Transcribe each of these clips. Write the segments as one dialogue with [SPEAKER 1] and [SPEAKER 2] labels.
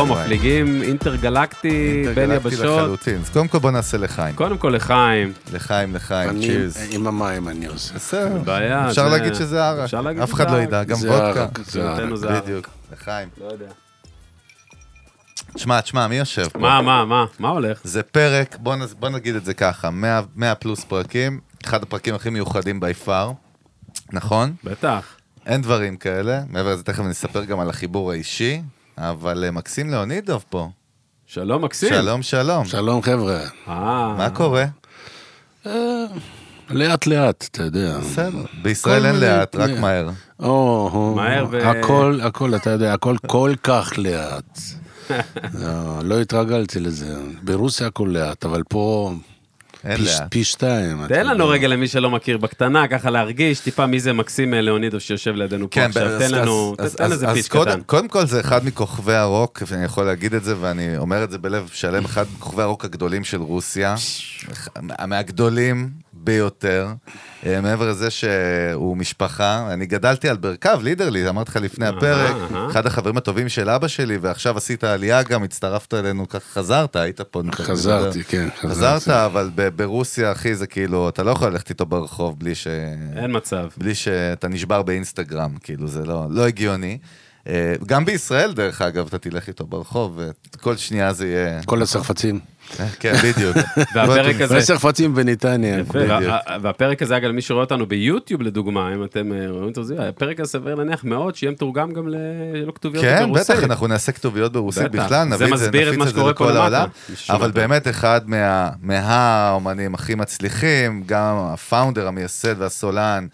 [SPEAKER 1] מפליגים אינטרגלקטי, בין
[SPEAKER 2] אינטרגלקטי
[SPEAKER 1] יבשות.
[SPEAKER 2] לחלוטין. אז קודם כל בוא נעשה לחיים.
[SPEAKER 1] קודם כל לחיים,
[SPEAKER 2] לחיים, לחיים,
[SPEAKER 3] אני
[SPEAKER 2] צ'ירס.
[SPEAKER 3] עם המים אני עושה.
[SPEAKER 2] בסדר,
[SPEAKER 1] בעיה,
[SPEAKER 2] אפשר
[SPEAKER 1] זה-
[SPEAKER 2] להגיד שזה ערק.
[SPEAKER 1] אפשר להגיד
[SPEAKER 2] אף
[SPEAKER 1] שזה
[SPEAKER 2] אחד לא
[SPEAKER 1] ערק.
[SPEAKER 2] ידע, גם
[SPEAKER 3] זה
[SPEAKER 2] וודקה.
[SPEAKER 3] ערק, זה ערק.
[SPEAKER 1] מבחינתנו זה ערק.
[SPEAKER 2] בדיוק, לחיים.
[SPEAKER 1] לא יודע.
[SPEAKER 2] תשמע, תשמע, מי יושב פה?
[SPEAKER 1] מה, מה, מה, מה הולך?
[SPEAKER 2] זה פרק, בוא, נ, בוא נגיד את זה ככה, 100, 100 פלוס פרקים, אחד הפרקים הכי מיוחדים בי פאר, נכון?
[SPEAKER 1] בטח.
[SPEAKER 2] אין דברים כאלה, מעבר לזה תכף אני אספר גם על החיבור האישי, אבל אה, מקסים ליאונידוב פה.
[SPEAKER 1] שלום, מקסים.
[SPEAKER 2] שלום, שלום.
[SPEAKER 3] שלום חבר'ה.
[SPEAKER 1] אה,
[SPEAKER 2] מה קורה?
[SPEAKER 3] אה, לאט לאט, אתה יודע.
[SPEAKER 2] בסדר. בישראל אין
[SPEAKER 3] מיני-
[SPEAKER 2] לאט, רק
[SPEAKER 3] אה.
[SPEAKER 2] מהר.
[SPEAKER 3] או, או,
[SPEAKER 1] מהר ו-
[SPEAKER 3] הכל, הכל, אתה יודע, הכל כל כך לאט. לא, לא התרגלתי לזה. ברוסיה הכל לאט, אבל פה
[SPEAKER 2] אין
[SPEAKER 3] פי-
[SPEAKER 2] לאט.
[SPEAKER 3] פי שתיים. אתה
[SPEAKER 1] תן לנו
[SPEAKER 3] יודע.
[SPEAKER 1] רגע למי שלא מכיר בקטנה, ככה להרגיש טיפה מי זה מקסים לאונידו שיושב לידינו כאילו פה עכשיו. תן לנו,
[SPEAKER 2] כן, אז-
[SPEAKER 1] תן
[SPEAKER 2] אז-
[SPEAKER 1] איזה
[SPEAKER 2] אז
[SPEAKER 1] פיץ
[SPEAKER 2] קודם-
[SPEAKER 1] קטן.
[SPEAKER 2] קודם כל זה אחד מכוכבי הרוק, ואני יכול להגיד את זה, ואני אומר את זה בלב שלם, אחד מכוכבי הרוק הגדולים של רוסיה, אח- מה- מהגדולים ביותר. אה, מעבר לזה שהוא משפחה, אני גדלתי על ברכיו, לידרלי, אמרתי לך לפני הפרק,
[SPEAKER 1] אהה.
[SPEAKER 2] אחד החברים הטובים של אבא שלי, ועכשיו עשית עלייה גם, הצטרפת אלינו, ככה חזרת, היית פה. אני תכף
[SPEAKER 3] חזרתי,
[SPEAKER 2] מדבר.
[SPEAKER 3] כן,
[SPEAKER 2] חזרת,
[SPEAKER 3] חזרתי.
[SPEAKER 2] אבל ב- ברוסיה, אחי, זה כאילו, אתה לא יכול ללכת איתו ברחוב בלי ש...
[SPEAKER 1] אין מצב.
[SPEAKER 2] בלי שאתה נשבר באינסטגרם, כאילו, זה לא, לא הגיוני. אה, גם בישראל, דרך אגב, אתה תלך איתו ברחוב, וכל שנייה זה יהיה...
[SPEAKER 3] כל הצרפצים.
[SPEAKER 2] כן, בדיוק.
[SPEAKER 1] והפרק הזה...
[SPEAKER 3] הצרפצים בנתניה.
[SPEAKER 1] יפה, וה- והפרק הזה, אגב, למי שרואה אותנו ביוטיוב, לדוגמה, אם אתם אה, רואים את זה, הפרק הזה סביר להניח מאוד שיהיה מתורגם גם ל- לא כתוביות
[SPEAKER 2] כן,
[SPEAKER 1] ברוסית.
[SPEAKER 2] בטח, אנחנו נעשה כתוביות ברוסית
[SPEAKER 1] בטח.
[SPEAKER 2] בכלל, נביא
[SPEAKER 1] זה
[SPEAKER 2] את זה,
[SPEAKER 1] מסביר את מה
[SPEAKER 2] נפיץ את זה
[SPEAKER 1] שקורה פה
[SPEAKER 2] לכל
[SPEAKER 1] למטה,
[SPEAKER 2] העולם.
[SPEAKER 1] מי ששומע
[SPEAKER 2] אבל
[SPEAKER 1] אותנו.
[SPEAKER 2] באמת אחד מה- מהאומנים הכי מצליחים, גם הפאונדר, המייסד והסולן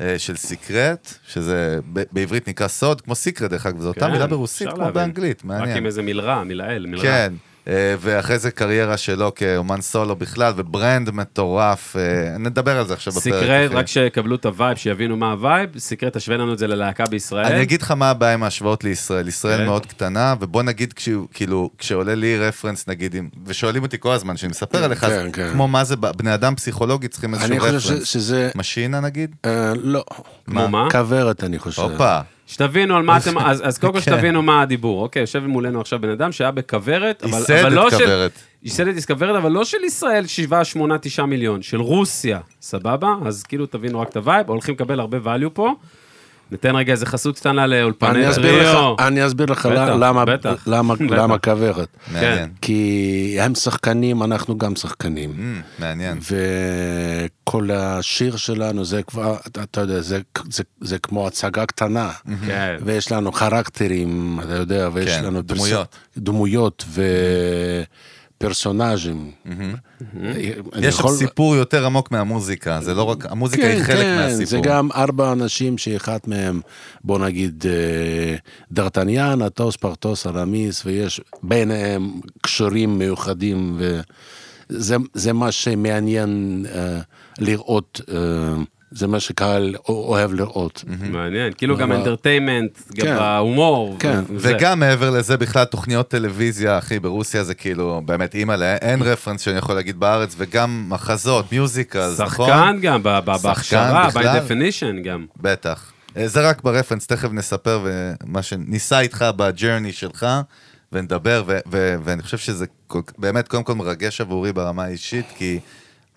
[SPEAKER 2] אה, של סיקרט, שזה ב- בעברית נקרא סוד, כמו סיקרט, דרך אגב, זו אותה
[SPEAKER 1] כן,
[SPEAKER 2] מילה ברוסית
[SPEAKER 1] אפשר
[SPEAKER 2] כמו
[SPEAKER 1] להבין.
[SPEAKER 2] באנגלית, מעניין.
[SPEAKER 1] רק עם איזה מלרע, מלעיל, מלרע.
[SPEAKER 2] כן, אה, ואחרי זה קריירה שלו כאומן סולו בכלל, וברנד מטורף, אה, נדבר על זה עכשיו בפרק.
[SPEAKER 1] סיקרט,
[SPEAKER 2] אחי.
[SPEAKER 1] רק שיקבלו את הווייב, שיבינו מה הווייב, סיקרט תשווה לנו את זה ללהקה בישראל.
[SPEAKER 2] אני אגיד לך מה הבעיה עם ההשוואות לישראל. ישראל
[SPEAKER 1] כן.
[SPEAKER 2] מאוד קטנה, ובוא נגיד, כשהוא- כאילו, כשעולה לי רפרנס, נגיד, אם- ושואלים אותי כל הזמן, כשאני מספר עליך, אז
[SPEAKER 3] כן, כן.
[SPEAKER 2] כמו מה זה, ב- בני אדם פסיכולוגי צריכים
[SPEAKER 3] אני
[SPEAKER 2] איזשהו
[SPEAKER 3] חושב ש-
[SPEAKER 2] רפרנס.
[SPEAKER 3] שזה...
[SPEAKER 2] משינה נגיד?
[SPEAKER 3] אה, לא.
[SPEAKER 1] כמו מה?
[SPEAKER 3] כוורת, אני חושב.
[SPEAKER 2] הופה.
[SPEAKER 1] שתבינו על מה אתם, אז, אז קודם כל
[SPEAKER 2] כן.
[SPEAKER 1] שתבינו מה הדיבור. אוקיי, יושב מולנו עכשיו בן אדם שהיה בכוורת, אבל,
[SPEAKER 2] ייסד
[SPEAKER 1] אבל
[SPEAKER 2] את
[SPEAKER 1] לא של...
[SPEAKER 2] כוורת.
[SPEAKER 1] ייסד את כוורת, אבל לא של ישראל 7, 8, 9 מיליון, של רוסיה, סבבה? אז כאילו תבינו רק את הווייב, הולכים לקבל הרבה value פה. ניתן רגע איזה חסות קטנה לאולפני
[SPEAKER 3] אני אסביר
[SPEAKER 1] ריו.
[SPEAKER 3] לך, אני אסביר לך
[SPEAKER 1] בטח,
[SPEAKER 3] למה-
[SPEAKER 1] בטח.
[SPEAKER 3] למה-
[SPEAKER 1] בטח.
[SPEAKER 3] למה כוורת.
[SPEAKER 1] כן.
[SPEAKER 2] מעניין.
[SPEAKER 3] כי הם שחקנים, אנחנו גם שחקנים.
[SPEAKER 2] אמ, מעניין.
[SPEAKER 3] וכל השיר שלנו זה כבר, אתה- אתה יודע, זה- זה- זה כמו הצגה קטנה.
[SPEAKER 1] כן.
[SPEAKER 3] ויש לנו קרקטרים, אתה יודע, ויש
[SPEAKER 2] כן,
[SPEAKER 3] לנו... פרס-
[SPEAKER 2] דמויות.
[SPEAKER 3] דמויות ופרסונאז'ים. אני
[SPEAKER 2] יש שם
[SPEAKER 3] יכול- כן,
[SPEAKER 2] סיפור יותר עמוק מהמוזיקה, זה לא רק, המוזיקה היא חלק מהסיפור.
[SPEAKER 3] זה גם ארבע אנשים שאחד מהם, בוא נגיד, אה, דרטניאן, אטוס, פרטוס, ארמיס, ויש ביניהם קשרים מיוחדים, וזה זה מה שמעניין אה, לראות, אה, זה מה שקהל א- אוהב לראות.
[SPEAKER 1] מעניין, כאילו גם
[SPEAKER 3] אבל-
[SPEAKER 1] אנטרטיימנט, גם
[SPEAKER 3] כן.
[SPEAKER 1] ההומור.
[SPEAKER 3] כן,
[SPEAKER 1] וזה.
[SPEAKER 2] וגם מעבר לזה, בכלל תוכניות טלוויזיה, אחי, ברוסיה זה כאילו, באמת, אימא'לה, אין רפרנס שאני יכול להגיד בארץ, וגם מחזות, מיוזיקלס, נכון?
[SPEAKER 1] שחקן גם, ב- ב-
[SPEAKER 2] שחקן
[SPEAKER 1] בהכשרה, by
[SPEAKER 2] בכלל.
[SPEAKER 1] definition גם.
[SPEAKER 2] בטח. אה, זה רק ברפרנס, תכף נספר ומה שניסה איתך בג'רני שלך, ונדבר, ו- ו- ואני חושב שזה כל- באמת, קודם כל מרגש עבורי ברמה האישית, כי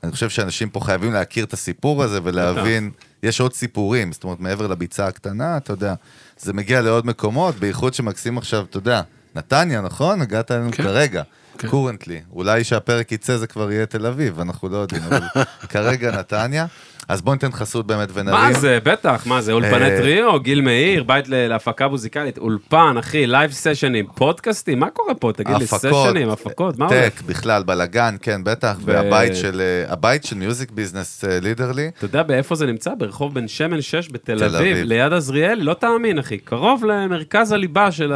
[SPEAKER 2] אני חושב שאנשים פה חייבים להכיר את הסיפור הזה ולהבין, יש עוד סיפורים, זאת אומרת, מעבר לביצה הקטנה, אתה יודע, זה מגיע לעוד מקומות, בייחוד שמקסים עכשיו, אתה יודע, נתניה, נכון? הגעת אלינו
[SPEAKER 3] כן.
[SPEAKER 2] כרגע.
[SPEAKER 3] כן.
[SPEAKER 2] קורנטלי, אולי שהפרק יצא זה כבר יהיה תל אביב, אנחנו לא יודעים, אבל כרגע נתניה. אז בוא ניתן חסות באמת ונרים.
[SPEAKER 1] מה זה, בטח, מה זה, אולפני
[SPEAKER 2] אה,
[SPEAKER 1] טריו, גיל מאיר, בית ל- להפקה מוזיקלית, אולפן, אחי, לייב סשנים, פודקאסטים, מה קורה פה? תגיד לי, סשנים, הפקות, מה הולך?
[SPEAKER 2] טק, בכלל, בלאגן, כן, בטח,
[SPEAKER 1] ו-
[SPEAKER 2] והבית של, אה, הבית של מיוזיק ביזנס אה, לידרלי,
[SPEAKER 1] אתה יודע באיפה זה נמצא? ברחוב בן שמן 6 בתל
[SPEAKER 2] תל
[SPEAKER 1] אביב,
[SPEAKER 2] אביב.
[SPEAKER 1] ליד עזריאלי, לא תאמין, אחי, קרוב למרכז הליבה של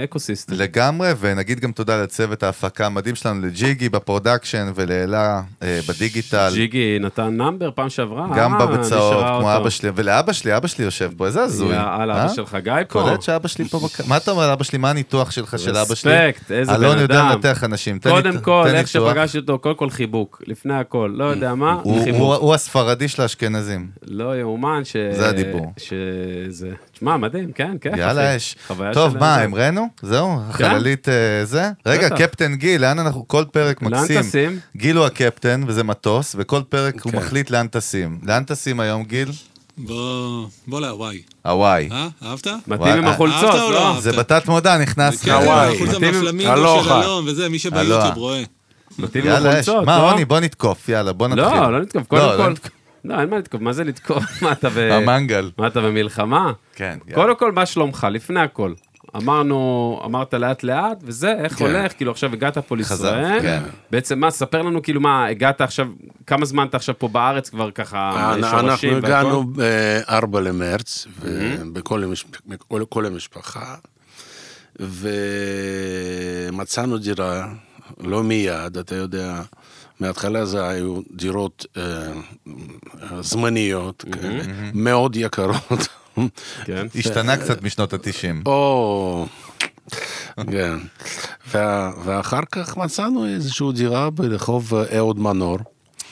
[SPEAKER 1] האקוסיסטם.
[SPEAKER 2] לגמרי, ונגיד גם תודה לצוות ההפקה המדהים שלנו, לג'יגי בפרודקשן ולאלה אה, בדיגיטל,
[SPEAKER 1] ג'יגי נתן נאמבר פעם שעברה,
[SPEAKER 2] גם
[SPEAKER 1] אה,
[SPEAKER 2] בבצעות,
[SPEAKER 1] נשארה
[SPEAKER 2] כמו
[SPEAKER 1] אותו.
[SPEAKER 2] אבא שלי, ולאבא שלי, אבא שלי יושב פה, איזה הזוי.
[SPEAKER 1] יאללה,
[SPEAKER 2] אה?
[SPEAKER 1] אבא שלך גיא פה.
[SPEAKER 2] קולט שאבא שלי פה, בק- מה אתה אומר על אבא שלי, מה הניתוח שלך של אבא שלי?
[SPEAKER 1] רספקט, איזה בן
[SPEAKER 2] אלון יודע
[SPEAKER 1] אדם.
[SPEAKER 2] לנתח אנשים, תן לי-
[SPEAKER 1] קודם כל,
[SPEAKER 2] תן לי
[SPEAKER 1] איך
[SPEAKER 2] ניתוח.
[SPEAKER 1] שפגשתי אותו, קודם כל חיבוק, לפני הכל, לא יודע מה,
[SPEAKER 2] הוא- הוא
[SPEAKER 1] חיבוק.
[SPEAKER 2] הוא הספרדי של האשכנזים.
[SPEAKER 1] לא יאומן ש...
[SPEAKER 2] זה הדיבור.
[SPEAKER 1] שזה... שמע, מדהים, כן, כיף.
[SPEAKER 2] יאללה
[SPEAKER 1] אחי.
[SPEAKER 2] אש.
[SPEAKER 1] חוויה
[SPEAKER 2] טוב,
[SPEAKER 1] של-
[SPEAKER 2] מה, המראנו? זהו? החללית אה, זה? רגע,
[SPEAKER 1] בטח.
[SPEAKER 2] קפטן גיל, לאן אנחנו... כל פרק
[SPEAKER 1] לאן
[SPEAKER 2] מקסים.
[SPEAKER 1] טסים?
[SPEAKER 2] גיל הוא הקפטן, וזה מטוס, וכל פרק הוא
[SPEAKER 3] כן.
[SPEAKER 2] מחליט לאן טסים. לאן טסים היום, גיל?
[SPEAKER 4] בוא, בוא להוואי.
[SPEAKER 2] הוואי.
[SPEAKER 4] אה? אהבת?
[SPEAKER 1] מתאים עם
[SPEAKER 2] וואי,
[SPEAKER 1] החולצות,
[SPEAKER 4] אהבת או
[SPEAKER 1] לא?
[SPEAKER 4] לא?
[SPEAKER 2] זה בתת מודה, נכנס.
[SPEAKER 4] כן,
[SPEAKER 2] לי.
[SPEAKER 5] הוואי.
[SPEAKER 4] חוץ
[SPEAKER 1] מתאים עם-
[SPEAKER 4] מהפלמינגו של
[SPEAKER 5] אלוהה.
[SPEAKER 4] אלון וזה, מי
[SPEAKER 2] אלוהה.
[SPEAKER 4] שביוטיוב רואה.
[SPEAKER 1] מתאים עם
[SPEAKER 2] יאללה אש.
[SPEAKER 1] החולצות,
[SPEAKER 2] מה,
[SPEAKER 1] לא?
[SPEAKER 2] רוני, בוא נתקוף, יאללה, בוא נתחיל.
[SPEAKER 1] לא, לא נתקוף,
[SPEAKER 2] לא,
[SPEAKER 1] קודם
[SPEAKER 2] לא
[SPEAKER 1] כל. אה,
[SPEAKER 2] נתקוף.
[SPEAKER 1] לא, אין מה לתקוף, מה זה לתקוף? מה אתה ב...
[SPEAKER 2] המנגל.
[SPEAKER 1] מה אתה במלחמה?
[SPEAKER 2] כן, יאללה.
[SPEAKER 1] קודם כל, מה שלומך, לפני הכל. אמרנו, אמרת לאט לאט, וזה, איך
[SPEAKER 3] כן.
[SPEAKER 1] הולך, כאילו עכשיו הגעת פה לישראל.
[SPEAKER 2] חזרת, כן.
[SPEAKER 1] בעצם מה, ספר לנו כאילו מה, הגעת עכשיו, כמה זמן אתה עכשיו פה בארץ כבר
[SPEAKER 2] אה,
[SPEAKER 1] ככה, אה,
[SPEAKER 3] אנ- אנחנו
[SPEAKER 1] שורשים
[SPEAKER 3] הגענו ב-4 למרץ, בכל כל המשפחה, ומצאנו דירה, לא מיד, אתה יודע, מההתחלה זה היו דירות אה, אה, זמניות, כאלה, מאוד יקרות.
[SPEAKER 1] כן.
[SPEAKER 2] השתנה קצת משנות התשעים.
[SPEAKER 3] או... כן. וה- ואחר כך מצאנו איזושהי דירה ברחוב אה, אהוד מנור.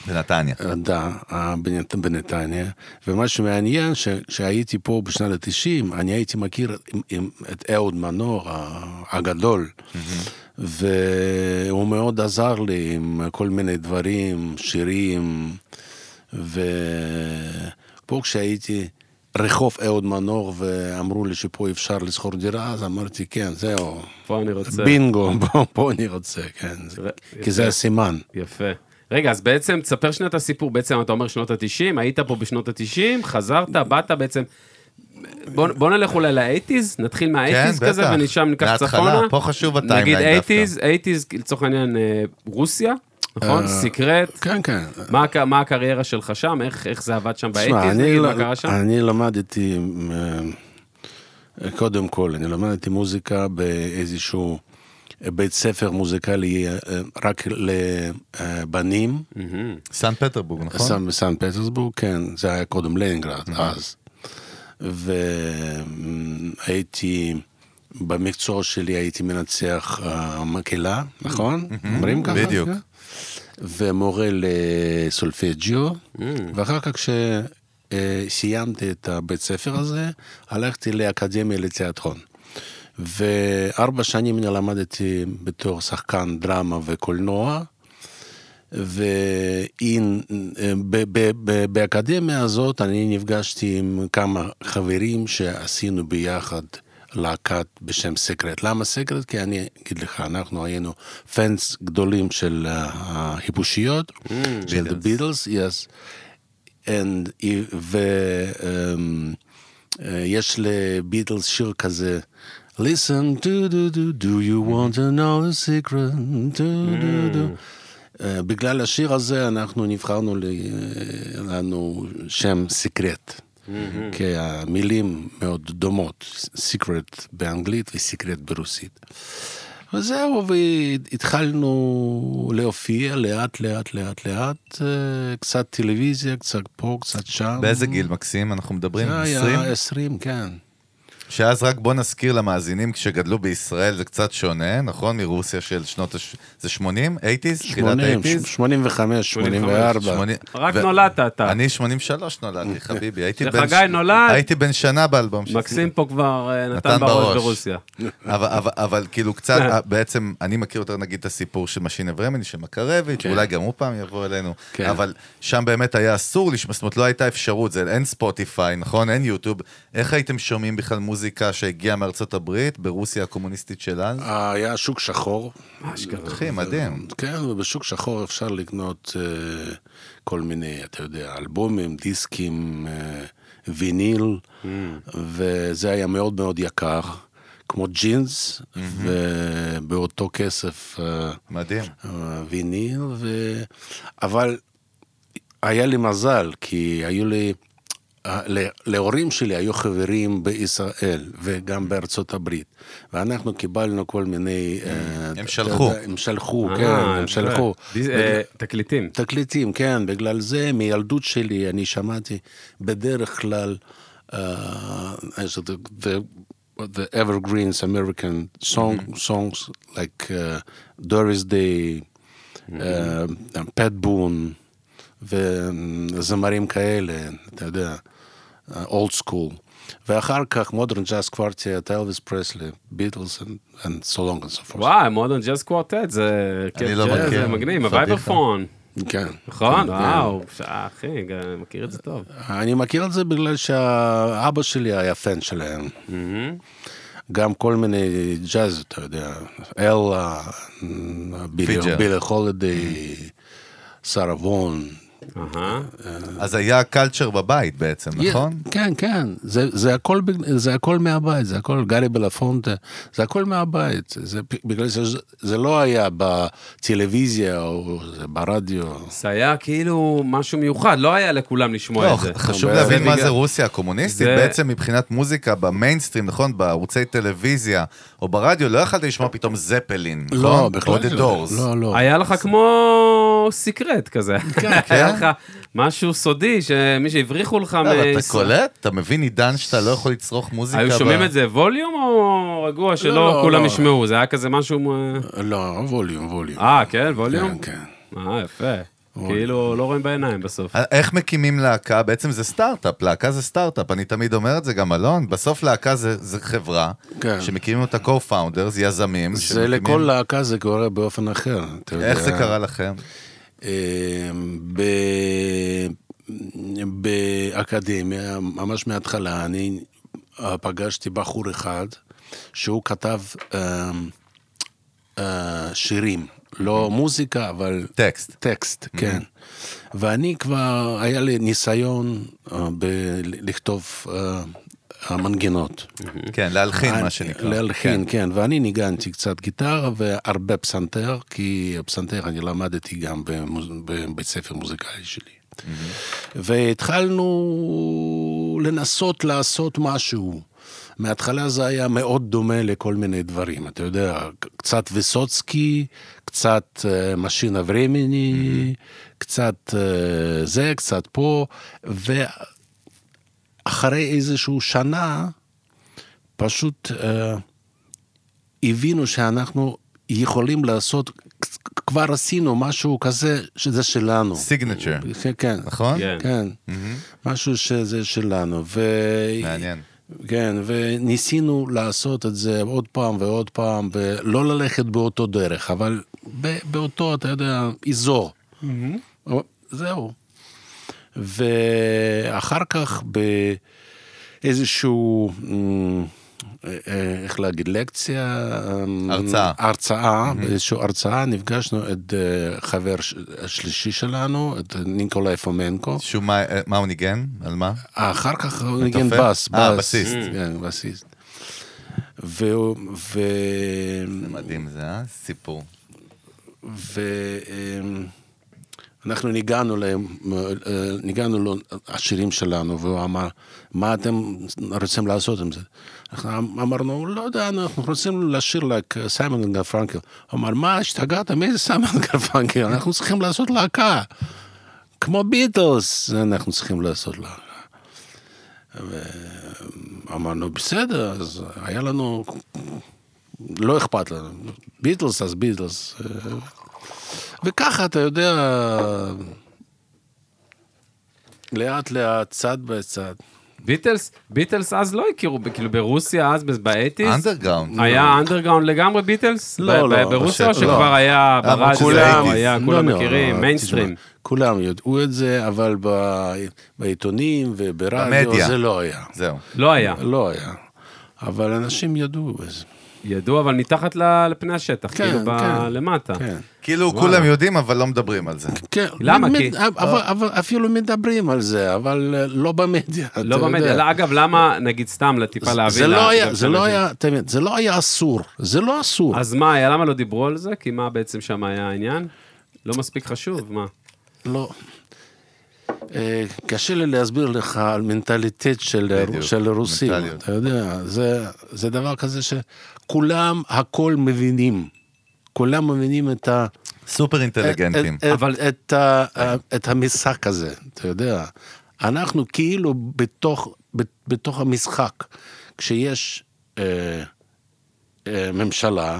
[SPEAKER 2] בנתניה.
[SPEAKER 3] да, אה, בנת- בנתניה, ומה שמעניין, ש- שהייתי פה בשנת ה-90, אני הייתי מכיר עם- עם- את אהוד מנור ה- הגדול, Mm-hmm. והוא מאוד עזר לי עם כל מיני דברים, שירים, ופה כשהייתי רחוב אהוד מנור, ואמרו לי שפה אפשר לשכור דירה, אז אמרתי, כן, זהו,
[SPEAKER 1] פה אני רוצה.
[SPEAKER 3] בינגו, פה- פה אני רוצה, כן, זה-
[SPEAKER 1] ר-
[SPEAKER 3] כי זה
[SPEAKER 1] יפה.
[SPEAKER 3] הסימן.
[SPEAKER 1] יפה. רגע, אז בעצם, תספר שנייה את הסיפור. בעצם אתה אומר שנות ה-90, היית פה בשנות ה-90, חזרת, באת בעצם... בוא, בוא נלך אולי ל-80's, נתחיל מה-80's
[SPEAKER 2] כן,
[SPEAKER 1] כזה,
[SPEAKER 2] בטח.
[SPEAKER 1] ומשם ניקח
[SPEAKER 2] מההתחלה,
[SPEAKER 1] צפונה.
[SPEAKER 2] פה חשוב הטיימליין
[SPEAKER 1] נגיד
[SPEAKER 2] דווקא.
[SPEAKER 1] 80's, 80's, לצורך העניין, אה, רוסיה, נכון? סיקרט.
[SPEAKER 3] כן, כן.
[SPEAKER 1] מה, הק- מה הקריירה שלך שם? איך, איך זה עבד שם
[SPEAKER 3] תשמע,
[SPEAKER 1] ב-80's?
[SPEAKER 3] אני,
[SPEAKER 1] נגיד,
[SPEAKER 3] ל-
[SPEAKER 1] מה קרה שם?
[SPEAKER 3] אני למדתי, אה, קודם כל, אני למדתי מוזיקה באיזשהו בית ספר מוזיקלי אה, רק אה, לבנים,
[SPEAKER 1] מהמם.
[SPEAKER 2] סן פטרבורג, נכון?
[SPEAKER 3] סן- בסן פטרסבורג, כן, זה היה קודם לנינגרד, אז. והייתי, במקצוע שלי הייתי מנצח אה, מקהלה, נכון? אומרים ככה?
[SPEAKER 2] Mm-hmm. בדיוק.
[SPEAKER 3] כן. ומורה
[SPEAKER 2] Mm.
[SPEAKER 3] לסולפג'יו, ואחר כך כשסיימתי את הבית ספר הזה, הלכתי לאקדמיה לתיאטרון. וארבע שנים אני למדתי בתור שחקן דרמה וקולנוע, ואין, ב- ב- ב- באקדמיה הזאת אני נפגשתי עם כמה חברים שעשינו ביחד להקת בשם סקרט. למה סקרט? כי אני אגיד לך, אנחנו היינו פאנס גדולים של אה, החיפושיות, של The Beatles, yes. And, אה, ויש אה, לביטלס שיר כזה, listen to do do do you want to know the secret do do do. אה, בגלל השיר הזה אנחנו נבחרנו ל- אה, לנו שם סיקרט. כי המילים מאוד דומות, סיקרט באנגלית וסיקרט ברוסית. וזהו, והתחלנו להופיע לאט לאט לאט לאט, אה, קצת טלוויזיה, קצת פה, קצת שם.
[SPEAKER 2] באיזה גיל מקסים אנחנו מדברים?
[SPEAKER 3] זה
[SPEAKER 2] 20?
[SPEAKER 3] היה 20, כן.
[SPEAKER 2] שאז רק בוא נזכיר למאזינים שגדלו בישראל זה קצת שונה, נכון? מרוסיה של שנות ה... זה 80? 80's? תחילת
[SPEAKER 3] 80,
[SPEAKER 2] 80's?
[SPEAKER 3] 85, 84.
[SPEAKER 2] 80.
[SPEAKER 1] רק
[SPEAKER 2] ו-
[SPEAKER 1] נולדת אתה.
[SPEAKER 2] אני 83 נולדתי, חביבי. הייתי
[SPEAKER 1] כשחגי
[SPEAKER 2] בן... ש-
[SPEAKER 1] נולד-
[SPEAKER 2] הייתי בן שנה באלבום שעשיתי.
[SPEAKER 1] מקסים פה כבר אה, נתן בראש ברוסיה.
[SPEAKER 2] אבל, אבל, אבל כאילו קצת,
[SPEAKER 3] כן.
[SPEAKER 2] בעצם, אני מכיר יותר נגיד את הסיפור של משינה ורמני, של מקרביץ',
[SPEAKER 3] כן.
[SPEAKER 2] אולי גם הוא פעם יבוא אלינו,
[SPEAKER 3] כן.
[SPEAKER 2] אבל שם באמת היה אסור לשמוע, זאת אומרת, לא הייתה אפשרות, זה אין ספוטיפיי, נכון? אין יוטיוב. איך הייתם שומעים בכלל מוזיקה שהגיעה מארצות הברית, ברוסיה הקומוניסטית של אז?
[SPEAKER 3] אה, היה שוק שחור,
[SPEAKER 2] אחי, מדהים.
[SPEAKER 3] כן, ובשוק שחור אפשר לקנות אה, כל מיני, אתה יודע, אלבומים, דיסקים, אה, ויניל, וזה היה מאוד מאוד יקר, כמו ג'ינס, ובאותו כסף אה,
[SPEAKER 2] מדהים.
[SPEAKER 3] אה, ויניל, ו... אבל היה לי מזל, כי היו לי, אה, לה- להורים שלי היו חברים בישראל וגם בארצות הברית, ואנחנו קיבלנו כל מיני... אה, אתה יודע,
[SPEAKER 2] שלחו.
[SPEAKER 3] הם שלחו, כן,
[SPEAKER 1] אה,
[SPEAKER 3] הם שלחו.
[SPEAKER 1] דיס- אה, תקליטים.
[SPEAKER 3] תקליטים, כן, בגלל זה מילדות שלי אני שמעתי בדרך כלל, אה, as the, the, the evergreens American song,
[SPEAKER 1] Mm-hmm.
[SPEAKER 3] songs like uh, Doris Day,
[SPEAKER 1] Mm-hmm.
[SPEAKER 3] אה, פט בון, וזמרים כאלה, אתה יודע, אולד סקול. uh, ואחר כך מודרן ג'אז קוורציאט, אלוויס פרסלי, ביטלס וסולונג וסופורט.
[SPEAKER 1] וואי, מודרן ג'אז קוורטט, זה... הרכב
[SPEAKER 2] לא
[SPEAKER 1] ג'אז,
[SPEAKER 2] מכיר.
[SPEAKER 1] זה מגניב,
[SPEAKER 2] פדיחה.
[SPEAKER 1] הווייברפון.
[SPEAKER 3] כן.
[SPEAKER 1] נכון?
[SPEAKER 3] כן.
[SPEAKER 1] וואו, שעה, אחי, גם מכיר את זה טוב.
[SPEAKER 3] אני מכיר את זה בגלל שהאבא שלי היה פן שלהם. גם כל מיני ג'אז, אתה יודע, אלה,
[SPEAKER 2] פיג'ר.
[SPEAKER 3] בילי הולדיי, שרה וון.
[SPEAKER 1] אהה.
[SPEAKER 2] אז היה קלצ'ר בבית בעצם, נכון?
[SPEAKER 3] כן, כן, זה, זה, הכל, בג- זה הכל מהבית, זה הכל גארי בלפונטה, זה הכל מהבית, זה, פ- בגלל שזה זה לא היה בטלוויזיה או זה ברדיו.
[SPEAKER 1] זה היה כאילו משהו מיוחד, לא היה לכולם לשמוע
[SPEAKER 2] לא,
[SPEAKER 1] את זה.
[SPEAKER 2] חשוב
[SPEAKER 3] הרבה-
[SPEAKER 2] להבין
[SPEAKER 1] זה
[SPEAKER 2] מה
[SPEAKER 1] בגלל-
[SPEAKER 2] זה רוסיה הקומוניסטית.
[SPEAKER 1] זה-
[SPEAKER 2] בעצם מבחינת מוזיקה במיינסטרים, נכון? בערוצי טלוויזיה או ברדיו, לא יכלת לשמוע פתאום זפלין, נכון?
[SPEAKER 3] לא, בכלל
[SPEAKER 2] או The
[SPEAKER 3] לא.
[SPEAKER 2] Doors.
[SPEAKER 3] לא, לא.
[SPEAKER 1] היה לך כמו סיקרט כזה.
[SPEAKER 3] כן,
[SPEAKER 1] היה לך משהו סודי, שמי שהבריחו לך
[SPEAKER 2] לא, אבל אתה
[SPEAKER 1] מישראל.
[SPEAKER 2] קולט? אתה מבין עידן שאתה לא יכול לצרוך מוזיקה?
[SPEAKER 1] היו
[SPEAKER 2] ב-
[SPEAKER 1] שומעים את זה ווליום או רגוע שלא
[SPEAKER 3] לא,
[SPEAKER 1] כולם
[SPEAKER 3] לא.
[SPEAKER 1] ישמעו? זה היה כזה משהו... אה,
[SPEAKER 3] לא, ווליום, ווליום.
[SPEAKER 1] אה, כן, ווליום?
[SPEAKER 3] כן, כן. אה.
[SPEAKER 1] אה, יפה. כאילו, לא רואים בעיניים בסוף.
[SPEAKER 2] אה, איך מקימים להקה? בעצם זה סטארט-אפ, להקה זה סטארט-אפ, אני תמיד אומר את זה גם, אלון. בסוף להקה זה, זה חברה,
[SPEAKER 3] כן.
[SPEAKER 2] שמקימים אותה co-founders, יזמים.
[SPEAKER 3] זה
[SPEAKER 2] שמקימים-
[SPEAKER 3] לכל להקה זה קורה באופן אחר. אתה יודע.
[SPEAKER 2] איך זה קרה לכם?
[SPEAKER 3] אה, ב- באקדמיה, ממש מההתחלה, אני אה, פגשתי בחור אחד שהוא כתב אה, אה, שירים, לא מוזיקה, אבל
[SPEAKER 2] Mm-hmm. טקסט. Mm-hmm.
[SPEAKER 3] טקסט, כן. ואני כבר, היה לי ניסיון אה, בלכתוב אה, המנגינות.
[SPEAKER 2] כן, להלחין,
[SPEAKER 3] אני-
[SPEAKER 2] מה שנקרא.
[SPEAKER 3] להלחין, כן. ואני ניגנתי קצת גיטרה והרבה פסנתר, כי פסנתר אני למדתי גם במוז- בבית ספר מוזיקלי שלי.
[SPEAKER 2] Mm-hmm.
[SPEAKER 3] והתחלנו לנסות לעשות משהו. מההתחלה זה היה מאוד דומה לכל מיני דברים, אתה יודע, קצת ויסוצקי, קצת אה, משינה ורמיני,
[SPEAKER 2] Mm-hmm.
[SPEAKER 3] קצת אה, זה, קצת פה, ואחרי איזשהו שנה, פשוט אה, הבינו שאנחנו יכולים לעשות, כבר עשינו משהו כזה שזה שלנו.
[SPEAKER 2] סיגנצ'ר,
[SPEAKER 3] כן, כן,
[SPEAKER 2] נכון? Mm-hmm.
[SPEAKER 1] כן.
[SPEAKER 3] כן, משהו שזה שלנו. ו-
[SPEAKER 2] מעניין.
[SPEAKER 3] כן, וניסינו לעשות את זה עוד פעם ועוד פעם, ולא ללכת באותו דרך, אבל ב- באותו, אתה יודע, אזור. אבל זהו. ואחר כך באיזשהו, אמ, אה, אה, איך להגיד, לקציה? אמ,
[SPEAKER 2] הרצאה.
[SPEAKER 3] הרצאה, באיזושהי הרצאה, נפגשנו את אה, חבר ש- השלישי שלנו, את ניקולאי פומנקו.
[SPEAKER 2] שהוא מה, אה, מה הוא ניגן? על מה?
[SPEAKER 3] אחר כך הוא ניגן
[SPEAKER 2] מתופף?
[SPEAKER 3] בס,
[SPEAKER 2] אה,
[SPEAKER 3] בס.
[SPEAKER 2] בסיסט.
[SPEAKER 3] כן, בסיסט. והוא- ו-
[SPEAKER 2] מדהים זה, אה? סיפור.
[SPEAKER 3] ו- אמ, אנחנו ניגענו להם, אה, ניגענו לו השירים שלנו, והוא אמר, מה אתם רוצים לעשות עם זה? אנחנו אמרנו, לא יודע, אנחנו רוצים לשיר like uh, סיימון אנד גרפרנקל. הוא אמר, מה, השתגעתם? איזה סיימון אנד גרפרנקל? אנחנו צריכים לעשות להקה. כמו ביטלס, זה אנחנו צריכים לעשות לה. אמרנו, בסדר, אז היה לנו, לא אכפת לנו, ביטלס אז ביטלס. וככה, אתה יודע, לאט לאט, צד בצד.
[SPEAKER 1] ביטלס, ביטלס אז לא הכירו, כאילו ברוסיה אז, באייטיז,
[SPEAKER 2] אנדרגראונד.
[SPEAKER 1] היה אנדרגראונד לגמרי ביטלס?
[SPEAKER 3] לא,
[SPEAKER 1] ב-
[SPEAKER 3] לא.
[SPEAKER 1] ב- ברוסיה או
[SPEAKER 2] חושב- לא.
[SPEAKER 1] שכבר היה
[SPEAKER 2] אבל
[SPEAKER 1] ברדיו,
[SPEAKER 2] כולם-
[SPEAKER 1] היה,
[SPEAKER 3] לא,
[SPEAKER 1] כולם
[SPEAKER 3] לא,
[SPEAKER 1] מכירים,
[SPEAKER 3] לא,
[SPEAKER 1] מיינסטרים.
[SPEAKER 3] תשמע, כולם ידעו את זה, אבל ב- בעיתונים
[SPEAKER 2] במדיה.
[SPEAKER 3] וברדיו זה לא היה.
[SPEAKER 2] זהו.
[SPEAKER 1] לא היה.
[SPEAKER 3] לא היה. אבל אנשים ידעו את זה.
[SPEAKER 1] ידעו, אבל מתחת ל- לפני השטח,
[SPEAKER 3] כן,
[SPEAKER 1] כאילו ב-
[SPEAKER 3] כן.
[SPEAKER 1] למטה.
[SPEAKER 3] כן.
[SPEAKER 2] כאילו כולם יודעים, אבל לא מדברים על זה.
[SPEAKER 3] כן,
[SPEAKER 1] למה?
[SPEAKER 3] מד-
[SPEAKER 1] כי-
[SPEAKER 3] אבל, אבל אפילו מדברים על זה, אבל אה, לא במדיה. אתה
[SPEAKER 1] לא במדיה.
[SPEAKER 3] יודע.
[SPEAKER 1] לא, אגב, למה, נגיד סתם, לטיפה
[SPEAKER 3] זה-
[SPEAKER 1] להבין...
[SPEAKER 3] זה לא
[SPEAKER 1] לה-
[SPEAKER 3] היה,
[SPEAKER 1] גם
[SPEAKER 3] זה לא
[SPEAKER 1] של-
[SPEAKER 3] היה, תמיד, זה לא היה אסור, זה לא אסור.
[SPEAKER 1] אז מה היה? למה לא דיברו על זה? כי מה בעצם שם היה העניין? לא מספיק חשוב, מה?
[SPEAKER 3] לא. אה, קשה לי להסביר לך על מנטליטט של,
[SPEAKER 2] בדיוק,
[SPEAKER 3] של רוסים,
[SPEAKER 2] מנטליות.
[SPEAKER 3] אתה יודע, זה, זה דבר כזה שכולם הכל מבינים, כולם מבינים את ה...
[SPEAKER 2] סופר אינטליגנטים.
[SPEAKER 3] את, את,
[SPEAKER 1] אבל-
[SPEAKER 3] אבל... את, ה- את המשחק הזה, אתה יודע. אנחנו כאילו בתוך, ב- בתוך המשחק, כשיש אה, אה, ממשלה,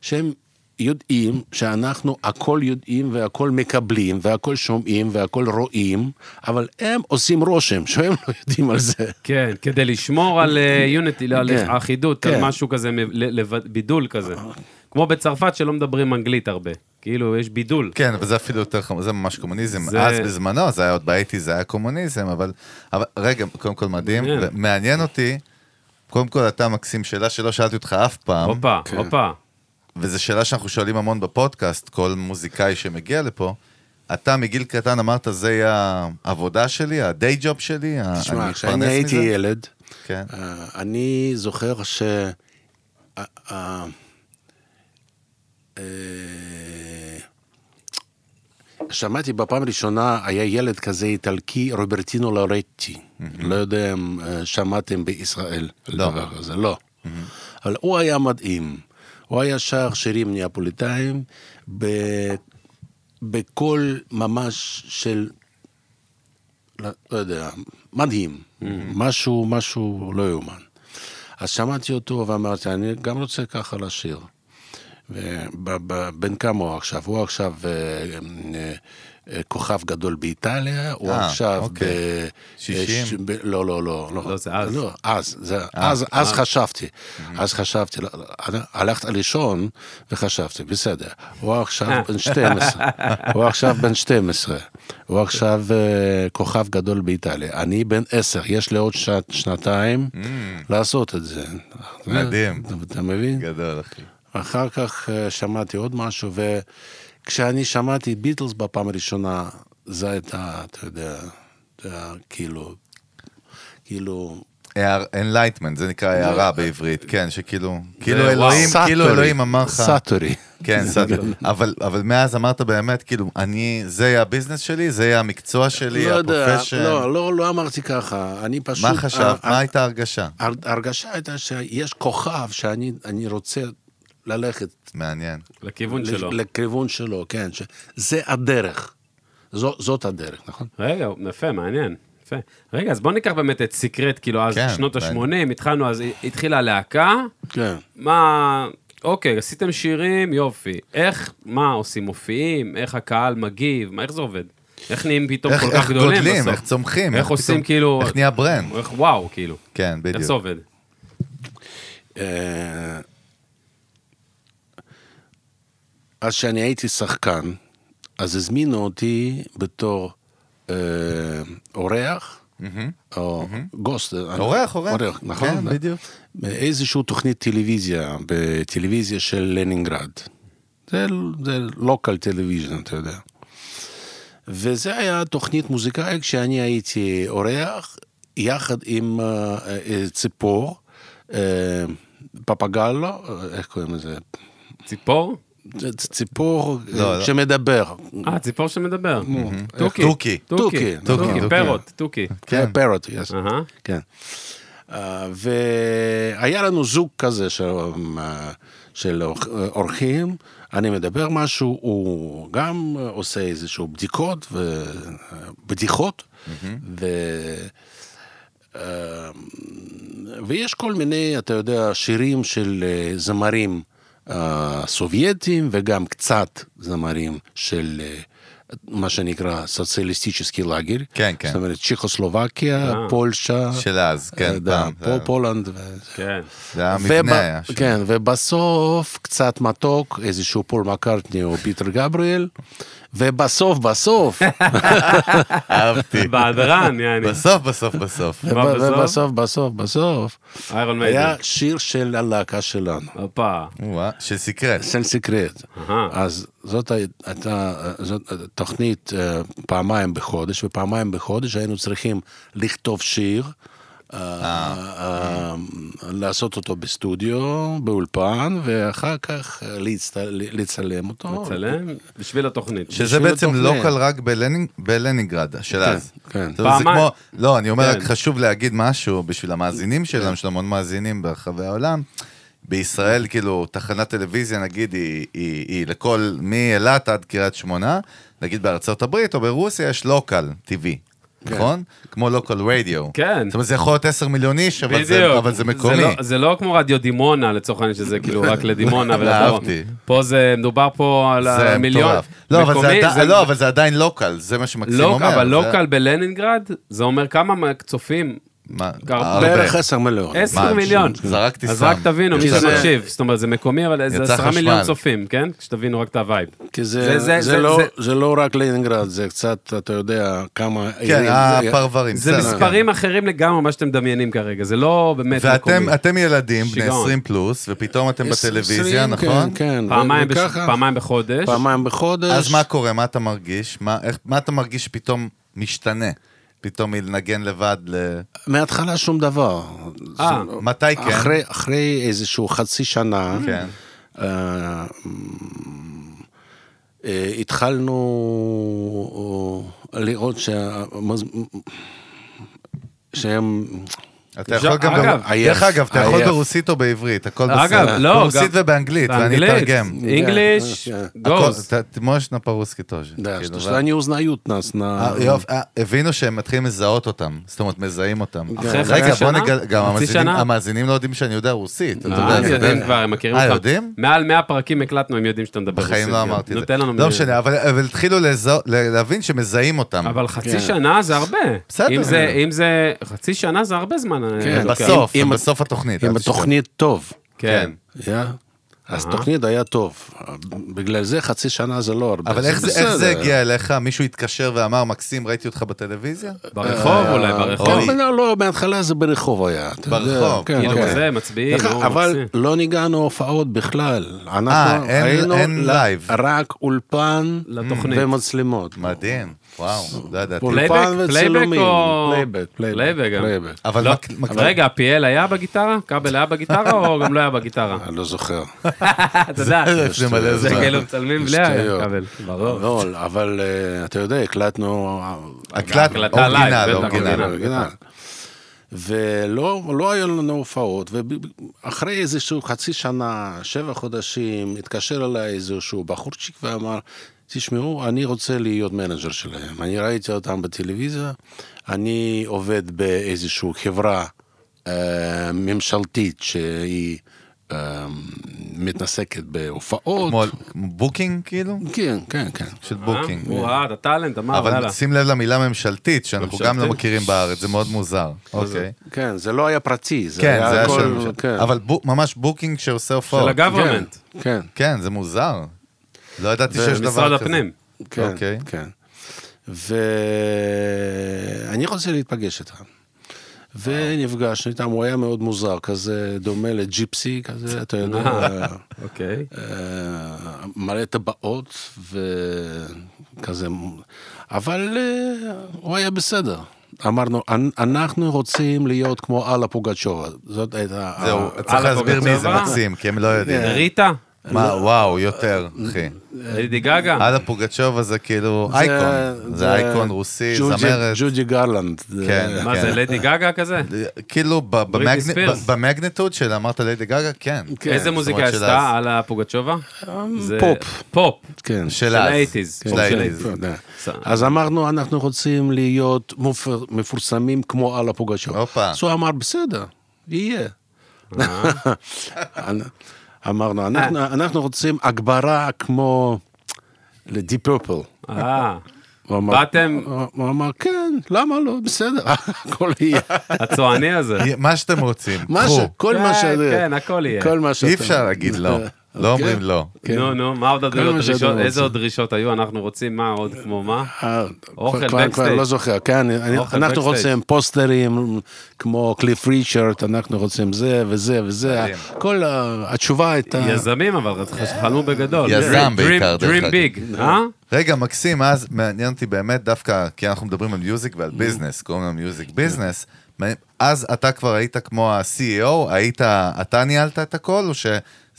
[SPEAKER 3] שהם יודעים שאנחנו הכל יודעים והכל מקבלים והכל שומעים והכל רואים, אבל הם עושים רושם שהם לא יודעים על זה.
[SPEAKER 1] כן, כדי לשמור על יוניטי, על
[SPEAKER 3] כן.
[SPEAKER 1] אחידות, על
[SPEAKER 3] כן.
[SPEAKER 1] משהו כזה, מ- ל- לב- בידול כזה. כמו בצרפת שלא מדברים אנגלית הרבה. כאילו, יש בידול.
[SPEAKER 2] כן, אבל זה אפילו יותר חמור, זה ממש קומוניזם.
[SPEAKER 1] זה-
[SPEAKER 2] זה... אז בזמנו, זה היה עוד באייטי, זה היה קומוניזם, אבל... אבל רגע, קודם כל מדהים,
[SPEAKER 1] מעניין.
[SPEAKER 2] מעניין אותי, קודם כל אתה מקסים, שאלה שלא שאלתי אותך אף
[SPEAKER 3] כן.
[SPEAKER 2] פעם,
[SPEAKER 1] הופה, הופה.
[SPEAKER 2] וזו שאלה שאנחנו שואלים המון בפודקאסט, כל מוזיקאי שמגיע לפה. אתה מגיל קטן אמרת, זה יהיה העבודה שלי, הדיי ג'וב שלי, ה- אני
[SPEAKER 3] תשמע,
[SPEAKER 2] מתפרנס
[SPEAKER 3] כשאני הייתי
[SPEAKER 2] מזה?"
[SPEAKER 3] ילד,
[SPEAKER 2] כן.
[SPEAKER 3] אה, אני זוכר ש... אה, אה, אה, שמעתי בפעם הראשונה, היה ילד כזה איטלקי, רוברטינו לורטי. לא יודע אם אה, שמעתם בישראל על
[SPEAKER 2] לא.
[SPEAKER 3] דבר כזה, לא. אבל הוא היה מדהים. הוא היה שר שירים ניאפוליטאים ב- בקול ממש של לא, לא יודע, מדהים, משהו, משהו לא יאומן. אז שמעתי אותו ואמרתי, אני גם רוצה ככה לשיר. וב- ב- בן כמה הוא עכשיו? הוא עכשיו אה, אה, אה, כוכב גדול באיטליה, הוא
[SPEAKER 2] אה,
[SPEAKER 3] עכשיו...
[SPEAKER 2] אוקיי.
[SPEAKER 3] ב-
[SPEAKER 2] שישים?
[SPEAKER 3] ש- ב- לא, לא, לא.
[SPEAKER 1] לא, זה אז.
[SPEAKER 3] לא, אז, זה,
[SPEAKER 2] אה,
[SPEAKER 3] אז, אז חשבתי, אז חשבתי, לא, לא, הלכת לישון וחשבתי, בסדר, הוא
[SPEAKER 2] אה.
[SPEAKER 3] עכשיו בן 12, הוא עכשיו בן 12, הוא עכשיו אה, כוכב גדול באיטליה, אני בן 10, יש לי עוד שנת, שנתיים אה, לעשות את זה.
[SPEAKER 2] Mm. מדהים.
[SPEAKER 3] אתה- אתה מבין?
[SPEAKER 2] גדול, אחי.
[SPEAKER 3] אחר כך אה, שמעתי עוד משהו, וכשאני שמעתי ביטלס בפעם הראשונה, זה הייתה, אתה יודע, זה היה כאילו, כאילו,
[SPEAKER 2] אנלייטמנט, זה נקרא הערה בעברית, כן, שכאילו, כאילו
[SPEAKER 1] וואו.
[SPEAKER 2] אלוהים, כאילו
[SPEAKER 3] סאטורי,
[SPEAKER 2] אלוהים אמר לך,
[SPEAKER 3] סאטורי.
[SPEAKER 2] כן, סאטורי, אבל אבל מאז אמרת באמת, כאילו, אני, זה יהיה הביזנס שלי, זה יהיה המקצוע שלי,
[SPEAKER 3] לא יודע,
[SPEAKER 2] הפרופשן,
[SPEAKER 3] לא, לא, לא אמרתי ככה, אני פשוט...
[SPEAKER 2] מה חשבת,
[SPEAKER 3] אה,
[SPEAKER 2] מה הייתה ההרגשה?
[SPEAKER 3] הר- ההרגשה הייתה שיש כוכב שאני אני רוצה ללכת
[SPEAKER 2] מעניין.
[SPEAKER 1] לכיוון
[SPEAKER 3] לש-
[SPEAKER 1] שלו.
[SPEAKER 3] לכיוון שלו, כן, שזה הדרך. זו- זאת הדרך, נכון?
[SPEAKER 1] רגע, יפה, מעניין. יפה. רגע, אז בוא ניקח באמת את סיקרט, כאילו, אז
[SPEAKER 2] כן,
[SPEAKER 1] שנות
[SPEAKER 2] מעניין.
[SPEAKER 1] ה-80, התחלנו, אז התחילה הלהקה,
[SPEAKER 3] כן.
[SPEAKER 1] מה... אוקיי, עשיתם שירים, יופי. איך, מה עושים, מופיעים, איך הקהל מגיב, מה, איך זה עובד? איך נהיים פתאום
[SPEAKER 2] איך
[SPEAKER 1] כל
[SPEAKER 2] איך
[SPEAKER 1] כך גדולים
[SPEAKER 2] גודלים,
[SPEAKER 1] בסוף?
[SPEAKER 2] איך צומחים,
[SPEAKER 1] איך עושים
[SPEAKER 2] פתאום-
[SPEAKER 1] כאילו...
[SPEAKER 2] איך נהיה ברנד,
[SPEAKER 1] איך וואו, כאילו.
[SPEAKER 2] כן,
[SPEAKER 1] איך זה
[SPEAKER 2] בדיוק.
[SPEAKER 1] עובד?
[SPEAKER 3] אה, אז כשאני הייתי שחקן, אז הזמינו אותי בתור אה, אורח, או גוסט. אה,
[SPEAKER 2] אורח, אורח.
[SPEAKER 3] אורח, נכון.
[SPEAKER 2] כן, בדיוק.
[SPEAKER 3] איזושהי תוכנית טלוויזיה, בטלוויזיה של לנינגרד. זה, זה לוקל טלוויזיה, אתה יודע. וזה היה תוכנית מוזיקאית כשאני הייתי אורח, יחד עם אה, אה, ציפור, אה, פפגלו, אה, איך קוראים לזה?
[SPEAKER 1] ציפור?
[SPEAKER 3] צ- ציפור אה,
[SPEAKER 2] לא, לא.
[SPEAKER 3] שמדבר. אה,
[SPEAKER 1] אה, ציפור שמדבר.
[SPEAKER 2] תוכי. תוכי.
[SPEAKER 1] תוכי,
[SPEAKER 3] תוכי,
[SPEAKER 1] תוכי,
[SPEAKER 2] נכון.
[SPEAKER 1] פרוט, תוכי.
[SPEAKER 2] כן.
[SPEAKER 3] פרוט, yes.
[SPEAKER 1] אהה.
[SPEAKER 3] כן. אה, והיה לנו זוג כזה של, אה, של אורח- אורחים, אני מדבר משהו, הוא גם עושה איזשהו בדיקות ובדיחות, ו... אה, ויש כל מיני, אתה יודע, שירים של אה, זמרים אה, סובייטים וגם קצת זמרים של אה, מה שנקרא סוציאליסטיצ'סקי לאגר.
[SPEAKER 2] כן, כן.
[SPEAKER 3] זאת אומרת, צ'כוסלובקיה,
[SPEAKER 1] אה.
[SPEAKER 3] פולשה.
[SPEAKER 2] של אז, כן,
[SPEAKER 3] אה, דה,
[SPEAKER 2] פעם.
[SPEAKER 3] פו- פולנד. ו-
[SPEAKER 1] כן.
[SPEAKER 2] זה היה מבנה
[SPEAKER 3] וב-
[SPEAKER 2] היה שם.
[SPEAKER 3] כן, ובסוף קצת מתוק, איזשהו פול מקארטני או פיטר גבריאל, ובסוף, בסוף,
[SPEAKER 2] אהבתי.
[SPEAKER 1] בעדרן, יעני.
[SPEAKER 2] בסוף, בסוף, בסוף.
[SPEAKER 1] מה בסוף?
[SPEAKER 3] ובסוף, בסוף, בסוף,
[SPEAKER 1] איירון מיידן.
[SPEAKER 3] היה שיר של הלהקה שלנו.
[SPEAKER 1] הופה.
[SPEAKER 2] וואה, של סיקרט.
[SPEAKER 3] סל סיקרט.
[SPEAKER 1] אהה.
[SPEAKER 3] אז זאת הייתה זאת תוכנית אה, פעמיים בחודש, ופעמיים בחודש היינו צריכים לכתוב שיר, אה, אה, לעשות אותו בסטודיו, באולפן, ואחר כך אה, להצט- לצלם אותו.
[SPEAKER 1] מצלם בשביל התוכנית.
[SPEAKER 2] שזה
[SPEAKER 3] בשביל
[SPEAKER 2] בעצם
[SPEAKER 3] התוכנית.
[SPEAKER 2] לוקל רק בלנינג- בלנינגרד של
[SPEAKER 3] כן,
[SPEAKER 2] אז.
[SPEAKER 3] כן.
[SPEAKER 2] זאת אומרת, זה
[SPEAKER 1] פעמיים.
[SPEAKER 2] כמו, לא, אני אומר,
[SPEAKER 1] כן.
[SPEAKER 2] רק חשוב להגיד משהו בשביל המאזינים שלנו, יש לנו המון מאזינים ברחבי העולם. בישראל, כאילו, תחנת טלוויזיה, נגיד, היא- היא היא לכל, מאילת עד קריית שמונה, נגיד בארצות הברית או ברוסיה יש לוקל טבעי. נכון? כמו לוקל רדיו.
[SPEAKER 1] כן.
[SPEAKER 2] זאת אומרת, זה יכול להיות 10 מיליון איש, אבל זה-
[SPEAKER 1] בדיוק.
[SPEAKER 2] אבל זה מקומי.
[SPEAKER 1] לא- זה לא כמו רדיו דימונה, לצורך העניין, שזה כאילו רק לדימונה ולדרום.
[SPEAKER 2] אהבתי.
[SPEAKER 1] פה זה, מדובר פה על
[SPEAKER 2] זה
[SPEAKER 1] המיליון.
[SPEAKER 2] מטורף. לא, אבל זה
[SPEAKER 1] מקומי,
[SPEAKER 2] עדיין- לא, אבל זה עדיין לוקל, זה מה שמקסים
[SPEAKER 1] לוק-
[SPEAKER 2] אומר.
[SPEAKER 1] אבל
[SPEAKER 2] זה-
[SPEAKER 1] לוקל בלנינגרד, זה אומר כמה צופים?
[SPEAKER 2] מה, הרבה.
[SPEAKER 3] בערך 10 מיליון.
[SPEAKER 1] עשר
[SPEAKER 2] מה,
[SPEAKER 1] מיליון.
[SPEAKER 2] זרקתי
[SPEAKER 1] אז
[SPEAKER 2] סתם.
[SPEAKER 1] רק תבינו, מי
[SPEAKER 2] יצא-
[SPEAKER 1] שמקשיב, זאת אומרת, זה מקומי, אבל זה
[SPEAKER 2] יצא
[SPEAKER 1] עשרה מיליון
[SPEAKER 2] חשמל.
[SPEAKER 1] צופים, כן? שתבינו רק את הווייב.
[SPEAKER 3] כי זה,
[SPEAKER 1] זה-
[SPEAKER 3] זה,
[SPEAKER 1] זה-
[SPEAKER 3] זה, לא,
[SPEAKER 1] זה-
[SPEAKER 3] זה... לא רק לנינגרד, זה קצת, אתה יודע, כמה...
[SPEAKER 2] כן,
[SPEAKER 3] עירים זה-
[SPEAKER 2] הפרברים.
[SPEAKER 1] זה
[SPEAKER 2] בסדר.
[SPEAKER 1] מספרים אחרים לגמרי, מה שאתם מדמיינים כרגע, זה לא באמת מקומי.
[SPEAKER 2] ואתם אתם ילדים, בני
[SPEAKER 1] שיגעון.
[SPEAKER 2] 20 פלוס, ופתאום אתם
[SPEAKER 3] עשרים,
[SPEAKER 2] בטלוויזיה,
[SPEAKER 3] כן,
[SPEAKER 2] נכון?
[SPEAKER 3] כן,
[SPEAKER 1] פעמיים בש-
[SPEAKER 3] וככה,
[SPEAKER 1] פעמיים בחודש.
[SPEAKER 3] פעמיים בחודש.
[SPEAKER 2] אז מה קורה? מה אתה מרגיש? מה איך- מה אתה מרגיש שפתאום משתנה? פתאום מלנגן לבד ל...
[SPEAKER 3] מההתחלה שום דבר.
[SPEAKER 1] אה,
[SPEAKER 3] זה-
[SPEAKER 2] מתי כן?
[SPEAKER 3] אחרי, אחרי איזשהו חצי שנה,
[SPEAKER 2] כן.
[SPEAKER 3] אה, אה, התחלנו לראות שהמז... שהם...
[SPEAKER 2] אתה יכול גם...
[SPEAKER 1] אגב,
[SPEAKER 2] ב- דרך
[SPEAKER 3] עייף,
[SPEAKER 2] אגב, אתה יכול
[SPEAKER 3] עייף.
[SPEAKER 2] ברוסית או בעברית, הכל בסדר.
[SPEAKER 1] אגב, לא,
[SPEAKER 2] אה, ברוסית
[SPEAKER 1] גם-
[SPEAKER 2] ובאנגלית, ואני
[SPEAKER 1] באנגלית,
[SPEAKER 2] אתרגם.
[SPEAKER 1] English,
[SPEAKER 3] כן,
[SPEAKER 2] הכל-
[SPEAKER 1] goes.
[SPEAKER 2] ת- можешь на по-русски тоже.
[SPEAKER 3] Да,
[SPEAKER 2] כאילו,
[SPEAKER 3] что,
[SPEAKER 2] ו-
[SPEAKER 3] что они узнают нас на...
[SPEAKER 2] אה, יופי, אה, הבינו שהם מתחילים לזהות אותם, זאת אומרת, מזהים אותם.
[SPEAKER 1] אחרי אוקיי. חצי
[SPEAKER 2] רגע, בוא
[SPEAKER 1] שנה?
[SPEAKER 2] נגלה, גם
[SPEAKER 1] חצי
[SPEAKER 2] המאזינים-
[SPEAKER 1] שנה?
[SPEAKER 2] המאזינים לא יודעים שאני יודע רוסית, אתה
[SPEAKER 1] אה,
[SPEAKER 2] יודע,
[SPEAKER 1] הם
[SPEAKER 2] זה
[SPEAKER 1] יודעים
[SPEAKER 2] דרך-
[SPEAKER 1] כבר, הם מכירים
[SPEAKER 2] אה,
[SPEAKER 1] אותך.
[SPEAKER 2] יודעים?
[SPEAKER 1] מעל 100 פרקים הקלטנו, הם יודעים שאתה מדבר רוסית.
[SPEAKER 2] בחיים לא
[SPEAKER 1] כן.
[SPEAKER 2] אמרתי את זה.
[SPEAKER 1] נו, תן לנו...
[SPEAKER 2] לא
[SPEAKER 1] מ-
[SPEAKER 2] משנה, אבל אבל התחילו לזהו- ל- להבין שמזהים אותם.
[SPEAKER 1] אבל חצי
[SPEAKER 3] כן.
[SPEAKER 1] שנה זה הרבה.
[SPEAKER 2] בסדר.
[SPEAKER 1] אם זה- אם זה... חצי שנה זה הרבה זמן.
[SPEAKER 2] כן,
[SPEAKER 1] אה, לוקח.
[SPEAKER 2] בסוף,
[SPEAKER 3] אם-
[SPEAKER 2] בסוף התוכנית. אל
[SPEAKER 3] עם
[SPEAKER 2] תשכח.
[SPEAKER 3] התוכנית טוב.
[SPEAKER 1] כן.
[SPEAKER 3] יא? אז תוכנית היה טוב. בגלל זה חצי שנה זה לא הרבה.
[SPEAKER 2] אבל איך זה- איך זה
[SPEAKER 3] בסדר.
[SPEAKER 2] הגיע אליך? מישהו התקשר ואמר, מקסים, ראיתי אותך בטלוויזיה?
[SPEAKER 1] ברחוב
[SPEAKER 3] אה,
[SPEAKER 1] אולי, ברחוב.
[SPEAKER 2] אוי.
[SPEAKER 3] כן, לא, לא, בהתחלה זה ברחוב היה. אתה יודע,
[SPEAKER 2] ברחוב,
[SPEAKER 3] כן,
[SPEAKER 1] כאילו,
[SPEAKER 3] כן.
[SPEAKER 1] זה מצביעים,
[SPEAKER 3] דרך-
[SPEAKER 1] נו,
[SPEAKER 3] אבל
[SPEAKER 1] מקסים.
[SPEAKER 3] לא ניגענו הופעות בכלל. אנחנו
[SPEAKER 2] אין-
[SPEAKER 3] היינו
[SPEAKER 2] אין
[SPEAKER 3] ל-
[SPEAKER 2] לייב.
[SPEAKER 3] רק אולפן
[SPEAKER 1] לתוכנית.
[SPEAKER 3] ומצלמות.
[SPEAKER 2] מדהים, וואו, לא ידעתי.
[SPEAKER 3] אולפן
[SPEAKER 1] פלייבק? פלייבק
[SPEAKER 3] וצילומים.
[SPEAKER 1] או...
[SPEAKER 3] פלייבק,
[SPEAKER 1] פלייבק גם.
[SPEAKER 3] פלייבק.
[SPEAKER 2] אבל
[SPEAKER 1] לא,
[SPEAKER 2] מק- מק-
[SPEAKER 1] אבל רגע, פיאל היה בגיטרה? כבל היה בגיטרה או גם לא היה בגיטרה?
[SPEAKER 3] אני לא זוכר.
[SPEAKER 1] אתה יודע,
[SPEAKER 2] לפני מלא
[SPEAKER 1] זה
[SPEAKER 2] זמן.
[SPEAKER 1] כאילו מצלמים בלי
[SPEAKER 3] שטויות.
[SPEAKER 1] הכבל. ברור.
[SPEAKER 3] לא, אבל אה, אתה יודע, הקלטנו...
[SPEAKER 2] הקלט,
[SPEAKER 1] הקלטה לייב,
[SPEAKER 2] אורגינל,
[SPEAKER 1] בטח,
[SPEAKER 2] אורגינל.
[SPEAKER 1] אורגינל.
[SPEAKER 3] ולא לא היו לנו הופעות, ואחרי איזשהו חצי שנה, שבע חודשים, התקשר אליי איזשהו בחורצ'יק ואמר, תשמעו, אני רוצה להיות מנג'ר שלהם. אני ראיתי אותם בטלוויזיה, אני עובד באיזושהי חברה אה, ממשלתית שהיא אה, מתעסקת בהופעות.
[SPEAKER 2] כמו כמו בוקינג, כאילו?
[SPEAKER 3] כן, כן, כן.
[SPEAKER 2] של
[SPEAKER 1] אה?
[SPEAKER 2] בוקינג.
[SPEAKER 1] הוא ראה, אתה טאלנט, אמר,
[SPEAKER 2] אבל
[SPEAKER 1] יאללה.
[SPEAKER 2] שים לב למילה ממשלתית, שאנחנו גם לא
[SPEAKER 1] אה, ממשלתית?
[SPEAKER 2] מכירים בארץ, זה מאוד מוזר. אוקיי.
[SPEAKER 3] כן, זה לא היה פרטי, זה
[SPEAKER 2] כן, זה היה
[SPEAKER 3] הכל-
[SPEAKER 2] של ממשל.
[SPEAKER 3] כן.
[SPEAKER 2] אבל בו- ממש בוקינג שעושה
[SPEAKER 1] של
[SPEAKER 2] הופעות.
[SPEAKER 1] הגוורמנט.
[SPEAKER 3] כן, כן.
[SPEAKER 2] כן, זה מוזר. לא ידעתי שיש דבר כזה.
[SPEAKER 1] משרד הפנים.
[SPEAKER 3] כן,
[SPEAKER 2] אוקיי.
[SPEAKER 3] כן. ואני רוצה להיפגש איתם. ונפגשנו איתם, הוא היה מאוד מוזר, כזה דומה לג'יפסי כזה, אתה יודע,
[SPEAKER 1] אוקיי.
[SPEAKER 3] אה, מלא טבעות וכזה, אבל אה, הוא היה בסדר. אמרנו, "אנ- אנחנו רוצים להיות כמו אללה פוגצ'ובה. זאת הייתה...
[SPEAKER 2] זהו,
[SPEAKER 1] אה,
[SPEAKER 3] ה-
[SPEAKER 2] צריך להסביר מי זה
[SPEAKER 1] פוגצ'ובה?
[SPEAKER 2] מקסים, כי הם לא יודעים.
[SPEAKER 1] ריטה?
[SPEAKER 3] לא-
[SPEAKER 2] מה, וואו, יותר, אחי.
[SPEAKER 1] לידי גגה?
[SPEAKER 2] עדה פוגצ'ובה זה כאילו
[SPEAKER 3] אה, זה-
[SPEAKER 2] אייקון. זה אייקון רוסי,
[SPEAKER 3] ג'וג'י-
[SPEAKER 2] זמרת.
[SPEAKER 3] ג'וג'י גרלנד. זה-
[SPEAKER 2] כן.
[SPEAKER 1] מה זה, לידי גגה כזה?
[SPEAKER 2] כאילו ב- במגנ-
[SPEAKER 1] ספירס.
[SPEAKER 2] ב- במגנטוד של אמרת ליידי גגה, כן.
[SPEAKER 3] כן.
[SPEAKER 1] איזה
[SPEAKER 2] זאת
[SPEAKER 1] מוזיקה
[SPEAKER 2] אומרת, של אמ,
[SPEAKER 1] עשתה על הפוגצ'ובה? זה-
[SPEAKER 3] פופ.
[SPEAKER 1] פופ.
[SPEAKER 3] כן.
[SPEAKER 2] של
[SPEAKER 1] של
[SPEAKER 2] אז.
[SPEAKER 1] ה-eighties.
[SPEAKER 2] של
[SPEAKER 1] כן, של
[SPEAKER 2] ה-eighties.
[SPEAKER 3] אתה יודע.
[SPEAKER 1] בסדר.
[SPEAKER 3] אז אמרנו, אנחנו רוצים להיות מופר- מפורסמים כמו אללה פוגצ'וב.
[SPEAKER 2] הופה. אה.
[SPEAKER 3] אז הוא אמר, בסדר, יהיה. אנ- אמרנו, "אנחנו-
[SPEAKER 1] אה.
[SPEAKER 3] אנחנו רוצים הגברה כמו לדי פרפל.
[SPEAKER 1] אה, באתם-
[SPEAKER 3] הוא אמר, כן, למה לא, בסדר, הכל יהיה.
[SPEAKER 1] הצועני הזה.
[SPEAKER 2] מה שאתם רוצים,
[SPEAKER 3] מה ש-
[SPEAKER 2] קחו.
[SPEAKER 3] כל מה
[SPEAKER 1] כן,
[SPEAKER 3] ש...
[SPEAKER 1] כן, הכל יהיה.
[SPEAKER 3] כל מה שאתם...
[SPEAKER 2] אי אפשר להגיד לא. לא אומרים
[SPEAKER 3] כן.
[SPEAKER 2] לא.
[SPEAKER 3] כן.
[SPEAKER 1] נו, נו, מה עוד
[SPEAKER 3] מה שאתם
[SPEAKER 1] הדרישות?
[SPEAKER 3] רוצים.
[SPEAKER 1] איזה עוד דרישות היו? אנחנו רוצים מה עוד כמו מה?
[SPEAKER 3] אה,
[SPEAKER 1] אוכל
[SPEAKER 3] כבר- כבר- כבר
[SPEAKER 1] backstage.
[SPEAKER 3] לא זוכר, כן, אני-
[SPEAKER 1] אוכל
[SPEAKER 3] אנחנו
[SPEAKER 1] backstage.
[SPEAKER 3] רוצים פוסטרים כמו קליף ריצ'רד, אנחנו רוצים זה וזה וזה,
[SPEAKER 2] מדהים.
[SPEAKER 3] כל ה- התשובה הייתה,
[SPEAKER 1] יזמים, אבל חלמו בגדול.
[SPEAKER 2] אה. יזם בעיקר, דרך
[SPEAKER 1] דרים
[SPEAKER 2] אגב.
[SPEAKER 1] ביג, אה?
[SPEAKER 2] רגע, מקסים, אז מעניין אותי באמת דווקא, כי אנחנו מדברים על מיוזיק ועל ביזנס, קוראים לנו מיוזיק ביזנס. מעניין- אז אתה כבר היית כמו ה-CEO, היית, אתה ניהלת את הכל, או שזה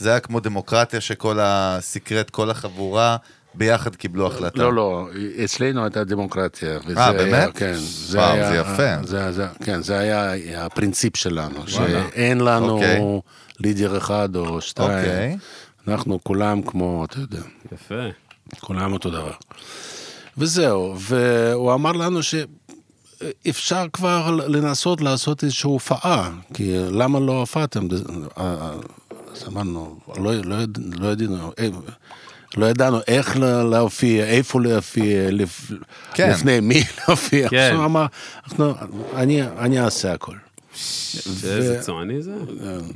[SPEAKER 2] היה כמו דמוקרטיה שכל הסקרט, כל החבורה ביחד קיבלו החלטה?
[SPEAKER 3] לא, לא, אצלנו הייתה דמוקרטיה. וזה
[SPEAKER 2] אה,
[SPEAKER 3] היה-
[SPEAKER 2] באמת?
[SPEAKER 3] כן. זה
[SPEAKER 2] וואו,
[SPEAKER 3] היה-
[SPEAKER 2] זה יפה.
[SPEAKER 3] זה- זה- כן, זה היה הפרינציפ שלנו, שאין
[SPEAKER 2] אוקיי.
[SPEAKER 3] לנו לידר אחד או שתיים.
[SPEAKER 2] אוקיי.
[SPEAKER 3] אנחנו כולם כמו, אתה יודע.
[SPEAKER 1] יפה.
[SPEAKER 3] כולם אותו דבר. וזהו, והוא אמר לנו ש... אפשר כבר לנסות לעשות איזושהי הופעה, כי למה לא הופעתם? אה, אז אמרנו, לא, לא, יד- לא ידענו, אה, לא ידענו איך לה- להופיע, איפה להופיע, לפ...
[SPEAKER 2] כן.
[SPEAKER 3] לפני מי להופיע.
[SPEAKER 1] כן.
[SPEAKER 3] עכשיו אמר, אנחנו, אני, אני אעשה הכל.
[SPEAKER 1] איזה צועני זה?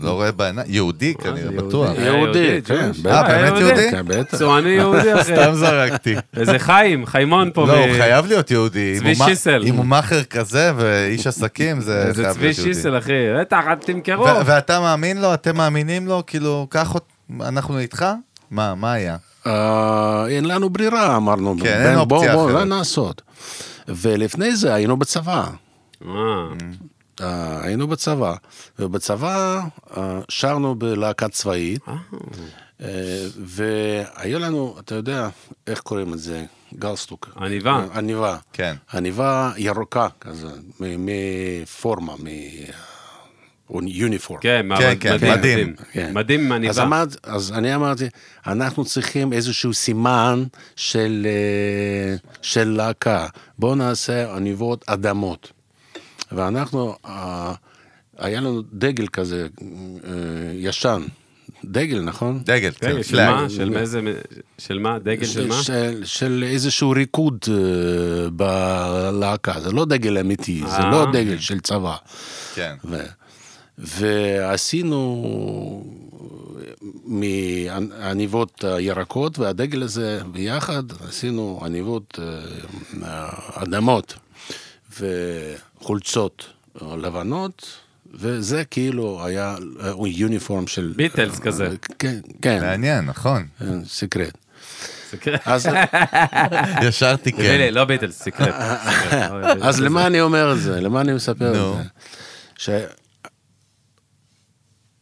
[SPEAKER 2] לא רואה בעיניים, יהודי כנראה,
[SPEAKER 1] יהודי.
[SPEAKER 2] בטוח.
[SPEAKER 1] היה יהודי,
[SPEAKER 3] כן,
[SPEAKER 1] ג'וש.
[SPEAKER 3] בטח.
[SPEAKER 2] אה, באמת
[SPEAKER 1] היה
[SPEAKER 2] יהודי?
[SPEAKER 3] כן, בטח.
[SPEAKER 1] צועני יהודי אחי.
[SPEAKER 2] סתם זרקתי.
[SPEAKER 1] איזה חיים, חיימון פה.
[SPEAKER 2] לא,
[SPEAKER 1] מ-
[SPEAKER 2] הוא חייב להיות יהודי. אם
[SPEAKER 1] צבי
[SPEAKER 2] הוא מ-
[SPEAKER 1] שיסל.
[SPEAKER 2] אם הוא מאכר כזה ואיש עסקים, זה
[SPEAKER 1] איזה
[SPEAKER 2] חייב
[SPEAKER 1] צבי
[SPEAKER 2] להיות יהודי.
[SPEAKER 1] שיסל, אחי. בטח, אל תמכרו.
[SPEAKER 2] ו- ואתה מאמין לו? אתם מאמינים לו? כאילו, קח אות... אנחנו איתך? מה, מה היה?
[SPEAKER 3] אה, אין לנו ברירה, אמרנו.
[SPEAKER 2] כן, אין
[SPEAKER 3] בן, בוא,
[SPEAKER 2] אופציה
[SPEAKER 3] בוא,
[SPEAKER 2] אחרת.
[SPEAKER 3] לא נעשות. ולפני זה היינו בצבא.
[SPEAKER 1] אה,
[SPEAKER 3] אה, היינו בצבא, ובצבא אה, שרנו בלהקה צבאית, אה, והיו לנו, אתה יודע, איך קוראים לזה? גלסטוק.
[SPEAKER 1] עניבה.
[SPEAKER 3] אה, עניבה.
[SPEAKER 2] כן.
[SPEAKER 3] עניבה ירוקה כזה, מ- אה, מפורמה, מיוניפורם.
[SPEAKER 1] כן, מה-
[SPEAKER 2] כן, כן, מדהים.
[SPEAKER 3] כן.
[SPEAKER 1] מדהים עם
[SPEAKER 3] אז,
[SPEAKER 1] עניבה.
[SPEAKER 3] אמרת, אז אני אמרתי, אנחנו צריכים איזשהו סימן של, אה, של להקה. בואו נעשה עניבות אדמות. ואנחנו, אה, היה לנו דגל כזה אה, ישן. דגל, נכון?
[SPEAKER 2] דגל,
[SPEAKER 1] רגע,
[SPEAKER 2] כן,
[SPEAKER 1] של מה?
[SPEAKER 2] פלאג.
[SPEAKER 1] של מאיזה... של מה? דגל של מה?
[SPEAKER 3] של, של איזשהו ריקוד אה, בלהקה, זה לא דגל אמיתי, זה
[SPEAKER 1] אה.
[SPEAKER 3] לא דגל של צבא.
[SPEAKER 2] כן.
[SPEAKER 3] ו... ועשינו מעניבות ירקות והדגל הזה ביחד, עשינו עניבות אה, אדמות וחולצות אה, לבנות, וזה כאילו היה אה, יוניפורם של...
[SPEAKER 1] ביטלס כזה.
[SPEAKER 3] כן, כן,
[SPEAKER 2] מעניין, נכון.
[SPEAKER 3] אה, סקרט.
[SPEAKER 1] סקרט.
[SPEAKER 2] כן.
[SPEAKER 3] אז
[SPEAKER 2] ישר תיקן.
[SPEAKER 1] מילא, לא ביטלס, סקרט. סקרט, לא ביטלס.
[SPEAKER 3] אז למה אני אומר את זה? למה אני מספר
[SPEAKER 2] נו.
[SPEAKER 3] את זה? ש...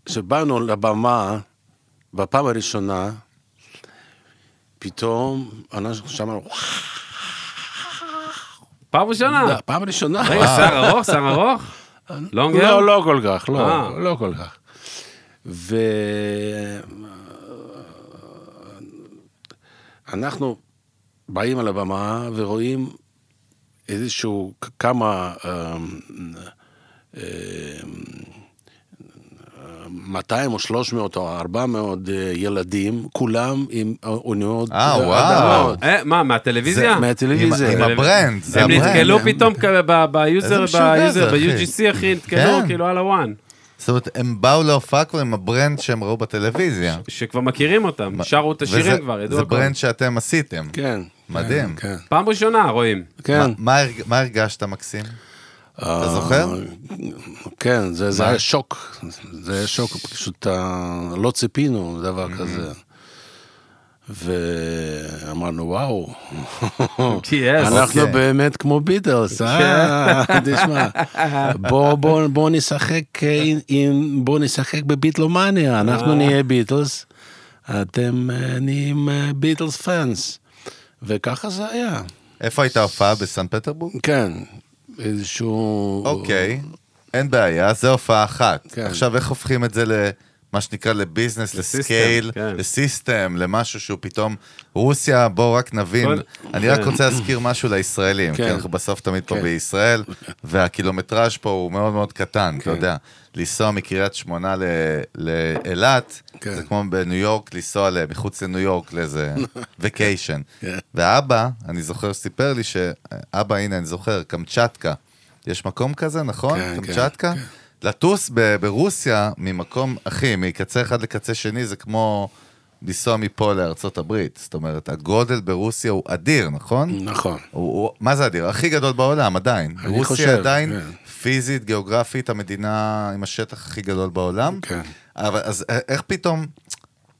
[SPEAKER 3] שבאנו לבמה, בפעם הראשונה, פתאום אנחנו שמענו,
[SPEAKER 1] פעם ראשונה.
[SPEAKER 3] "וואלה, פעם ראשונה.
[SPEAKER 1] רגע,
[SPEAKER 2] אה.
[SPEAKER 1] שיער ארוך, שיער ארוך? לונג הר?
[SPEAKER 3] לא. לא, לא כל כך,
[SPEAKER 1] אה.
[SPEAKER 3] לא, לא כל כך. ו... אנחנו באים על הבמה ורואים איזשהו כ- כמה אמ, אמ, 200 או 300 או 400 אה, ילדים, כולם עם אוניות
[SPEAKER 2] אה,
[SPEAKER 3] אדמות.
[SPEAKER 2] וואו.
[SPEAKER 1] אה, מה, מהטלוויזיה?
[SPEAKER 3] זה- מהטלוויזיה.
[SPEAKER 2] עם
[SPEAKER 1] הם-
[SPEAKER 2] הברנד, זה
[SPEAKER 1] הם נתקלו
[SPEAKER 2] הברנד.
[SPEAKER 1] פתאום כ- ב- ביוזר,
[SPEAKER 2] איזה משוגע
[SPEAKER 1] ביוזר,
[SPEAKER 2] זה, אחי.
[SPEAKER 1] ב-UGC, אחי, נתקלו,
[SPEAKER 2] כן.
[SPEAKER 1] כאילו, על הוואן.
[SPEAKER 2] זאת אומרת, הם באו להופעה כבר עם הברנד שהם ראו בטלוויזיה.
[SPEAKER 1] שכבר מכירים אותם, שרו את השירים
[SPEAKER 2] וזה-
[SPEAKER 1] כבר, ידעו
[SPEAKER 2] זה
[SPEAKER 1] הכל.
[SPEAKER 2] ברנד שאתם עשיתם.
[SPEAKER 3] כן.
[SPEAKER 2] מדהים.
[SPEAKER 3] כן.
[SPEAKER 1] פעם ראשונה, רואים.
[SPEAKER 3] כן.
[SPEAKER 2] מה- מה הרג- מה הרגשת, מקסים? אתה זוכר?
[SPEAKER 3] כן, זה, זה
[SPEAKER 2] מה?
[SPEAKER 3] היה שוק, זה היה שוק, פשוט אה, לא ציפינו דבר כזה. ואמרנו, וואו,
[SPEAKER 1] yes.
[SPEAKER 3] אנחנו
[SPEAKER 2] אוקיי.
[SPEAKER 3] באמת כמו ביטלס, אה, תשמע, בוא- בוא בוא נשחק אה, עם- עם- בוא נשחק בביטלומניה, אנחנו נהיה ביטלס, אתם אה, נהיים אה, ביטלס פאנס, וככה זה היה,
[SPEAKER 2] איפה הייתה ההופעה? בסן פטרבורג?
[SPEAKER 3] כן, איזשהו...
[SPEAKER 2] אוקיי, אין בעיה, זה הופעה אחת.
[SPEAKER 3] כן.
[SPEAKER 2] עכשיו, איך הופכים את זה למה שנקרא לביזנס,
[SPEAKER 1] לסיסטם,
[SPEAKER 2] לסקייל,
[SPEAKER 1] כן.
[SPEAKER 2] לסיסטם, למשהו שהוא פתאום... רוסיה, בואו רק נבין.
[SPEAKER 1] כל-
[SPEAKER 2] אני רק
[SPEAKER 1] כן.
[SPEAKER 2] רוצה להזכיר משהו לישראלים, כי
[SPEAKER 3] כן.
[SPEAKER 2] אנחנו בסוף תמיד פה
[SPEAKER 3] כן.
[SPEAKER 2] בישראל, והקילומטראז' פה הוא מאוד מאוד קטן,
[SPEAKER 3] כן.
[SPEAKER 2] אתה יודע. לנסוע מקריית שמונה ל- לאילת,
[SPEAKER 3] כן.
[SPEAKER 2] זה כמו בניו יורק, לנסוע ל- מחוץ לניו יורק לאיזה וקיישן.
[SPEAKER 3] כן.
[SPEAKER 2] ואבא, אני זוכר, סיפר לי שאבא, הנה, אני זוכר, קמצ'טקה. יש מקום כזה, נכון?
[SPEAKER 3] כן,
[SPEAKER 2] קמצ'טקה?
[SPEAKER 3] כן,
[SPEAKER 2] לטוס ב- ברוסיה ממקום, אחי, מקצה אחד לקצה שני, זה כמו לנסוע מפה לארצות הברית. זאת אומרת, הגודל ברוסיה הוא אדיר, נכון?
[SPEAKER 3] נכון.
[SPEAKER 2] הוא, הוא, מה זה אדיר? הכי גדול בעולם, עדיין.
[SPEAKER 3] אני
[SPEAKER 2] רוסיה
[SPEAKER 3] חושב,
[SPEAKER 2] עדיין
[SPEAKER 3] כן.
[SPEAKER 2] פיזית, גיאוגרפית, המדינה עם השטח הכי גדול בעולם.
[SPEAKER 3] כן.
[SPEAKER 2] אבל אז א- איך פתאום,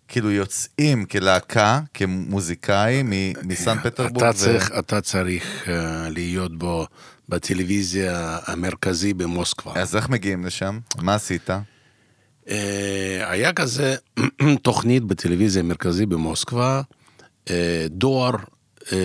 [SPEAKER 2] כאילו, יוצאים כלהקה, כמוזיקאים, מ- מסן פטרבורג?
[SPEAKER 3] אתה
[SPEAKER 2] ו-
[SPEAKER 3] צריך, אתה צריך אה, להיות בו בטלוויזיה המרכזי במוסקבה.
[SPEAKER 2] אז איך מגיעים לשם? מה עשית?
[SPEAKER 3] אה, היה כזה תוכנית בטלוויזיה המרכזי במוסקבה, אה, דואר אה,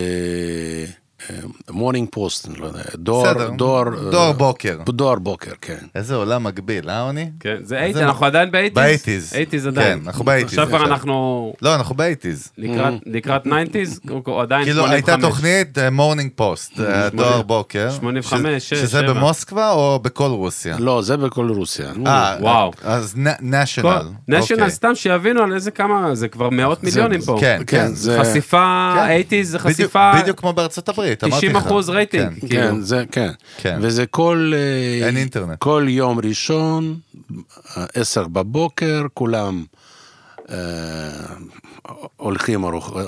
[SPEAKER 3] מורנינג פוסט, אני לא יודע, דור,
[SPEAKER 2] בסדר,
[SPEAKER 3] דור,
[SPEAKER 2] דור
[SPEAKER 3] אה,
[SPEAKER 2] בוקר.
[SPEAKER 3] דור בוקר, כן.
[SPEAKER 2] איזה עולם מקביל, אה, עוני?
[SPEAKER 1] כן, זה
[SPEAKER 2] אז
[SPEAKER 1] אייטיז, אנחנו עדיין באייטיז?
[SPEAKER 2] באייטיז.
[SPEAKER 1] אייטיז עדיין.
[SPEAKER 2] כן, אנחנו באייטיז.
[SPEAKER 1] עכשיו כבר
[SPEAKER 2] עכשיו.
[SPEAKER 1] אנחנו
[SPEAKER 2] לא, אנחנו
[SPEAKER 1] כן,
[SPEAKER 2] באייטיז.
[SPEAKER 1] לקראת-
[SPEAKER 3] Mm.
[SPEAKER 1] לקראת ניינטיז, עדיין 85.
[SPEAKER 2] כאילו, הייתה תוכנית מורנינג פוסט, דואר אה, בוקר.
[SPEAKER 1] 85,
[SPEAKER 2] ש-
[SPEAKER 1] שש,
[SPEAKER 2] שזה
[SPEAKER 1] שבע.
[SPEAKER 2] במוסקבה או בכל רוסיה?
[SPEAKER 3] לא, זה בכל רוסיה.
[SPEAKER 2] כן. אה,
[SPEAKER 1] וואו.
[SPEAKER 2] אז אוקיי. נשיונל.
[SPEAKER 1] נשיונל, סתם שיבינו על איזה כמה, זה כבר מאות מיליונים פה.
[SPEAKER 2] כן, כן.
[SPEAKER 3] כן, זה-
[SPEAKER 1] חשיפה,
[SPEAKER 2] כן.
[SPEAKER 1] אייטיז אה, זה
[SPEAKER 2] בדיוק-
[SPEAKER 1] חשיפה,
[SPEAKER 2] בדיוק כמו בארצות הברית, אמרתי לך.
[SPEAKER 1] 90 אחוז רייטינג.
[SPEAKER 2] כן.
[SPEAKER 1] כאילו.
[SPEAKER 3] כן, זה, כן.
[SPEAKER 2] כן.
[SPEAKER 3] וזה כל... אה,
[SPEAKER 2] אין אינטרנט.
[SPEAKER 3] כל יום ראשון, אה, עשר בבוקר, כולם אה, הולכים, ארוח- אה,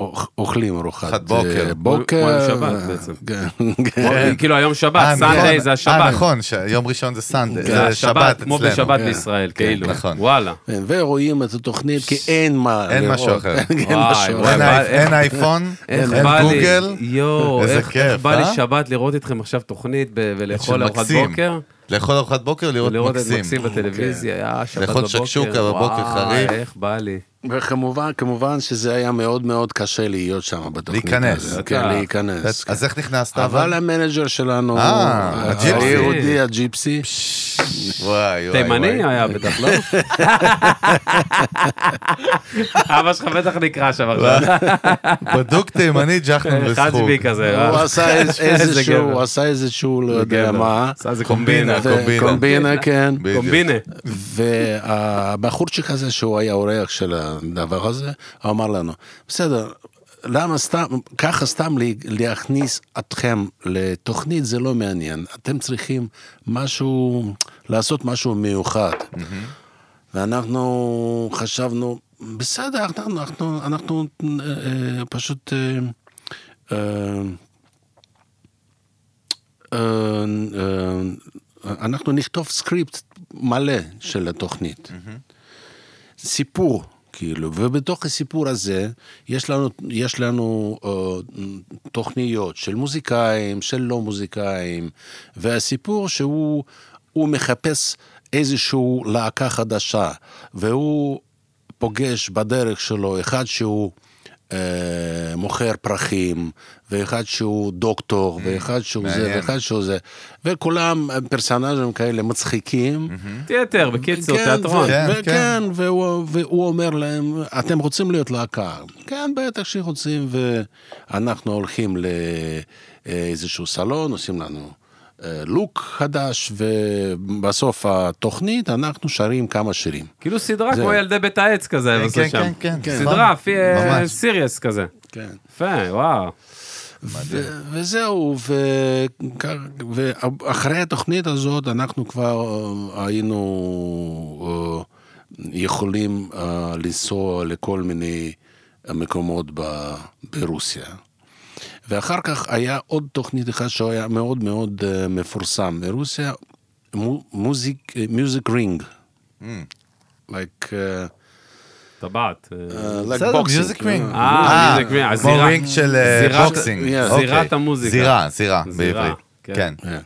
[SPEAKER 3] אה, אוכלים ארוחת
[SPEAKER 2] ארוחת בוקר.
[SPEAKER 3] אה,
[SPEAKER 1] כמו
[SPEAKER 3] בוקר.
[SPEAKER 1] יום שבת בעצם.
[SPEAKER 3] כן,
[SPEAKER 1] אה,
[SPEAKER 3] כן.
[SPEAKER 1] כאילו היום
[SPEAKER 2] אה,
[SPEAKER 1] שבת,
[SPEAKER 2] נכון.
[SPEAKER 1] סנדיי זה
[SPEAKER 2] אה,
[SPEAKER 1] השבת.
[SPEAKER 2] נכון, ש- יום ראשון זה סנדיי,
[SPEAKER 1] זה
[SPEAKER 2] זה שבת אצלנו.
[SPEAKER 1] כמו בשבת
[SPEAKER 3] כן.
[SPEAKER 1] בישראל,
[SPEAKER 2] כן,
[SPEAKER 1] כאילו.
[SPEAKER 2] נכון.
[SPEAKER 1] וואלה.
[SPEAKER 3] כן, ורואים את התוכנית כי אין מה
[SPEAKER 2] אין
[SPEAKER 3] לראות.
[SPEAKER 2] משהו אחר.
[SPEAKER 3] אין
[SPEAKER 1] וואי,
[SPEAKER 3] משהו
[SPEAKER 1] וואי,
[SPEAKER 2] אין
[SPEAKER 3] אחר.
[SPEAKER 1] וואי.
[SPEAKER 2] אי- אין אייפון,
[SPEAKER 1] איך
[SPEAKER 2] אין
[SPEAKER 1] בא לי,
[SPEAKER 2] גוגל.
[SPEAKER 1] יואו,
[SPEAKER 2] איזה
[SPEAKER 1] איך- איך
[SPEAKER 2] כיף,
[SPEAKER 1] בא
[SPEAKER 2] אה?
[SPEAKER 1] לי שבת לראות איתכם עכשיו תוכנית ב- ולאכול
[SPEAKER 2] של
[SPEAKER 1] ארוחת
[SPEAKER 2] מקסים.
[SPEAKER 1] בוקר?
[SPEAKER 2] לאכול ארוחת בוקר, לראות
[SPEAKER 1] לראות את מקסים
[SPEAKER 2] מקסים.
[SPEAKER 1] בטלוויזיה, היה שבת
[SPEAKER 2] אוקיי. לאכול
[SPEAKER 1] בבוקר.
[SPEAKER 2] שקשוקה בבוקר
[SPEAKER 1] וואי,
[SPEAKER 2] חריף.
[SPEAKER 1] איך בא לי.
[SPEAKER 3] וכמובן, כמובן שזה היה מאוד מאוד קשה להיות שם בתוכנית.
[SPEAKER 2] להיכנס.
[SPEAKER 3] הזאת.
[SPEAKER 1] אתה-
[SPEAKER 3] כן, להיכנס.
[SPEAKER 2] אז איך נכנסת?
[SPEAKER 3] אבל המנג'ר שלנו,
[SPEAKER 2] אה,
[SPEAKER 3] ה-
[SPEAKER 2] הג'יפסי.
[SPEAKER 3] היהודי הג'יפסי,
[SPEAKER 2] וואי, וואי,
[SPEAKER 1] תימני
[SPEAKER 2] וואי.
[SPEAKER 1] היה בטח, לא? אבא שלך בטח נקרא שם עכשיו.
[SPEAKER 2] בדוק תימני ג'חנון וסחוק.
[SPEAKER 1] חג'בי אה, כזה.
[SPEAKER 3] הוא
[SPEAKER 1] אה?
[SPEAKER 3] עשה איז- איזשהו,
[SPEAKER 1] גבר.
[SPEAKER 3] הוא עשה איזשהו, לא יודע
[SPEAKER 1] גבר.
[SPEAKER 3] מה,
[SPEAKER 1] עשה איזה קומבינה.
[SPEAKER 3] ו-
[SPEAKER 2] קומבינה.
[SPEAKER 3] קומבינה, כן,
[SPEAKER 2] בדיוק.
[SPEAKER 1] קומבינה.
[SPEAKER 3] והבחורצ'יק הזה שהוא היה אורח של הדבר הזה, הוא אמר לנו, בסדר, למה סתם, ככה סתם לי- להכניס אתכם לתוכנית זה לא מעניין, אתם צריכים משהו, לעשות משהו מיוחד. ואנחנו חשבנו, בסדר, אנחנו, אנחנו, אנחנו אה, אה, פשוט... אה, אה, אה, אה, אנחנו נכתוב סקריפט מלא של התוכנית. סיפור, כאילו, ובתוך הסיפור הזה יש לנו, יש לנו אה, תוכניות של מוזיקאים, של לא מוזיקאים, והסיפור שהוא הוא מחפש איזשהו להקה חדשה, והוא פוגש בדרך שלו אחד שהוא אה, מוכר פרחים, ואחד שהוא דוקטור, ואחד שהוא זה,
[SPEAKER 2] מעניין.
[SPEAKER 3] ואחד שהוא זה, וכולם אה, פרסונאז'ים כאלה מצחיקים.
[SPEAKER 1] תיאטר, בקיצור,
[SPEAKER 3] כן,
[SPEAKER 1] תיאטרון.
[SPEAKER 2] כן,
[SPEAKER 3] ו-
[SPEAKER 2] כן.
[SPEAKER 3] כן, והוא, והוא אומר להם, אתם רוצים להיות להקה? כן, בטח שרוצים, ואנחנו הולכים לאיזשהו סלון, עושים לנו אה, לוק חדש, ובסוף התוכנית אנחנו שרים כמה שירים.
[SPEAKER 1] כאילו סדרה
[SPEAKER 3] זהו.
[SPEAKER 1] כמו ילדי בית העץ כזה, הם עשו
[SPEAKER 2] כן,
[SPEAKER 1] שם.
[SPEAKER 2] כן, כן, כן.
[SPEAKER 1] סדרה,
[SPEAKER 2] ממש.
[SPEAKER 1] פי- אה, סיריוס כזה.
[SPEAKER 3] כן.
[SPEAKER 1] יפה, וואו.
[SPEAKER 3] ו- וזהו, וכ- ואחרי התוכנית הזאת אנחנו כבר אה, היינו אה, יכולים אה, לנסוע לכל מיני מקומות ב- ברוסיה. ואחר כך היה עוד תוכנית אחת שהיה מאוד מאוד אה, מפורסם ברוסיה, מו- מוזיק, מיוזיק רינג. Mm. Like, uh,
[SPEAKER 1] טבעת.
[SPEAKER 2] אה,
[SPEAKER 3] uh, like
[SPEAKER 2] בסדר,
[SPEAKER 3] boxing. כאילו.
[SPEAKER 2] מיוזיק רינג.
[SPEAKER 1] אה, מיוזיק רינג,
[SPEAKER 2] כמו
[SPEAKER 1] הזירה.
[SPEAKER 2] רינג של אה,
[SPEAKER 1] זירת-
[SPEAKER 2] בוקסינג.
[SPEAKER 3] Yeah.
[SPEAKER 2] אוקיי.
[SPEAKER 1] זירת המוזיקה.
[SPEAKER 2] זירה, זירה,
[SPEAKER 1] זירה,
[SPEAKER 2] בעברית.
[SPEAKER 1] כן.
[SPEAKER 2] כן.
[SPEAKER 3] כן.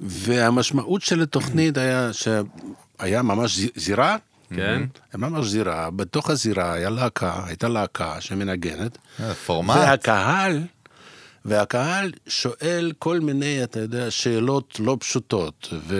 [SPEAKER 3] והמשמעות של התוכנית היה שהיה ממש ז- זירה,
[SPEAKER 1] כן?
[SPEAKER 2] אה,
[SPEAKER 3] ממש זירה, בתוך הזירה היה להקה, הייתה להקה שמנגנת,
[SPEAKER 2] אה, פורמט.
[SPEAKER 3] והקהל, והקהל שואל כל מיני, אתה יודע, שאלות לא פשוטות. ו...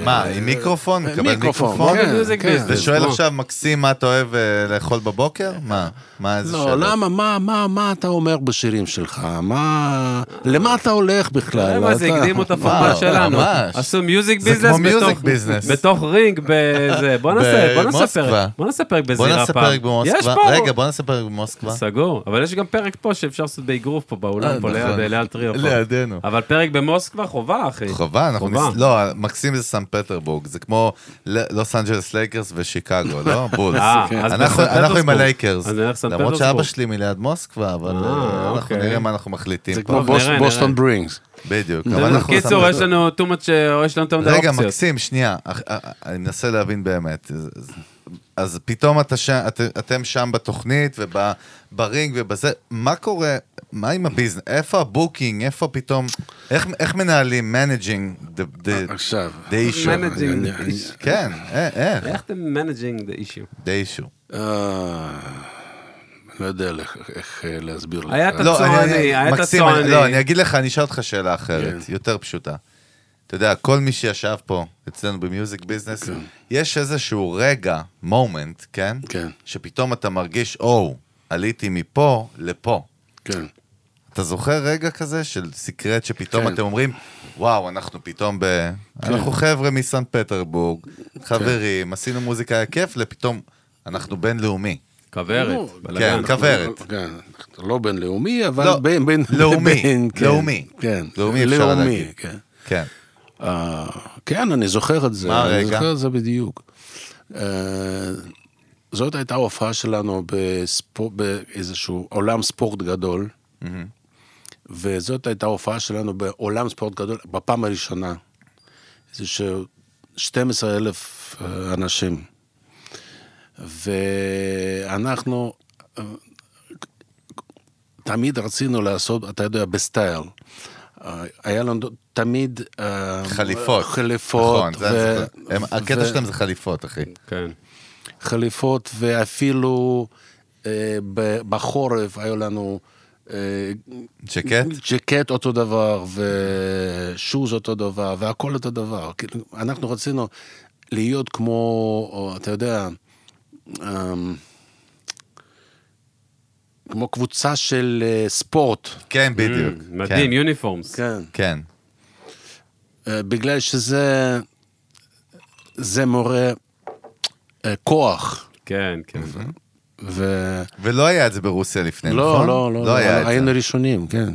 [SPEAKER 3] אה,
[SPEAKER 2] מה, עם מיקרופון? מקבל מיקרופון?
[SPEAKER 3] כן,
[SPEAKER 1] במיוזיק
[SPEAKER 3] כן.
[SPEAKER 1] ביזנס.
[SPEAKER 2] ושואל
[SPEAKER 1] בוא.
[SPEAKER 2] עכשיו, מקסים, מה אתה אוהב אה, לאכול בבוקר? מה? מה איזה
[SPEAKER 3] לא,
[SPEAKER 2] שאלות?
[SPEAKER 3] למה, מה, מה, מה אתה אומר בשירים שלך? מה, למה אתה הולך
[SPEAKER 1] אתה יודע
[SPEAKER 3] בכלל?
[SPEAKER 1] אה, מה זה
[SPEAKER 3] אתה-
[SPEAKER 1] הקדימו את
[SPEAKER 2] לא וואו,
[SPEAKER 1] הפורמט שלנו.
[SPEAKER 2] ממש.
[SPEAKER 1] עשו מיוזיק
[SPEAKER 2] זה
[SPEAKER 1] ביזנס
[SPEAKER 2] כמו מיוזיק
[SPEAKER 1] בתוך-
[SPEAKER 2] ביזנס.
[SPEAKER 1] בתוך רינג בזה. בוא נעשה, בוא נעשה
[SPEAKER 2] במוסקבה.
[SPEAKER 1] פרק. בוא נעשה פרק
[SPEAKER 2] בוא
[SPEAKER 1] בזירה
[SPEAKER 2] נעשה
[SPEAKER 1] פעם.
[SPEAKER 2] פרק
[SPEAKER 1] יש
[SPEAKER 2] במוסקבה.
[SPEAKER 1] פה.
[SPEAKER 2] רגע, בוא נעשה פרק במוסקבה.
[SPEAKER 1] סגור, אבל יש גם פרק פה שאפשר לעשות באגרוף פה
[SPEAKER 2] אה,
[SPEAKER 1] באולם, פה
[SPEAKER 2] נכון.
[SPEAKER 1] ליד ליד טריו. פה.
[SPEAKER 2] לידנו.
[SPEAKER 1] אבל פרק במוסקבה חובה, אחי.
[SPEAKER 2] חובה, אנחנו
[SPEAKER 1] חובה.
[SPEAKER 2] נס... לא, מקסים זה סן פטרבורג, זה כמו ל- לוס אנג'לס לייקרס ושיקגו, לא? בולס.
[SPEAKER 1] אה, אז
[SPEAKER 2] כן.
[SPEAKER 1] בסן
[SPEAKER 2] אנחנו אנחנו עם
[SPEAKER 1] פטרסבורג.
[SPEAKER 2] הלייקרס.
[SPEAKER 1] אז נלך סן
[SPEAKER 2] למרות
[SPEAKER 1] פטרסבורג.
[SPEAKER 2] שאבא שלי מליד מוסקבה, אבל
[SPEAKER 1] אה,
[SPEAKER 2] אה, אנחנו
[SPEAKER 1] אוקיי.
[SPEAKER 2] נראה מה אנחנו מחליטים
[SPEAKER 3] זה
[SPEAKER 2] פה.
[SPEAKER 3] כמו
[SPEAKER 1] טוב, נראה,
[SPEAKER 3] בוסטון
[SPEAKER 1] נראה.
[SPEAKER 3] ברינגס.
[SPEAKER 2] בדיוק.
[SPEAKER 1] זה-
[SPEAKER 2] אבל אנחנו
[SPEAKER 1] בקיצור,
[SPEAKER 2] סן
[SPEAKER 1] יש לנו too much, אה, יש לנו יותר מדי
[SPEAKER 2] רגע,
[SPEAKER 1] אופציות.
[SPEAKER 2] מקסים, שנייה, אח- אה, אה, אני מנסה להבין באמת. אז- אז- אז פתאום אתה ש- את- אתם שם בתוכנית וברינג ובזה, מה קורה, מה עם הביזנס, איפה הבוקינג, איפה פתאום, איך- איך מנהלים, managing the-
[SPEAKER 3] אה,
[SPEAKER 2] the
[SPEAKER 3] עכשיו.
[SPEAKER 2] the issue?
[SPEAKER 1] Managing
[SPEAKER 3] אני-
[SPEAKER 1] the
[SPEAKER 3] אני-
[SPEAKER 1] issue.
[SPEAKER 2] כן, אה, אה,
[SPEAKER 1] איך אתם managing the issue?
[SPEAKER 2] the issue.
[SPEAKER 3] אה, לא יודע לך- איך אה, להסביר לך.
[SPEAKER 1] היה את
[SPEAKER 2] לא, אני-
[SPEAKER 1] הצועני,
[SPEAKER 2] אני-
[SPEAKER 1] היה את
[SPEAKER 2] מקסים, אני-
[SPEAKER 1] הצועני.
[SPEAKER 2] לא, אני אגיד לך, אני אשאל אותך שאלה אחרת,
[SPEAKER 3] כן.
[SPEAKER 2] יותר פשוטה. אתה יודע, כל מי שישב פה אצלנו במיוזיק ביזנס, יש איזשהו רגע, מומנט, כן?
[SPEAKER 3] כן.
[SPEAKER 2] שפתאום אתה מרגיש, או, עליתי מפה לפה.
[SPEAKER 3] כן.
[SPEAKER 2] אתה זוכר רגע כזה של סקרט שפתאום
[SPEAKER 3] כן.
[SPEAKER 2] אתם אומרים, וואו, אנחנו פתאום ב... אנחנו חבר'ה מסן פטרבורג,
[SPEAKER 3] כן.
[SPEAKER 2] חברים, עשינו מוזיקה היה כיף, לפתאום אנחנו בינלאומי.
[SPEAKER 1] כוורת,
[SPEAKER 3] כן,
[SPEAKER 1] בלאגן.
[SPEAKER 2] כו- כוורת.
[SPEAKER 3] כן, לא בינלאומי, אבל
[SPEAKER 2] לא,
[SPEAKER 3] בין... בין-
[SPEAKER 2] לאומי,
[SPEAKER 3] בין- כן,
[SPEAKER 2] לאומי.
[SPEAKER 3] כן,
[SPEAKER 2] לאומי אפשר להגיד.
[SPEAKER 3] כן.
[SPEAKER 2] כן.
[SPEAKER 3] אה, כן, אני זוכר את זה.
[SPEAKER 2] מה
[SPEAKER 3] אני
[SPEAKER 2] הרגע?
[SPEAKER 3] זוכר את זה בדיוק. אה, זאת הייתה הופעה שלנו בספור, באיזשהו עולם ספורט גדול, וזאת הייתה הופעה שלנו בעולם ספורט גדול בפעם הראשונה. זה ש-12 אלף אה, אנשים. ואנחנו אה, תמיד רצינו לעשות, אתה יודע, בסטייל. אה, היה לנו תמיד... אה,
[SPEAKER 2] חליפות.
[SPEAKER 3] חליפות.
[SPEAKER 2] נכון, זה אני
[SPEAKER 3] ו-
[SPEAKER 2] זוכר. הם- הקטע
[SPEAKER 3] ו-
[SPEAKER 2] שלהם זה חליפות, אחי.
[SPEAKER 1] כן.
[SPEAKER 3] חליפות, ואפילו אה, ב- בחורף היו לנו... אה,
[SPEAKER 2] שקט?
[SPEAKER 3] Mm, ג'קט אותו דבר, ושוז אותו דבר, והכל אותו דבר. כאילו, אנחנו רצינו להיות כמו, או, אתה יודע, אמ, כמו קבוצה של אה, ספורט.
[SPEAKER 2] כן, בדיוק.
[SPEAKER 1] Mm, מדהים,
[SPEAKER 2] כן,
[SPEAKER 1] יוניפורמס.
[SPEAKER 3] כן.
[SPEAKER 2] כן.
[SPEAKER 3] אה, בגלל שזה זה מורה אה, כוח.
[SPEAKER 1] כן, כן.
[SPEAKER 2] אוקיי.
[SPEAKER 3] ו...
[SPEAKER 2] ולא היה את זה ברוסיה לפני,
[SPEAKER 3] לא,
[SPEAKER 2] נכון?
[SPEAKER 3] לא, לא,
[SPEAKER 2] לא היה את זה.
[SPEAKER 3] היינו ראשונים, כן.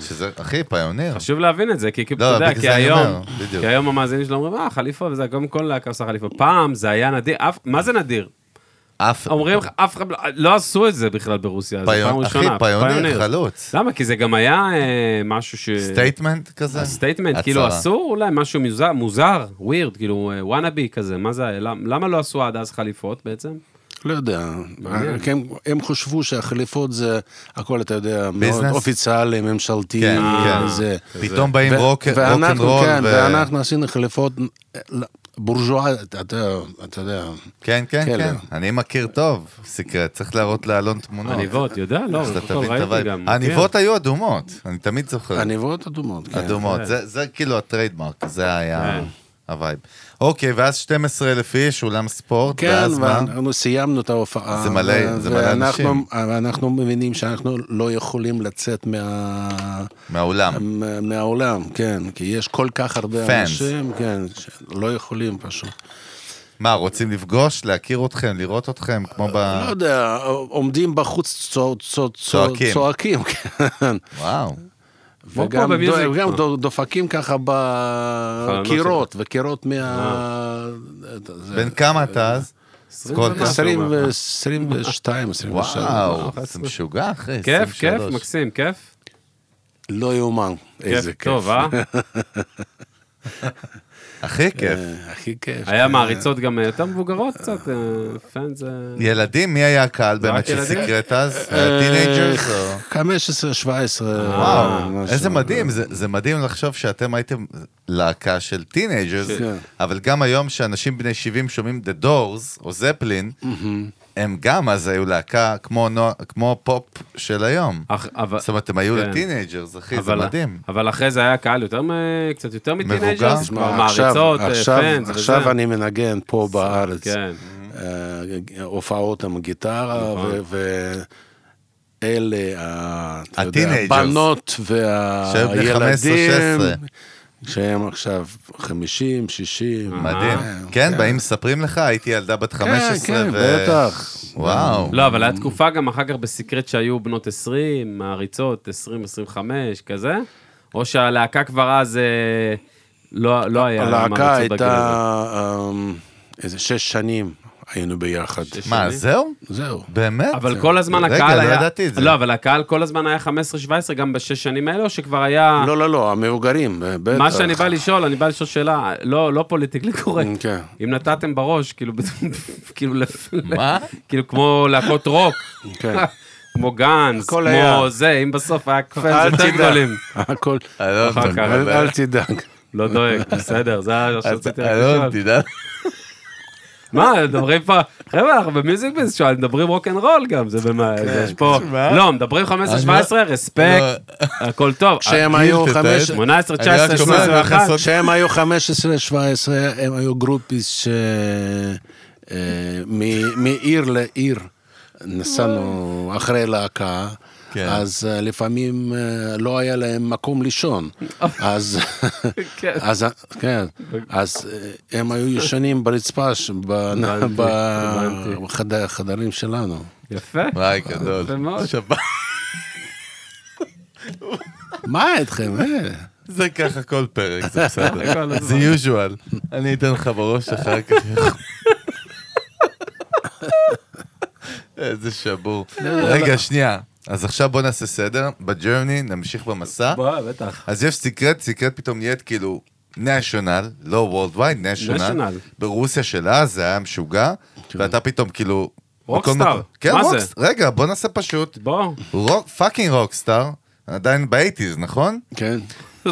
[SPEAKER 2] שזה, אחי, פיוניר.
[SPEAKER 1] חשוב להבין את זה, כי כי
[SPEAKER 2] לא,
[SPEAKER 1] אתה יודע,
[SPEAKER 2] בגלל
[SPEAKER 1] כי
[SPEAKER 2] זה אני
[SPEAKER 1] היום,
[SPEAKER 2] אומר, בדיוק.
[SPEAKER 1] כי היום המאזינים שלו אומרים, אה, חליפה וזה, קודם כל להקה עושה חליפה. פעם זה היה נדיר, אף- מה זה נדיר?
[SPEAKER 2] אף...
[SPEAKER 1] אומרים לך, אף אחד לא- לא עשו את זה בכלל ברוסיה, זו
[SPEAKER 2] פיונ-
[SPEAKER 1] פעם ראשונה.
[SPEAKER 2] אחי, פיוניר, חלוץ.
[SPEAKER 1] למה? כי זה גם היה אה, משהו ש...
[SPEAKER 2] סטייטמנט כזה?
[SPEAKER 1] סטייטמנט, כאילו
[SPEAKER 2] הצהרה.
[SPEAKER 1] אסור אולי משהו מוזר- מוזר, ווירד, כאילו וואנאבי כזה, מה זה, היה? למ- למה לא עשו עד אז חליפות בעצם?
[SPEAKER 3] לא יודע,
[SPEAKER 1] מעניין.
[SPEAKER 3] כי הם, הם חשבו שהחליפות זה הכל, אתה יודע, מאוד
[SPEAKER 2] ביזנס?
[SPEAKER 3] אופיציאלי, ממשלתי,
[SPEAKER 2] כן,
[SPEAKER 1] כן.
[SPEAKER 3] אה, זה.
[SPEAKER 2] פתאום באים
[SPEAKER 3] ו-
[SPEAKER 2] רוק
[SPEAKER 3] ואנחנו,
[SPEAKER 2] רוקנרול
[SPEAKER 3] כן,
[SPEAKER 2] ו-
[SPEAKER 3] ואנחנו עשינו חליפות אה, בורז'ואה, אתה יודע, אתה יודע,
[SPEAKER 2] כן, כן,
[SPEAKER 3] כלא.
[SPEAKER 2] כן. אני מכיר טוב, סקרט. צריך להראות לאלון תמונות.
[SPEAKER 1] עניבות, יודע? לא,
[SPEAKER 2] אה, אז אתה
[SPEAKER 1] הכל
[SPEAKER 2] תבין את
[SPEAKER 1] ראיתי
[SPEAKER 2] הווייב.
[SPEAKER 1] גם.
[SPEAKER 2] העניבות היו אדומות, אני תמיד זוכר.
[SPEAKER 3] עניבות אדומות, כן.
[SPEAKER 2] אדומות,
[SPEAKER 1] כן.
[SPEAKER 2] זה- זה כאילו הטריידמרק, זה היה
[SPEAKER 1] כן.
[SPEAKER 2] הווייב. אוקיי, ואז 12 אלף איש, אולם ספורט,
[SPEAKER 3] כן,
[SPEAKER 2] ואז מה?
[SPEAKER 3] ואנחנו סיימנו את ההופעה.
[SPEAKER 2] זה מלא-
[SPEAKER 3] ו-
[SPEAKER 2] זה מלא
[SPEAKER 3] ואנחנו-
[SPEAKER 2] אנשים.
[SPEAKER 3] ואנחנו מבינים שאנחנו לא יכולים לצאת מה...
[SPEAKER 2] מהאולם.
[SPEAKER 3] מה- מהעולם, כן, כי יש כל כך הרבה
[SPEAKER 2] Fans.
[SPEAKER 3] אנשים, כן, שלא יכולים פשוט.
[SPEAKER 2] מה, רוצים לפגוש, להכיר אתכם, לראות אתכם, כמו ב...
[SPEAKER 3] לא יודע, עומדים בחוץ צוע- צוע-
[SPEAKER 2] צועקים.
[SPEAKER 3] צוע- צועקים, כן.
[SPEAKER 2] וואו.
[SPEAKER 1] כמו פה
[SPEAKER 3] וגם
[SPEAKER 1] במיוזיק. אה, לא
[SPEAKER 3] דו- גם דו- דופקים ככה בקירות, וקירות מה...
[SPEAKER 2] בן כמה אתה אז? סקוט.
[SPEAKER 1] כן, ומשהו,
[SPEAKER 3] 22, 23.
[SPEAKER 2] וואו, זה משוגע אחי.
[SPEAKER 1] כיף,
[SPEAKER 2] 23.
[SPEAKER 1] כיף, מקסים, כיף.
[SPEAKER 3] לא יאומן, איזה
[SPEAKER 1] כיף
[SPEAKER 3] כיף.
[SPEAKER 1] טוב, אה?
[SPEAKER 2] הכי כיף.
[SPEAKER 3] אה, הכי כיף.
[SPEAKER 1] היה מעריצות גם אה, יותר מבוגרות קצת, אה, פן זה...
[SPEAKER 2] ילדים, מי היה הקהל באמת
[SPEAKER 1] ילדים?
[SPEAKER 2] שסקרט אז?
[SPEAKER 3] אה,
[SPEAKER 2] טינג'רס או...
[SPEAKER 3] 15, 17.
[SPEAKER 1] אה,
[SPEAKER 2] וואו,
[SPEAKER 3] משהו.
[SPEAKER 2] אה, איזה מדהים, זה זה מדהים לחשוב שאתם הייתם להקה של טינג'רס,
[SPEAKER 3] כן.
[SPEAKER 2] אבל גם היום שאנשים בני 70 שומעים The Doors או זפלין, הם גם אז היו להקה כמו נוע- כמו פופ של היום.
[SPEAKER 1] אך- אבל-
[SPEAKER 2] זאת אומרת, הם היו
[SPEAKER 1] כן.
[SPEAKER 2] לטינג'רס, אחי, זה
[SPEAKER 1] אבל-
[SPEAKER 2] מדהים.
[SPEAKER 1] אבל אחרי זה היה קהל יותר, מ- קצת יותר מטינג'רס,
[SPEAKER 2] תשמע,
[SPEAKER 1] כבר
[SPEAKER 3] עכשיו-
[SPEAKER 1] מעריצות, אה,
[SPEAKER 3] עכשיו-
[SPEAKER 1] פאנס וזה.
[SPEAKER 3] עכשיו אני מנגן פה בארץ.
[SPEAKER 1] כן.
[SPEAKER 3] אה, הופעות עם גיטרה,
[SPEAKER 1] נכון.
[SPEAKER 3] ואלה, אה, אתה יודע,
[SPEAKER 2] הטינג'רס.
[SPEAKER 3] הבנות
[SPEAKER 2] שהיו בני 15,
[SPEAKER 3] והילדים,
[SPEAKER 2] 16.
[SPEAKER 3] שהם עכשיו 50, 60.
[SPEAKER 2] מדהים.
[SPEAKER 3] אה,
[SPEAKER 2] כן, באים, מספרים לך, הייתי ילדה בת 15
[SPEAKER 3] כן,
[SPEAKER 2] ו...
[SPEAKER 3] בטח.
[SPEAKER 2] וואו.
[SPEAKER 1] לא, אבל היה תקופה גם אחר כך בסקרט שהיו בנות 20, מעריצות, 20, 25, כזה. או שהלהקה כבר אז אה, לא לא היה להם
[SPEAKER 3] הלהקה
[SPEAKER 1] מעריצות בגיל הזה.
[SPEAKER 3] הייתה אמ, איזה שש שנים היינו ביחד.
[SPEAKER 1] שש-
[SPEAKER 2] מה,
[SPEAKER 1] שני.
[SPEAKER 2] זהו?
[SPEAKER 3] זהו.
[SPEAKER 2] באמת?
[SPEAKER 1] אבל כל הזמן
[SPEAKER 2] רגע,
[SPEAKER 1] הקהל היה...
[SPEAKER 2] לא ידעתי את זה.
[SPEAKER 1] לא, אבל הקהל כל הזמן היה 15-17, גם בשש שנים האלה, או שכבר היה...
[SPEAKER 3] לא, לא, לא, המבוגרים, בטח.
[SPEAKER 1] אה. מה שאני בא לשאול, אני בא לשאול שאלה, לא לא פוליטיקלי קורקט.
[SPEAKER 3] כן.
[SPEAKER 1] אם נתתם בראש, כאילו, בת- כאילו, לפ-
[SPEAKER 2] מה?
[SPEAKER 1] כאילו, כמו להקות רוק,
[SPEAKER 3] כן.
[SPEAKER 1] כמו גאנס,
[SPEAKER 3] הכל היה.
[SPEAKER 1] כמו זה, אם בסוף היה
[SPEAKER 3] אל
[SPEAKER 1] פאנס יותר
[SPEAKER 3] תדאג.
[SPEAKER 1] גדולים.
[SPEAKER 3] הכל,
[SPEAKER 2] אלון,
[SPEAKER 1] אחר כך.
[SPEAKER 3] אל אל תדאג.
[SPEAKER 2] אה,
[SPEAKER 1] לא דואג, בסדר, זה מה שרציתי רק
[SPEAKER 2] אלון,
[SPEAKER 1] לשאול.
[SPEAKER 2] תדע.
[SPEAKER 1] מה, מדברים פה, חבר'ה, אנחנו במיוזיק ביזשואל, מדברים רול גם, זה במה, יש פה,
[SPEAKER 2] כן, מה?
[SPEAKER 1] לא, מדברים 15-17, רספקט,
[SPEAKER 2] לא,
[SPEAKER 1] הכל טוב.
[SPEAKER 3] כשהם היו
[SPEAKER 2] תתעד.
[SPEAKER 3] חמש...
[SPEAKER 2] אני
[SPEAKER 1] 18,
[SPEAKER 2] רק
[SPEAKER 1] 19,
[SPEAKER 2] שומע, אני הולך
[SPEAKER 1] 21.
[SPEAKER 2] לעשות-
[SPEAKER 3] כשהם היו 15-17, הם היו גרופיס ש... אה, מ- מעיר לעיר נסענו אחרי להקה.
[SPEAKER 2] כן.
[SPEAKER 3] אז אה, לפעמים אה, לא היה להם מקום לישון, אז
[SPEAKER 1] כן.
[SPEAKER 3] אז ה- כן, אז אה, הם היו ישנים ברצפה ש- בנ-
[SPEAKER 1] הבנתי,
[SPEAKER 3] ב-
[SPEAKER 1] הבנתי.
[SPEAKER 3] בחדר- בחדרים שלנו.
[SPEAKER 1] יפה.
[SPEAKER 2] וואי, גדול.
[SPEAKER 1] יפה מאוד.
[SPEAKER 2] שבת.
[SPEAKER 3] מה איתכם? אה?
[SPEAKER 2] זה ככה כל פרק, זה בסדר.
[SPEAKER 1] כל הזמן.
[SPEAKER 2] זה usual. אני אתן לך בראש אחר כך. איזה שבור.
[SPEAKER 1] לא,
[SPEAKER 2] רגע, שנייה. אז עכשיו בוא נעשה סדר, בג'רני נמשיך במסע.
[SPEAKER 1] בוא, בטח.
[SPEAKER 2] אז יש סיקרט, סיקרט פתאום נהיית כאילו national, לא worldwide, national.
[SPEAKER 1] National.
[SPEAKER 2] ברוסיה של אז זה היה משוגע, ואתה פתאום כאילו...
[SPEAKER 1] רוקסטאר,
[SPEAKER 2] בכל מקום- כן,
[SPEAKER 1] מה זה?
[SPEAKER 2] רוקסטאר. רגע, בוא נעשה פשוט.
[SPEAKER 1] בוא.
[SPEAKER 2] פאקינג רוקסטאר, עדיין באייטיז, נכון?
[SPEAKER 3] כן.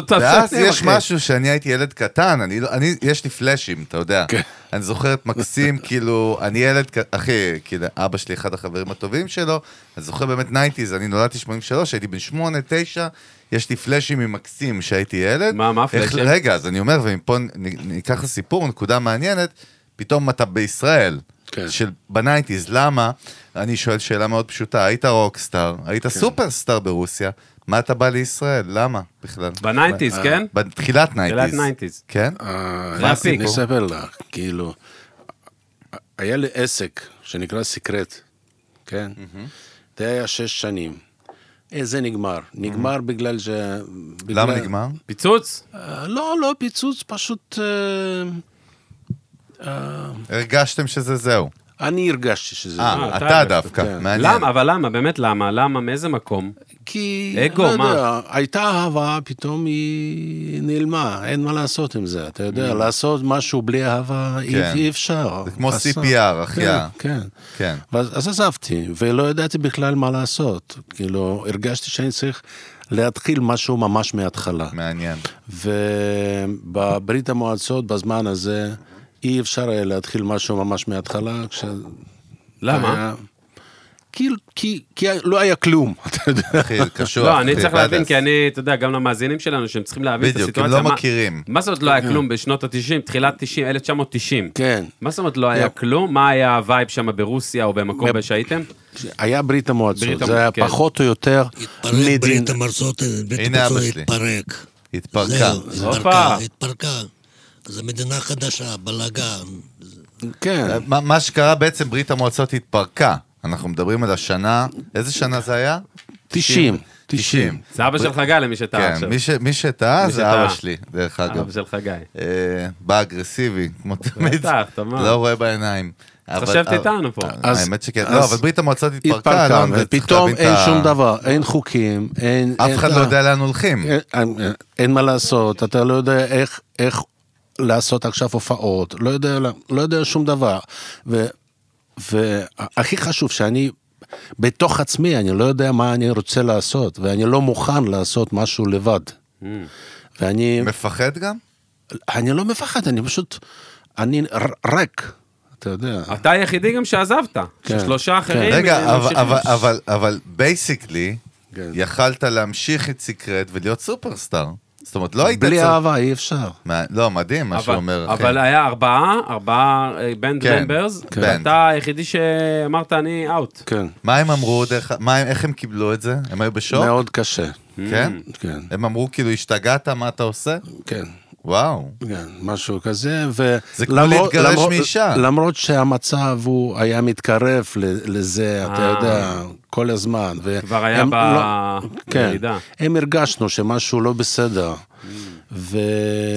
[SPEAKER 2] ואז יש משהו שאני הייתי ילד קטן, אני, לא- אני, יש לי פלאשים, אתה יודע.
[SPEAKER 3] כן.
[SPEAKER 2] אני זוכר את מקסים, כאילו, אני ילד, ק- אחי, כאילו, אבא שלי, אחד החברים הטובים שלו, אני זוכר באמת ניינטיז, אני נולדתי 83, הייתי בן 8, 9, יש לי פלאשים ממקסים שהייתי ילד.
[SPEAKER 1] מה, מה
[SPEAKER 2] איך-
[SPEAKER 1] הפלאשים?
[SPEAKER 2] רגע, אז אני אומר, ומפה נ- ניקח לסיפור, נקודה מעניינת, פתאום אתה בישראל.
[SPEAKER 3] כן.
[SPEAKER 2] של בנייטיז, למה? אני שואל שאלה מאוד פשוטה, היית רוקסטאר, היית
[SPEAKER 1] כן.
[SPEAKER 2] סופרסטאר ברוסיה, מה אתה בא לישראל? למה בכלל?
[SPEAKER 1] בניינטיז, כן?
[SPEAKER 2] בתחילת ניינטיז.
[SPEAKER 1] בתחילת ניינטיז.
[SPEAKER 2] כן?
[SPEAKER 3] אה,
[SPEAKER 1] זה הפיק.
[SPEAKER 3] אני אספר לך, כאילו, היה לי עסק שנקרא סיקרט, כן? זה היה שש שנים. אה, זה נגמר. נגמר בגלל ש... בגלל-
[SPEAKER 2] למה נגמר?
[SPEAKER 1] פיצוץ?
[SPEAKER 3] אה, לא, לא פיצוץ, פשוט... אה,
[SPEAKER 2] הרגשתם שזה זהו.
[SPEAKER 3] אני הרגשתי שזה... נגמר.
[SPEAKER 2] אה,
[SPEAKER 1] לא, אתה
[SPEAKER 2] אתה
[SPEAKER 1] הרגשת.
[SPEAKER 2] דווקא,
[SPEAKER 3] כן.
[SPEAKER 2] מעניין.
[SPEAKER 1] למה? אבל למה? באמת למה? למה? מאיזה מקום?
[SPEAKER 3] כי...
[SPEAKER 1] אגו,
[SPEAKER 3] לא יודע,
[SPEAKER 1] מה?
[SPEAKER 3] הייתה אהבה, פתאום היא נעלמה, אין מה לעשות עם זה. אתה יודע, לעשות משהו בלי אהבה אי-
[SPEAKER 2] כן.
[SPEAKER 3] אי אפשר.
[SPEAKER 2] זה כמו
[SPEAKER 3] אסון.
[SPEAKER 2] CPR, החייאה.
[SPEAKER 3] כן, כן.
[SPEAKER 2] כן.
[SPEAKER 3] ואז, אז עזבתי, ולא ידעתי בכלל מה לעשות. כאילו, הרגשתי שאני צריך להתחיל משהו ממש מההתחלה.
[SPEAKER 2] מעניין.
[SPEAKER 3] ובברית המועצות, בזמן הזה, אי אפשר היה להתחיל משהו ממש מההתחלה. כש...
[SPEAKER 1] למה?
[SPEAKER 2] אה,
[SPEAKER 3] היה- כי, כי, כי לא היה כלום, אתה יודע.
[SPEAKER 2] אחי, זה קשור.
[SPEAKER 1] לא, אני צריך להבין, כי אני, אתה יודע, גם למאזינים שלנו, שהם צריכים להבין את
[SPEAKER 2] בדיוק, הם
[SPEAKER 1] הסיטואציה.
[SPEAKER 2] לא
[SPEAKER 1] מה-
[SPEAKER 2] מכירים. אה.
[SPEAKER 1] מה זאת אומרת לא היה כלום בשנות ה-90, תחילת 90, 1990?
[SPEAKER 3] כן.
[SPEAKER 1] מה זאת אומרת לא היה
[SPEAKER 3] לא.
[SPEAKER 1] כלום? מה היה הווייב שם ברוסיה או במקום
[SPEAKER 3] ב-
[SPEAKER 1] שהייתם?
[SPEAKER 3] היה ברית המועצות,
[SPEAKER 1] ברית המ-
[SPEAKER 3] זה היה
[SPEAKER 1] כן.
[SPEAKER 3] פחות או יותר
[SPEAKER 5] התפרק
[SPEAKER 3] מדינ-
[SPEAKER 5] ברית המועצות, ברית
[SPEAKER 2] הנה אבא
[SPEAKER 5] המועצות
[SPEAKER 2] שלי.
[SPEAKER 5] אה, התפרק.
[SPEAKER 2] התפרקה.
[SPEAKER 5] זהו, זה
[SPEAKER 1] הופה.
[SPEAKER 5] התפרקה, התפרקה. זו מדינה חדשה, בלאגן.
[SPEAKER 3] כן,
[SPEAKER 2] אה, מה- מה שקרה בעצם, ברית המועצות התפרקה. אנחנו מדברים על השנה, איזה שנה זה היה?
[SPEAKER 3] 90. 90.
[SPEAKER 1] זה אבא של חגי למי שטעה
[SPEAKER 2] כן,
[SPEAKER 1] עכשיו.
[SPEAKER 2] מי ש- מי שטעה
[SPEAKER 1] מי
[SPEAKER 2] זה אבא
[SPEAKER 1] שטעה.
[SPEAKER 2] שלי, דרך אגב.
[SPEAKER 1] אבא של חגי.
[SPEAKER 2] אה, בא אגרסיבי, כמו תמיד.
[SPEAKER 1] בטח, תמר.
[SPEAKER 2] לא רואה בעיניים. אבל-
[SPEAKER 1] חשבת
[SPEAKER 2] אבל-
[SPEAKER 1] איתנו פה.
[SPEAKER 3] אז-
[SPEAKER 2] האמת שכן.
[SPEAKER 3] אז-
[SPEAKER 2] לא, אבל ברית המועצות התפרקה,
[SPEAKER 3] התפרקה,
[SPEAKER 2] אלון, וצריך
[SPEAKER 3] ופתאום
[SPEAKER 2] להבין את
[SPEAKER 3] אין
[SPEAKER 2] ה-
[SPEAKER 3] שום דבר, אין חוקים, אין...
[SPEAKER 2] אף
[SPEAKER 3] אין- אה,
[SPEAKER 2] אחד לא יודע לאן הולכים.
[SPEAKER 3] אין- אין- אין מה לעשות, אתה לא יודע איך- איך לעשות עכשיו הופעות, לא יודע- לא יודע שום דבר. ו- והכי חשוב שאני... בתוך עצמי, אני לא יודע מה אני רוצה לעשות, ואני לא מוכן לעשות משהו לבד.
[SPEAKER 1] Mm.
[SPEAKER 3] ואני...
[SPEAKER 2] מפחד גם?
[SPEAKER 3] אני לא מפחד, אני פשוט, אני ר- ריק, אתה יודע.
[SPEAKER 1] אתה היחידי גם שעזבת.
[SPEAKER 3] כן.
[SPEAKER 1] שלושה אחרים. אה,
[SPEAKER 2] רגע, אבל-
[SPEAKER 1] ממשיכים.
[SPEAKER 2] אבל- אבל- אבל בייסיקלי,
[SPEAKER 3] כן.
[SPEAKER 2] יכלת להמשיך את סיקרט ולהיות סופרסטאר. זאת אומרת, לא היית
[SPEAKER 3] בלי
[SPEAKER 2] צריך-
[SPEAKER 3] אהבה אי אפשר.
[SPEAKER 2] מה- לא, מדהים מה שהוא
[SPEAKER 1] אבל-
[SPEAKER 2] אומר, כן. אחי.
[SPEAKER 1] אבל היה ארבעה, ארבעה בנד
[SPEAKER 2] כן,
[SPEAKER 1] ממברס,
[SPEAKER 2] כן.
[SPEAKER 1] ואתה היחידי שאמרת אני אאוט.
[SPEAKER 3] כן.
[SPEAKER 2] מה הם אמרו, דרך ה- מה הם- איך הם קיבלו את זה? הם היו בשוק?
[SPEAKER 3] מאוד קשה.
[SPEAKER 2] כן?
[SPEAKER 3] כן,
[SPEAKER 2] הם אמרו כאילו, השתגעת, מה אתה עושה?
[SPEAKER 3] כן,
[SPEAKER 2] וואו.
[SPEAKER 3] כן, משהו כזה. ו-
[SPEAKER 2] זה כמו
[SPEAKER 3] למרות-
[SPEAKER 2] להתגרש
[SPEAKER 3] למרות-
[SPEAKER 2] מאישה.
[SPEAKER 3] למרות שהמצב הוא היה מתקרב ל- לזה, אתה
[SPEAKER 1] אה.
[SPEAKER 3] יודע, כל הזמן. ו-
[SPEAKER 1] כבר היה
[SPEAKER 3] הם
[SPEAKER 1] ב-
[SPEAKER 3] לא- כן,
[SPEAKER 1] בירידה.
[SPEAKER 3] הם הרגשנו שמשהו לא בסדר. ו...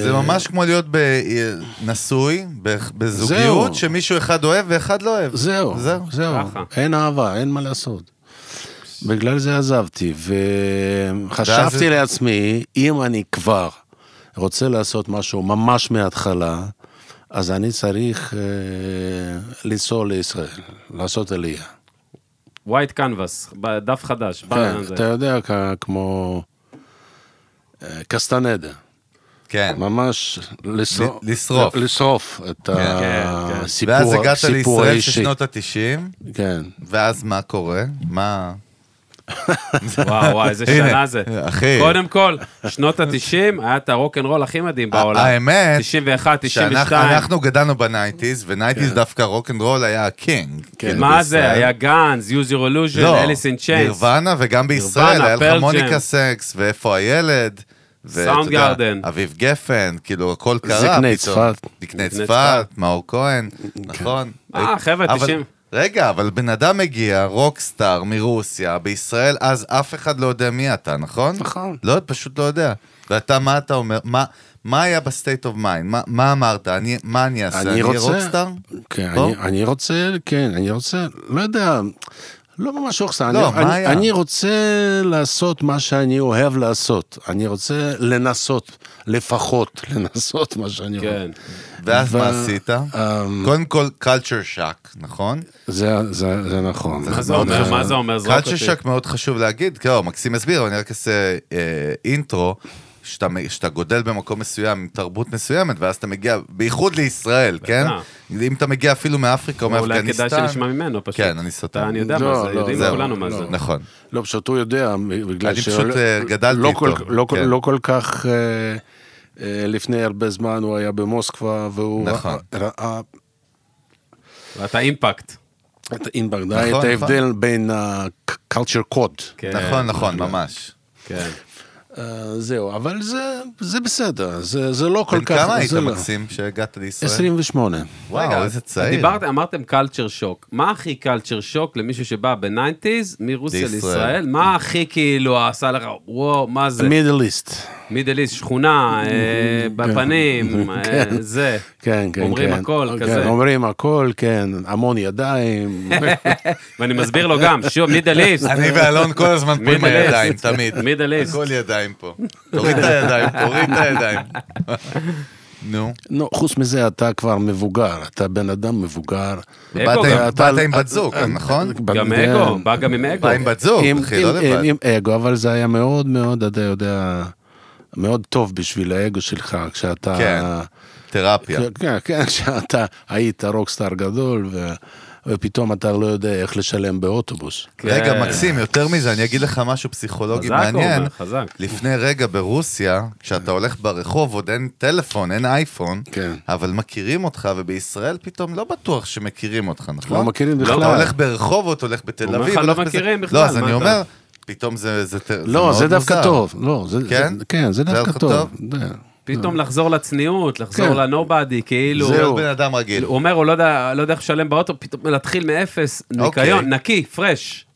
[SPEAKER 2] זה
[SPEAKER 3] אה.
[SPEAKER 2] ממש כמו להיות ב- נשוי, ב- בזוגיות,
[SPEAKER 3] זהו.
[SPEAKER 2] שמישהו אחד אוהב ואחד לא אוהב.
[SPEAKER 3] זהו,
[SPEAKER 2] זהו.
[SPEAKER 3] זהו,
[SPEAKER 1] ככה.
[SPEAKER 3] אין אהבה, אין מה לעשות. בגלל זה עזבתי,
[SPEAKER 2] ואז-
[SPEAKER 3] וחשבתי לעצמי, אם אני כבר רוצה לעשות משהו ממש מההתחלה, אז אני צריך אה, לנסוע לישראל, לעשות עלייה.
[SPEAKER 1] ווייט קנבס, דף חדש.
[SPEAKER 3] כן,
[SPEAKER 1] בזה.
[SPEAKER 3] אתה יודע, כ- כמו אה, קסטנדה.
[SPEAKER 2] כן.
[SPEAKER 3] ממש לשרוף,
[SPEAKER 2] ל- לשרוף.
[SPEAKER 3] לשרוף את
[SPEAKER 1] כן, כן.
[SPEAKER 3] הסיפור,
[SPEAKER 2] ואז הגעת
[SPEAKER 3] הסיפור
[SPEAKER 2] לישראל של
[SPEAKER 3] האישי.
[SPEAKER 2] שנות ה-90,
[SPEAKER 3] כן.
[SPEAKER 2] ואז מה קורה? מה...
[SPEAKER 1] וואו, וואי, איזה
[SPEAKER 2] הנה,
[SPEAKER 1] שנה זה.
[SPEAKER 2] אחי.
[SPEAKER 1] קודם כל, שנות ה-90 היה את הרוקנרול הכי מדהים בעולם.
[SPEAKER 2] האמת,
[SPEAKER 1] 91, 92.
[SPEAKER 2] שאנחנו גדלנו בנייטיז, ונייטיז דווקא רוקנרול היה הקינג. כאילו,
[SPEAKER 1] כן. מה זה?
[SPEAKER 2] בישראל.
[SPEAKER 1] היה גאנז, Use Your Illusion,
[SPEAKER 2] לא,
[SPEAKER 1] אליס אין צ'יינס.
[SPEAKER 2] נירוונה, וגם בישראל,
[SPEAKER 1] נירוונה,
[SPEAKER 2] היה לך
[SPEAKER 1] פרל
[SPEAKER 2] מוניקה
[SPEAKER 1] ג'ם.
[SPEAKER 2] סקס, ואיפה הילד. ואתה יודע,
[SPEAKER 1] סאונדגרדן.
[SPEAKER 2] אביב גפן, כאילו הכל קרה
[SPEAKER 3] זקני
[SPEAKER 2] פתאום.
[SPEAKER 3] צפת. כן.
[SPEAKER 2] זקני
[SPEAKER 1] זקני
[SPEAKER 2] צפת, מאור כהן, נכון.
[SPEAKER 1] אה, חבר'ה,
[SPEAKER 2] אבל-
[SPEAKER 1] 90.
[SPEAKER 2] רגע, אבל בן אדם מגיע, רוקסטאר מרוסיה, בישראל, אז אף אחד לא יודע מי אתה, נכון?
[SPEAKER 3] נכון.
[SPEAKER 2] לא, פשוט לא יודע. ואתה, מה אתה אומר? מה- מה היה בסטייט אוף מיינד? מה אמרת? אני- מה אני אעשה?
[SPEAKER 3] אני
[SPEAKER 2] אהיה
[SPEAKER 3] רוצה...
[SPEAKER 2] רוקסטאר? לא?
[SPEAKER 3] כן,
[SPEAKER 2] פה?
[SPEAKER 3] אני, אני רוצה, כן, אני רוצה, לא יודע, לא ממש אוכסן.
[SPEAKER 2] לא,
[SPEAKER 3] אני,
[SPEAKER 2] מה
[SPEAKER 3] אני,
[SPEAKER 2] היה?
[SPEAKER 3] אני רוצה לעשות מה שאני אוהב לעשות. אני רוצה לנסות, לפחות לנסות מה שאני אוהב.
[SPEAKER 1] כן.
[SPEAKER 2] ואז מה
[SPEAKER 3] ו-
[SPEAKER 2] עשית?
[SPEAKER 3] אמ,
[SPEAKER 2] קודם כל, קלצ'ר שק, נכון?
[SPEAKER 3] זה, זה, זה נכון.
[SPEAKER 1] מה זה אומר? מה זה אומר? זרוק
[SPEAKER 2] קלצ'ר
[SPEAKER 1] אותי.
[SPEAKER 2] שק מאוד חשוב להגיד, כאילו, מקסים הסביר, אבל אני רק אעשה אה, אינטרו, שאתה מ- שאתה גודל במקום מסוים, עם תרבות מסוימת, ואז אתה מגיע, בייחוד לישראל, כן? אם אתה מגיע אפילו מאפריקה או
[SPEAKER 1] אולי כדאי
[SPEAKER 2] מאפגניסטן,
[SPEAKER 1] שנשמע ממנו פשוט.
[SPEAKER 2] כן, אני סותם.
[SPEAKER 1] אתה, אני יודע מה
[SPEAKER 3] לא,
[SPEAKER 1] זה,
[SPEAKER 3] לא,
[SPEAKER 1] יודעים
[SPEAKER 2] זהו,
[SPEAKER 1] כולנו מה
[SPEAKER 3] לא.
[SPEAKER 1] זה.
[SPEAKER 2] נכון.
[SPEAKER 3] לא, פשוט הוא יודע, בגלל
[SPEAKER 2] אני פשוט, אה, גדלתי
[SPEAKER 3] לא כל,
[SPEAKER 2] איתו,
[SPEAKER 3] לא, כל-
[SPEAKER 2] כן.
[SPEAKER 3] לא כל כך, אה, אה, לפני הרבה זמן הוא היה במוסקבה, והוא
[SPEAKER 2] נכון.
[SPEAKER 3] ראה, ראה
[SPEAKER 1] ואתה אימפקט.
[SPEAKER 3] את אינברדאי,
[SPEAKER 2] נכון,
[SPEAKER 3] את
[SPEAKER 2] נכון.
[SPEAKER 3] ההבדל בין ה-culture code.
[SPEAKER 1] כן,
[SPEAKER 2] נכון, נכון, ממש.
[SPEAKER 1] כן.
[SPEAKER 3] אה, זהו, אבל זה, זה בסדר, זה, זה לא כל
[SPEAKER 2] בן
[SPEAKER 3] כך...
[SPEAKER 2] כמה היית
[SPEAKER 3] זה לא.
[SPEAKER 2] מקסים כשהגעת לישראל?
[SPEAKER 3] 28.
[SPEAKER 2] וואו, איזה צעיר.
[SPEAKER 1] דיברת, אמרתם קלצ'ר שוק. מה הכי קלצ'ר שוק למישהו שבא בניינטיז, מרוסיה
[SPEAKER 2] לישראל.
[SPEAKER 1] לישראל? מה הכי כאילו עשה לך, וואו, מה זה?
[SPEAKER 3] מידל איסט.
[SPEAKER 1] מידל איסט, שכונה, אה, בפנים, אה,
[SPEAKER 3] כן.
[SPEAKER 1] זה.
[SPEAKER 3] כן, כן,
[SPEAKER 1] אומרים
[SPEAKER 3] כן.
[SPEAKER 1] הכל,
[SPEAKER 3] כן,
[SPEAKER 1] כזה.
[SPEAKER 3] אומרים הכל, כן, המון ידיים.
[SPEAKER 1] ואני מסביר לו גם, שוב, מידל איסט.
[SPEAKER 2] אני ואלון כל הזמן פה עם
[SPEAKER 1] מידל איסט.
[SPEAKER 2] הידיים, תמיד.
[SPEAKER 1] מידל איסט.
[SPEAKER 2] הכל ידיים פה. תוריד את הידיים, תוריד את הידיים. נו.
[SPEAKER 3] נו, חוץ מזה, אתה כבר מבוגר, אתה בן אדם מבוגר.
[SPEAKER 1] אגו
[SPEAKER 2] באת עם-
[SPEAKER 1] גם.
[SPEAKER 3] אתה-
[SPEAKER 2] באת עם בת זוג,
[SPEAKER 3] אה,
[SPEAKER 2] נכון?
[SPEAKER 1] גם
[SPEAKER 3] כן.
[SPEAKER 1] אגו, בא גם עם אגו.
[SPEAKER 2] בא עם בת זוג,
[SPEAKER 3] עם-
[SPEAKER 2] אחי, לא
[SPEAKER 3] עם-
[SPEAKER 2] לבד.
[SPEAKER 3] עם אגו, אבל זה היה מאוד מאוד, אתה יודע, מאוד טוב בשביל האגו שלך, כשאתה...
[SPEAKER 2] כן. תרפיה.
[SPEAKER 3] כן, כן, שאתה היית רוקסטאר גדול, ו... ופתאום אתה לא יודע איך לשלם באוטובוס.
[SPEAKER 1] כן.
[SPEAKER 2] רגע, מקסים, יותר מזה, אני אגיד לך משהו פסיכולוגי
[SPEAKER 1] חזק, הוא
[SPEAKER 2] מעניין. Mm.
[SPEAKER 1] אומר, חזק.
[SPEAKER 2] לפני רגע ברוסיה, כשאתה הולך ברחוב, עוד אין טלפון, אין אייפון,
[SPEAKER 3] כן.
[SPEAKER 2] אבל מכירים אותך, ובישראל פתאום לא בטוח שמכירים אותך, נכון?
[SPEAKER 3] לא מכירים
[SPEAKER 2] אתה
[SPEAKER 3] בכלל.
[SPEAKER 2] הולך ברחובות, הולך בתל
[SPEAKER 1] הוא אומר
[SPEAKER 2] אביב.
[SPEAKER 1] לך, לא
[SPEAKER 2] הולך בזה-
[SPEAKER 1] מכירים בכלל,
[SPEAKER 2] לא, אז
[SPEAKER 1] מה
[SPEAKER 2] אני
[SPEAKER 1] אתה?
[SPEAKER 2] אומר, פתאום זה זה- זה
[SPEAKER 3] לא,
[SPEAKER 2] מאוד
[SPEAKER 3] זה דווקא
[SPEAKER 2] מוזר.
[SPEAKER 3] טוב. לא, זה,
[SPEAKER 2] כן?
[SPEAKER 3] זה, כן, זה
[SPEAKER 2] זה
[SPEAKER 3] דווקא
[SPEAKER 2] דווקא
[SPEAKER 3] טוב.
[SPEAKER 2] טוב?
[SPEAKER 3] זה-
[SPEAKER 1] פתאום לחזור לצניעות, לחזור
[SPEAKER 3] כן.
[SPEAKER 1] לנובדי, כאילו...
[SPEAKER 2] זה להיות לא, בן אדם רגיל.
[SPEAKER 1] הוא אומר, הוא לא יודע לא יודע איך לשלם באוטו, פתאום להתחיל מאפס,
[SPEAKER 2] אוקיי.
[SPEAKER 1] ניקיון, נקי, פרש.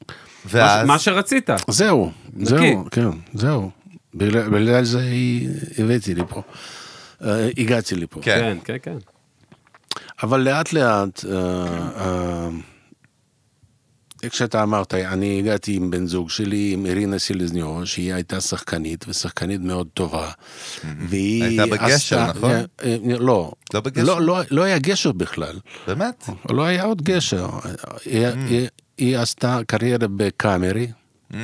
[SPEAKER 2] ואז,
[SPEAKER 1] מה שרצית.
[SPEAKER 3] זהו,
[SPEAKER 1] נקי.
[SPEAKER 3] זהו, כן, זהו. בגלל, בגלל זה היא- הבאתי לי פה. אה, הגעתי לי פה.
[SPEAKER 2] כן.
[SPEAKER 1] כן, כן, כן.
[SPEAKER 3] אבל לאט לאט, אה, אה, איך שאתה אמרת, אני הגעתי עם בן זוג שלי, עם אירינה סיליזניו, שהיא הייתה שחקנית, ושחקנית מאוד טובה. והיא
[SPEAKER 2] הייתה בגשר,
[SPEAKER 3] עשתה-
[SPEAKER 2] נכון?
[SPEAKER 3] אה, אה, לא.
[SPEAKER 2] לא בגשר?
[SPEAKER 3] לא, לא, לא היה גשר בכלל.
[SPEAKER 2] באמת?
[SPEAKER 3] לא היה עוד גשר. היא, היא, היא עשתה קריירה בקאמרי,
[SPEAKER 2] Mm,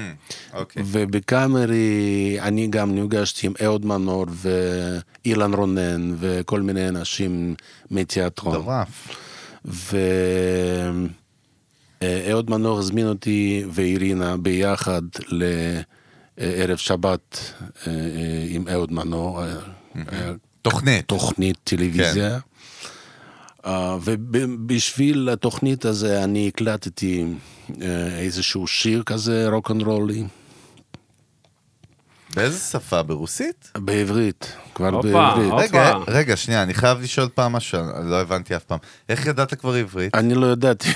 [SPEAKER 2] אוקיי.
[SPEAKER 3] ובקאמרי אני גם נפגשתי עם אהוד מנור ואילן רונן וכל מיני אנשים מתיאטרון.
[SPEAKER 2] מטורף.
[SPEAKER 3] ואהוד אה, מנור הזמין אותי ואירינה ביחד לערב שבת אה, אה, עם אהוד מנור, אה, אה,
[SPEAKER 2] תוכנית.
[SPEAKER 3] תוכנית טלוויזיה. אה, ובשביל התוכנית הזה אני הקלטתי אה, איזשהו שיר כזה, רוקנרולי,
[SPEAKER 2] באיזה שפה? ברוסית?
[SPEAKER 3] בעברית, כבר
[SPEAKER 1] הופה.
[SPEAKER 3] בעברית.
[SPEAKER 1] הופ.
[SPEAKER 2] רגע,
[SPEAKER 1] הופה.
[SPEAKER 2] רגע, שנייה, אני חייב לשאול פעם משהו, אני לא הבנתי אף פעם. איך ידעת כבר עברית?
[SPEAKER 3] אני לא ידעתי,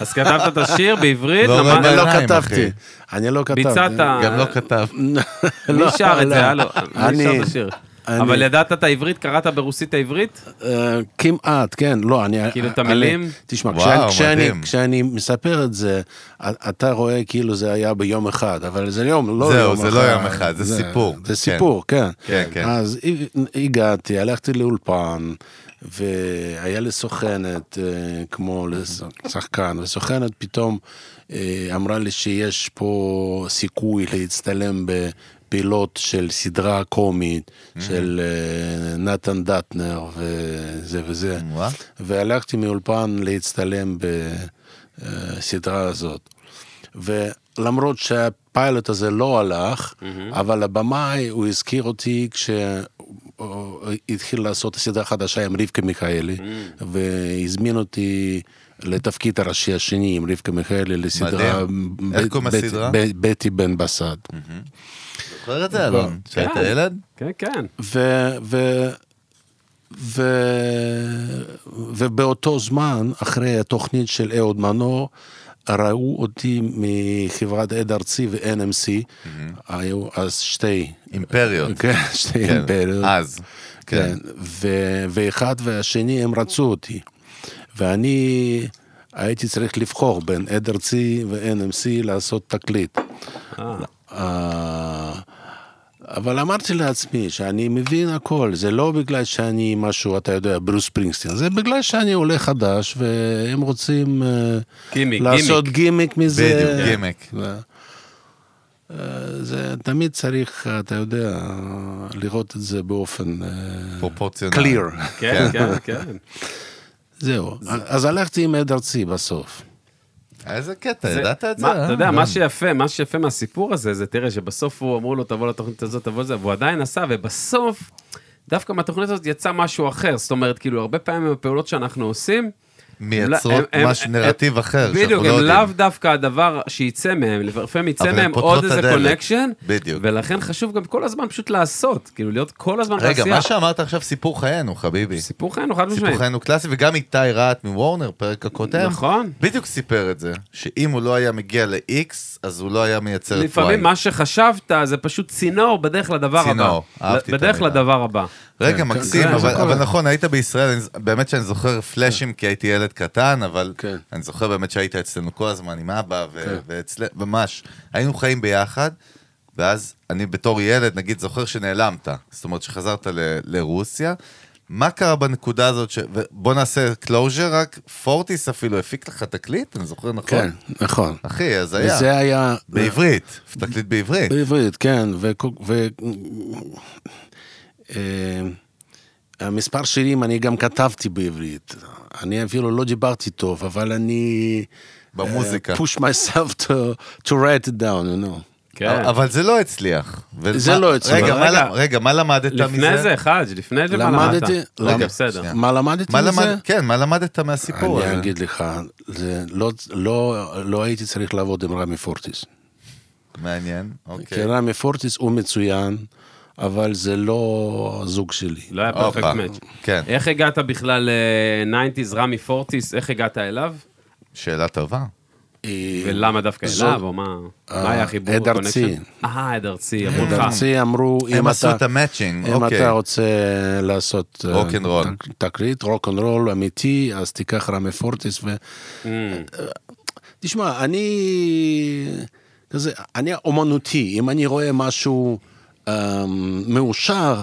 [SPEAKER 1] אז כתבת את השיר בעברית,
[SPEAKER 2] לא,
[SPEAKER 1] למד-
[SPEAKER 2] לא,
[SPEAKER 3] אני לא
[SPEAKER 2] בעיניים,
[SPEAKER 3] כתבתי,
[SPEAKER 2] אחי.
[SPEAKER 3] אני לא כתבתי.
[SPEAKER 1] ביצעת.
[SPEAKER 2] גם לא כתב.
[SPEAKER 1] מי
[SPEAKER 3] לא,
[SPEAKER 1] שר את
[SPEAKER 3] לא.
[SPEAKER 1] זה? הלו, מי שר
[SPEAKER 3] אני-
[SPEAKER 1] את השיר?
[SPEAKER 3] אני-
[SPEAKER 1] אבל ידעת את העברית? קראת ברוסית העברית?
[SPEAKER 3] אה, כמעט, כן, לא, אני...
[SPEAKER 1] כאילו, את
[SPEAKER 3] אני-
[SPEAKER 1] המילים?
[SPEAKER 3] תשמע,
[SPEAKER 2] וואו,
[SPEAKER 3] כשאני- כשאני-
[SPEAKER 2] מדהים.
[SPEAKER 3] כשאני מספר את זה, אה, אתה רואה כאילו זה היה ביום אחד, אבל זה יום, לא
[SPEAKER 2] זהו,
[SPEAKER 3] יום
[SPEAKER 2] זה
[SPEAKER 3] אחד.
[SPEAKER 2] לא יום אחד, זה סיפור. כן.
[SPEAKER 3] זה סיפור, כן.
[SPEAKER 2] כן, כן.
[SPEAKER 3] אז הגעתי, הלכתי לאולפן, והיה לי סוכנת, אה, כמו לשחקן, וסוכנת פתאום אה, אמרה לי שיש פה סיכוי להצטלם ב... פעילות של סדרה קומית של אה, נתן דטנר וזה וזה.
[SPEAKER 2] וואו.
[SPEAKER 3] והלכתי מאולפן להצטלם בסדרה הזאת. ולמרות שהפיילוט הזה לא הלך, אבל הבמאי, הוא הזכיר אותי כשהוא התחיל לעשות סדרה חדשה עם רבקה מיכאלי, והזמין אותי לתפקיד הראשי השני עם רבקה מיכאלי לסדרה...
[SPEAKER 2] מדהים.
[SPEAKER 3] ב-
[SPEAKER 2] איך קוראים
[SPEAKER 3] בת-
[SPEAKER 2] לסדרה?
[SPEAKER 3] ב- בטי בן בסט.
[SPEAKER 2] זוכר את זה, אלון? כשהיית
[SPEAKER 1] כן.
[SPEAKER 2] ילד?
[SPEAKER 1] כן, כן.
[SPEAKER 3] ו... ו... ו... ובאותו זמן, אחרי התוכנית של אהוד מנור, ראו אותי מחברת עד ארצי ו-NMC, היו אז שתי,
[SPEAKER 2] אימפריות.
[SPEAKER 3] כן, שתי
[SPEAKER 2] כן.
[SPEAKER 3] אימפריות.
[SPEAKER 2] אז. כן.
[SPEAKER 3] כן, ו- ואחד והשני הם רצו אותי. ואני הייתי צריך לבחור בין עד ארצי ו-NMC לעשות תקליט. אה, אבל אמרתי לעצמי שאני מבין הכל, זה לא בגלל שאני משהו, אתה יודע, ברוס ספרינגסטין, זה בגלל שאני עולה חדש והם רוצים אה,
[SPEAKER 1] גימיק,
[SPEAKER 3] לעשות גימיק מזה.
[SPEAKER 2] בדיוק, גימיק.
[SPEAKER 3] ו- אה, זה תמיד צריך, אתה יודע, לראות את זה באופן אה,
[SPEAKER 2] פרופורציונל.
[SPEAKER 3] clear.
[SPEAKER 1] כן, כן, כן.
[SPEAKER 3] זהו. אז הלכתי עם עד ארצי בסוף.
[SPEAKER 2] איזה קטע,
[SPEAKER 1] זה-
[SPEAKER 2] ידעת את זה?
[SPEAKER 1] מה- אתה יודע,
[SPEAKER 2] אה?
[SPEAKER 1] מה שיפה, מה שיפה מהסיפור הזה, זה תראה שבסוף הוא אמרו לו, תבוא לתוכנית הזאת, תבוא לזה, והוא עדיין עשה, ובסוף, דווקא מהתוכנית הזאת יצא משהו אחר. זאת אומרת, כאילו, הרבה פעמים הפעולות שאנחנו עושים,
[SPEAKER 2] מייצרות
[SPEAKER 1] הם- הם-
[SPEAKER 2] משהו,
[SPEAKER 1] הם-
[SPEAKER 2] נרטיב אחר,
[SPEAKER 1] בדיוק,
[SPEAKER 2] שאנחנו לא
[SPEAKER 1] הם
[SPEAKER 2] יודעים.
[SPEAKER 1] לאו דווקא הדבר שיצא מהם, לפעמים יצא
[SPEAKER 2] אבל הן
[SPEAKER 1] מהם
[SPEAKER 2] פותחות
[SPEAKER 1] עוד
[SPEAKER 2] את
[SPEAKER 1] איזה
[SPEAKER 2] הדלת.
[SPEAKER 1] קונקשן,
[SPEAKER 2] בדיוק.
[SPEAKER 1] ולכן חשוב גם כל הזמן פשוט לעשות, כאילו להיות כל הזמן
[SPEAKER 2] רגע,
[SPEAKER 1] בעשייה.
[SPEAKER 2] מה שאמרת עכשיו סיפור חיינו, חביבי.
[SPEAKER 1] סיפור חיינו, חד משמעית.
[SPEAKER 2] סיפור חיינו קלאסי, וגם איתי רהט מוורנר, פרק הקודם.
[SPEAKER 1] נכון.
[SPEAKER 2] בדיוק סיפר את זה, שאם הוא לא היה מגיע ל-X, אז הוא לא היה מייצר את Y.
[SPEAKER 1] לפעמים מה שחשבת זה פשוט צינור בדרך לדבר הבא.
[SPEAKER 2] צינור, אהבתי את
[SPEAKER 1] בדרך
[SPEAKER 2] המילה.
[SPEAKER 1] לדבר הבא.
[SPEAKER 2] רגע, מקסים,
[SPEAKER 3] כן,
[SPEAKER 2] אבל
[SPEAKER 3] זה
[SPEAKER 2] אבל
[SPEAKER 3] קורה.
[SPEAKER 2] נכון, היית בישראל, אני ז- באמת שאני זוכר פלאשים כי הייתי ילד קטן, אבל
[SPEAKER 3] כן.
[SPEAKER 2] אני זוכר באמת שהיית אצלנו כל הזמן עם אבא, ואצלנו, ממש, היינו חיים ביחד, ואז אני בתור ילד, נגיד, זוכר שנעלמת, זאת אומרת שחזרת ל- לרוסיה. מה קרה בנקודה הזאת, ש- ו- בוא נעשה קלוז'ר רק, פורטיס אפילו הפיק לך תקליט, אני זוכר נכון?
[SPEAKER 3] כן, נכון.
[SPEAKER 2] אחי, אז
[SPEAKER 3] וזה
[SPEAKER 2] היה.
[SPEAKER 3] היה...
[SPEAKER 2] בעברית, תקליט בעברית.
[SPEAKER 3] בעברית, כן, וכו- ו... אה, המספר שירים אני גם כתבתי בעברית. אני אפילו לא דיברתי טוב, אבל אני...
[SPEAKER 2] במוזיקה.
[SPEAKER 3] אה, push myself to, to write it down, you know.
[SPEAKER 1] כן.
[SPEAKER 2] אבל זה לא הצליח.
[SPEAKER 3] זה
[SPEAKER 2] ומה-
[SPEAKER 3] לא הצליח.
[SPEAKER 2] רגע, מה
[SPEAKER 1] רגע.
[SPEAKER 2] למ- רגע, מה למדת מזה?
[SPEAKER 1] לפני זה, חאג', לפני זה מה למדת?
[SPEAKER 3] למדתי-
[SPEAKER 1] לא,
[SPEAKER 3] רגע,
[SPEAKER 1] בסדר.
[SPEAKER 2] שנייה.
[SPEAKER 3] מה למדתי
[SPEAKER 2] מה
[SPEAKER 3] מזה?
[SPEAKER 2] למד... כן, מה למדת מהסיפור הזה?
[SPEAKER 3] אני אגיד לך, זה לא, לא, לא הייתי צריך לעבוד עם רמי פורטיס.
[SPEAKER 2] מעניין,
[SPEAKER 3] כי
[SPEAKER 2] אוקיי.
[SPEAKER 3] רמי פורטיס הוא מצוין, אבל זה לא הזוג שלי.
[SPEAKER 1] לא היה
[SPEAKER 2] הופה,
[SPEAKER 1] פרפקט מאץ'.
[SPEAKER 2] כן.
[SPEAKER 1] איך הגעת בכלל ל-90's רמי פורטיס, איך הגעת אליו?
[SPEAKER 2] שאלה טובה.
[SPEAKER 3] היא-
[SPEAKER 1] ולמה דווקא
[SPEAKER 3] זו-
[SPEAKER 1] אליו, או מה? מה היה החיבור?
[SPEAKER 3] עד ארצי.
[SPEAKER 1] הקונקשן? אה, עד ארצי, אמרו לך.
[SPEAKER 3] לדעתי אמרו, אם
[SPEAKER 2] הם
[SPEAKER 3] אתה-
[SPEAKER 2] עשו את המאצ'ינג,
[SPEAKER 3] אם
[SPEAKER 2] אוקיי.
[SPEAKER 3] אתה רוצה לעשות אה,
[SPEAKER 2] Rock and roll.
[SPEAKER 3] תק- תקליט, רוק אנד רול אמיתי, אז תיקח רמי פורטיס ו... אה, תשמע, אני כזה, אני אומנותי, אם אני רואה משהו אה, מאושר...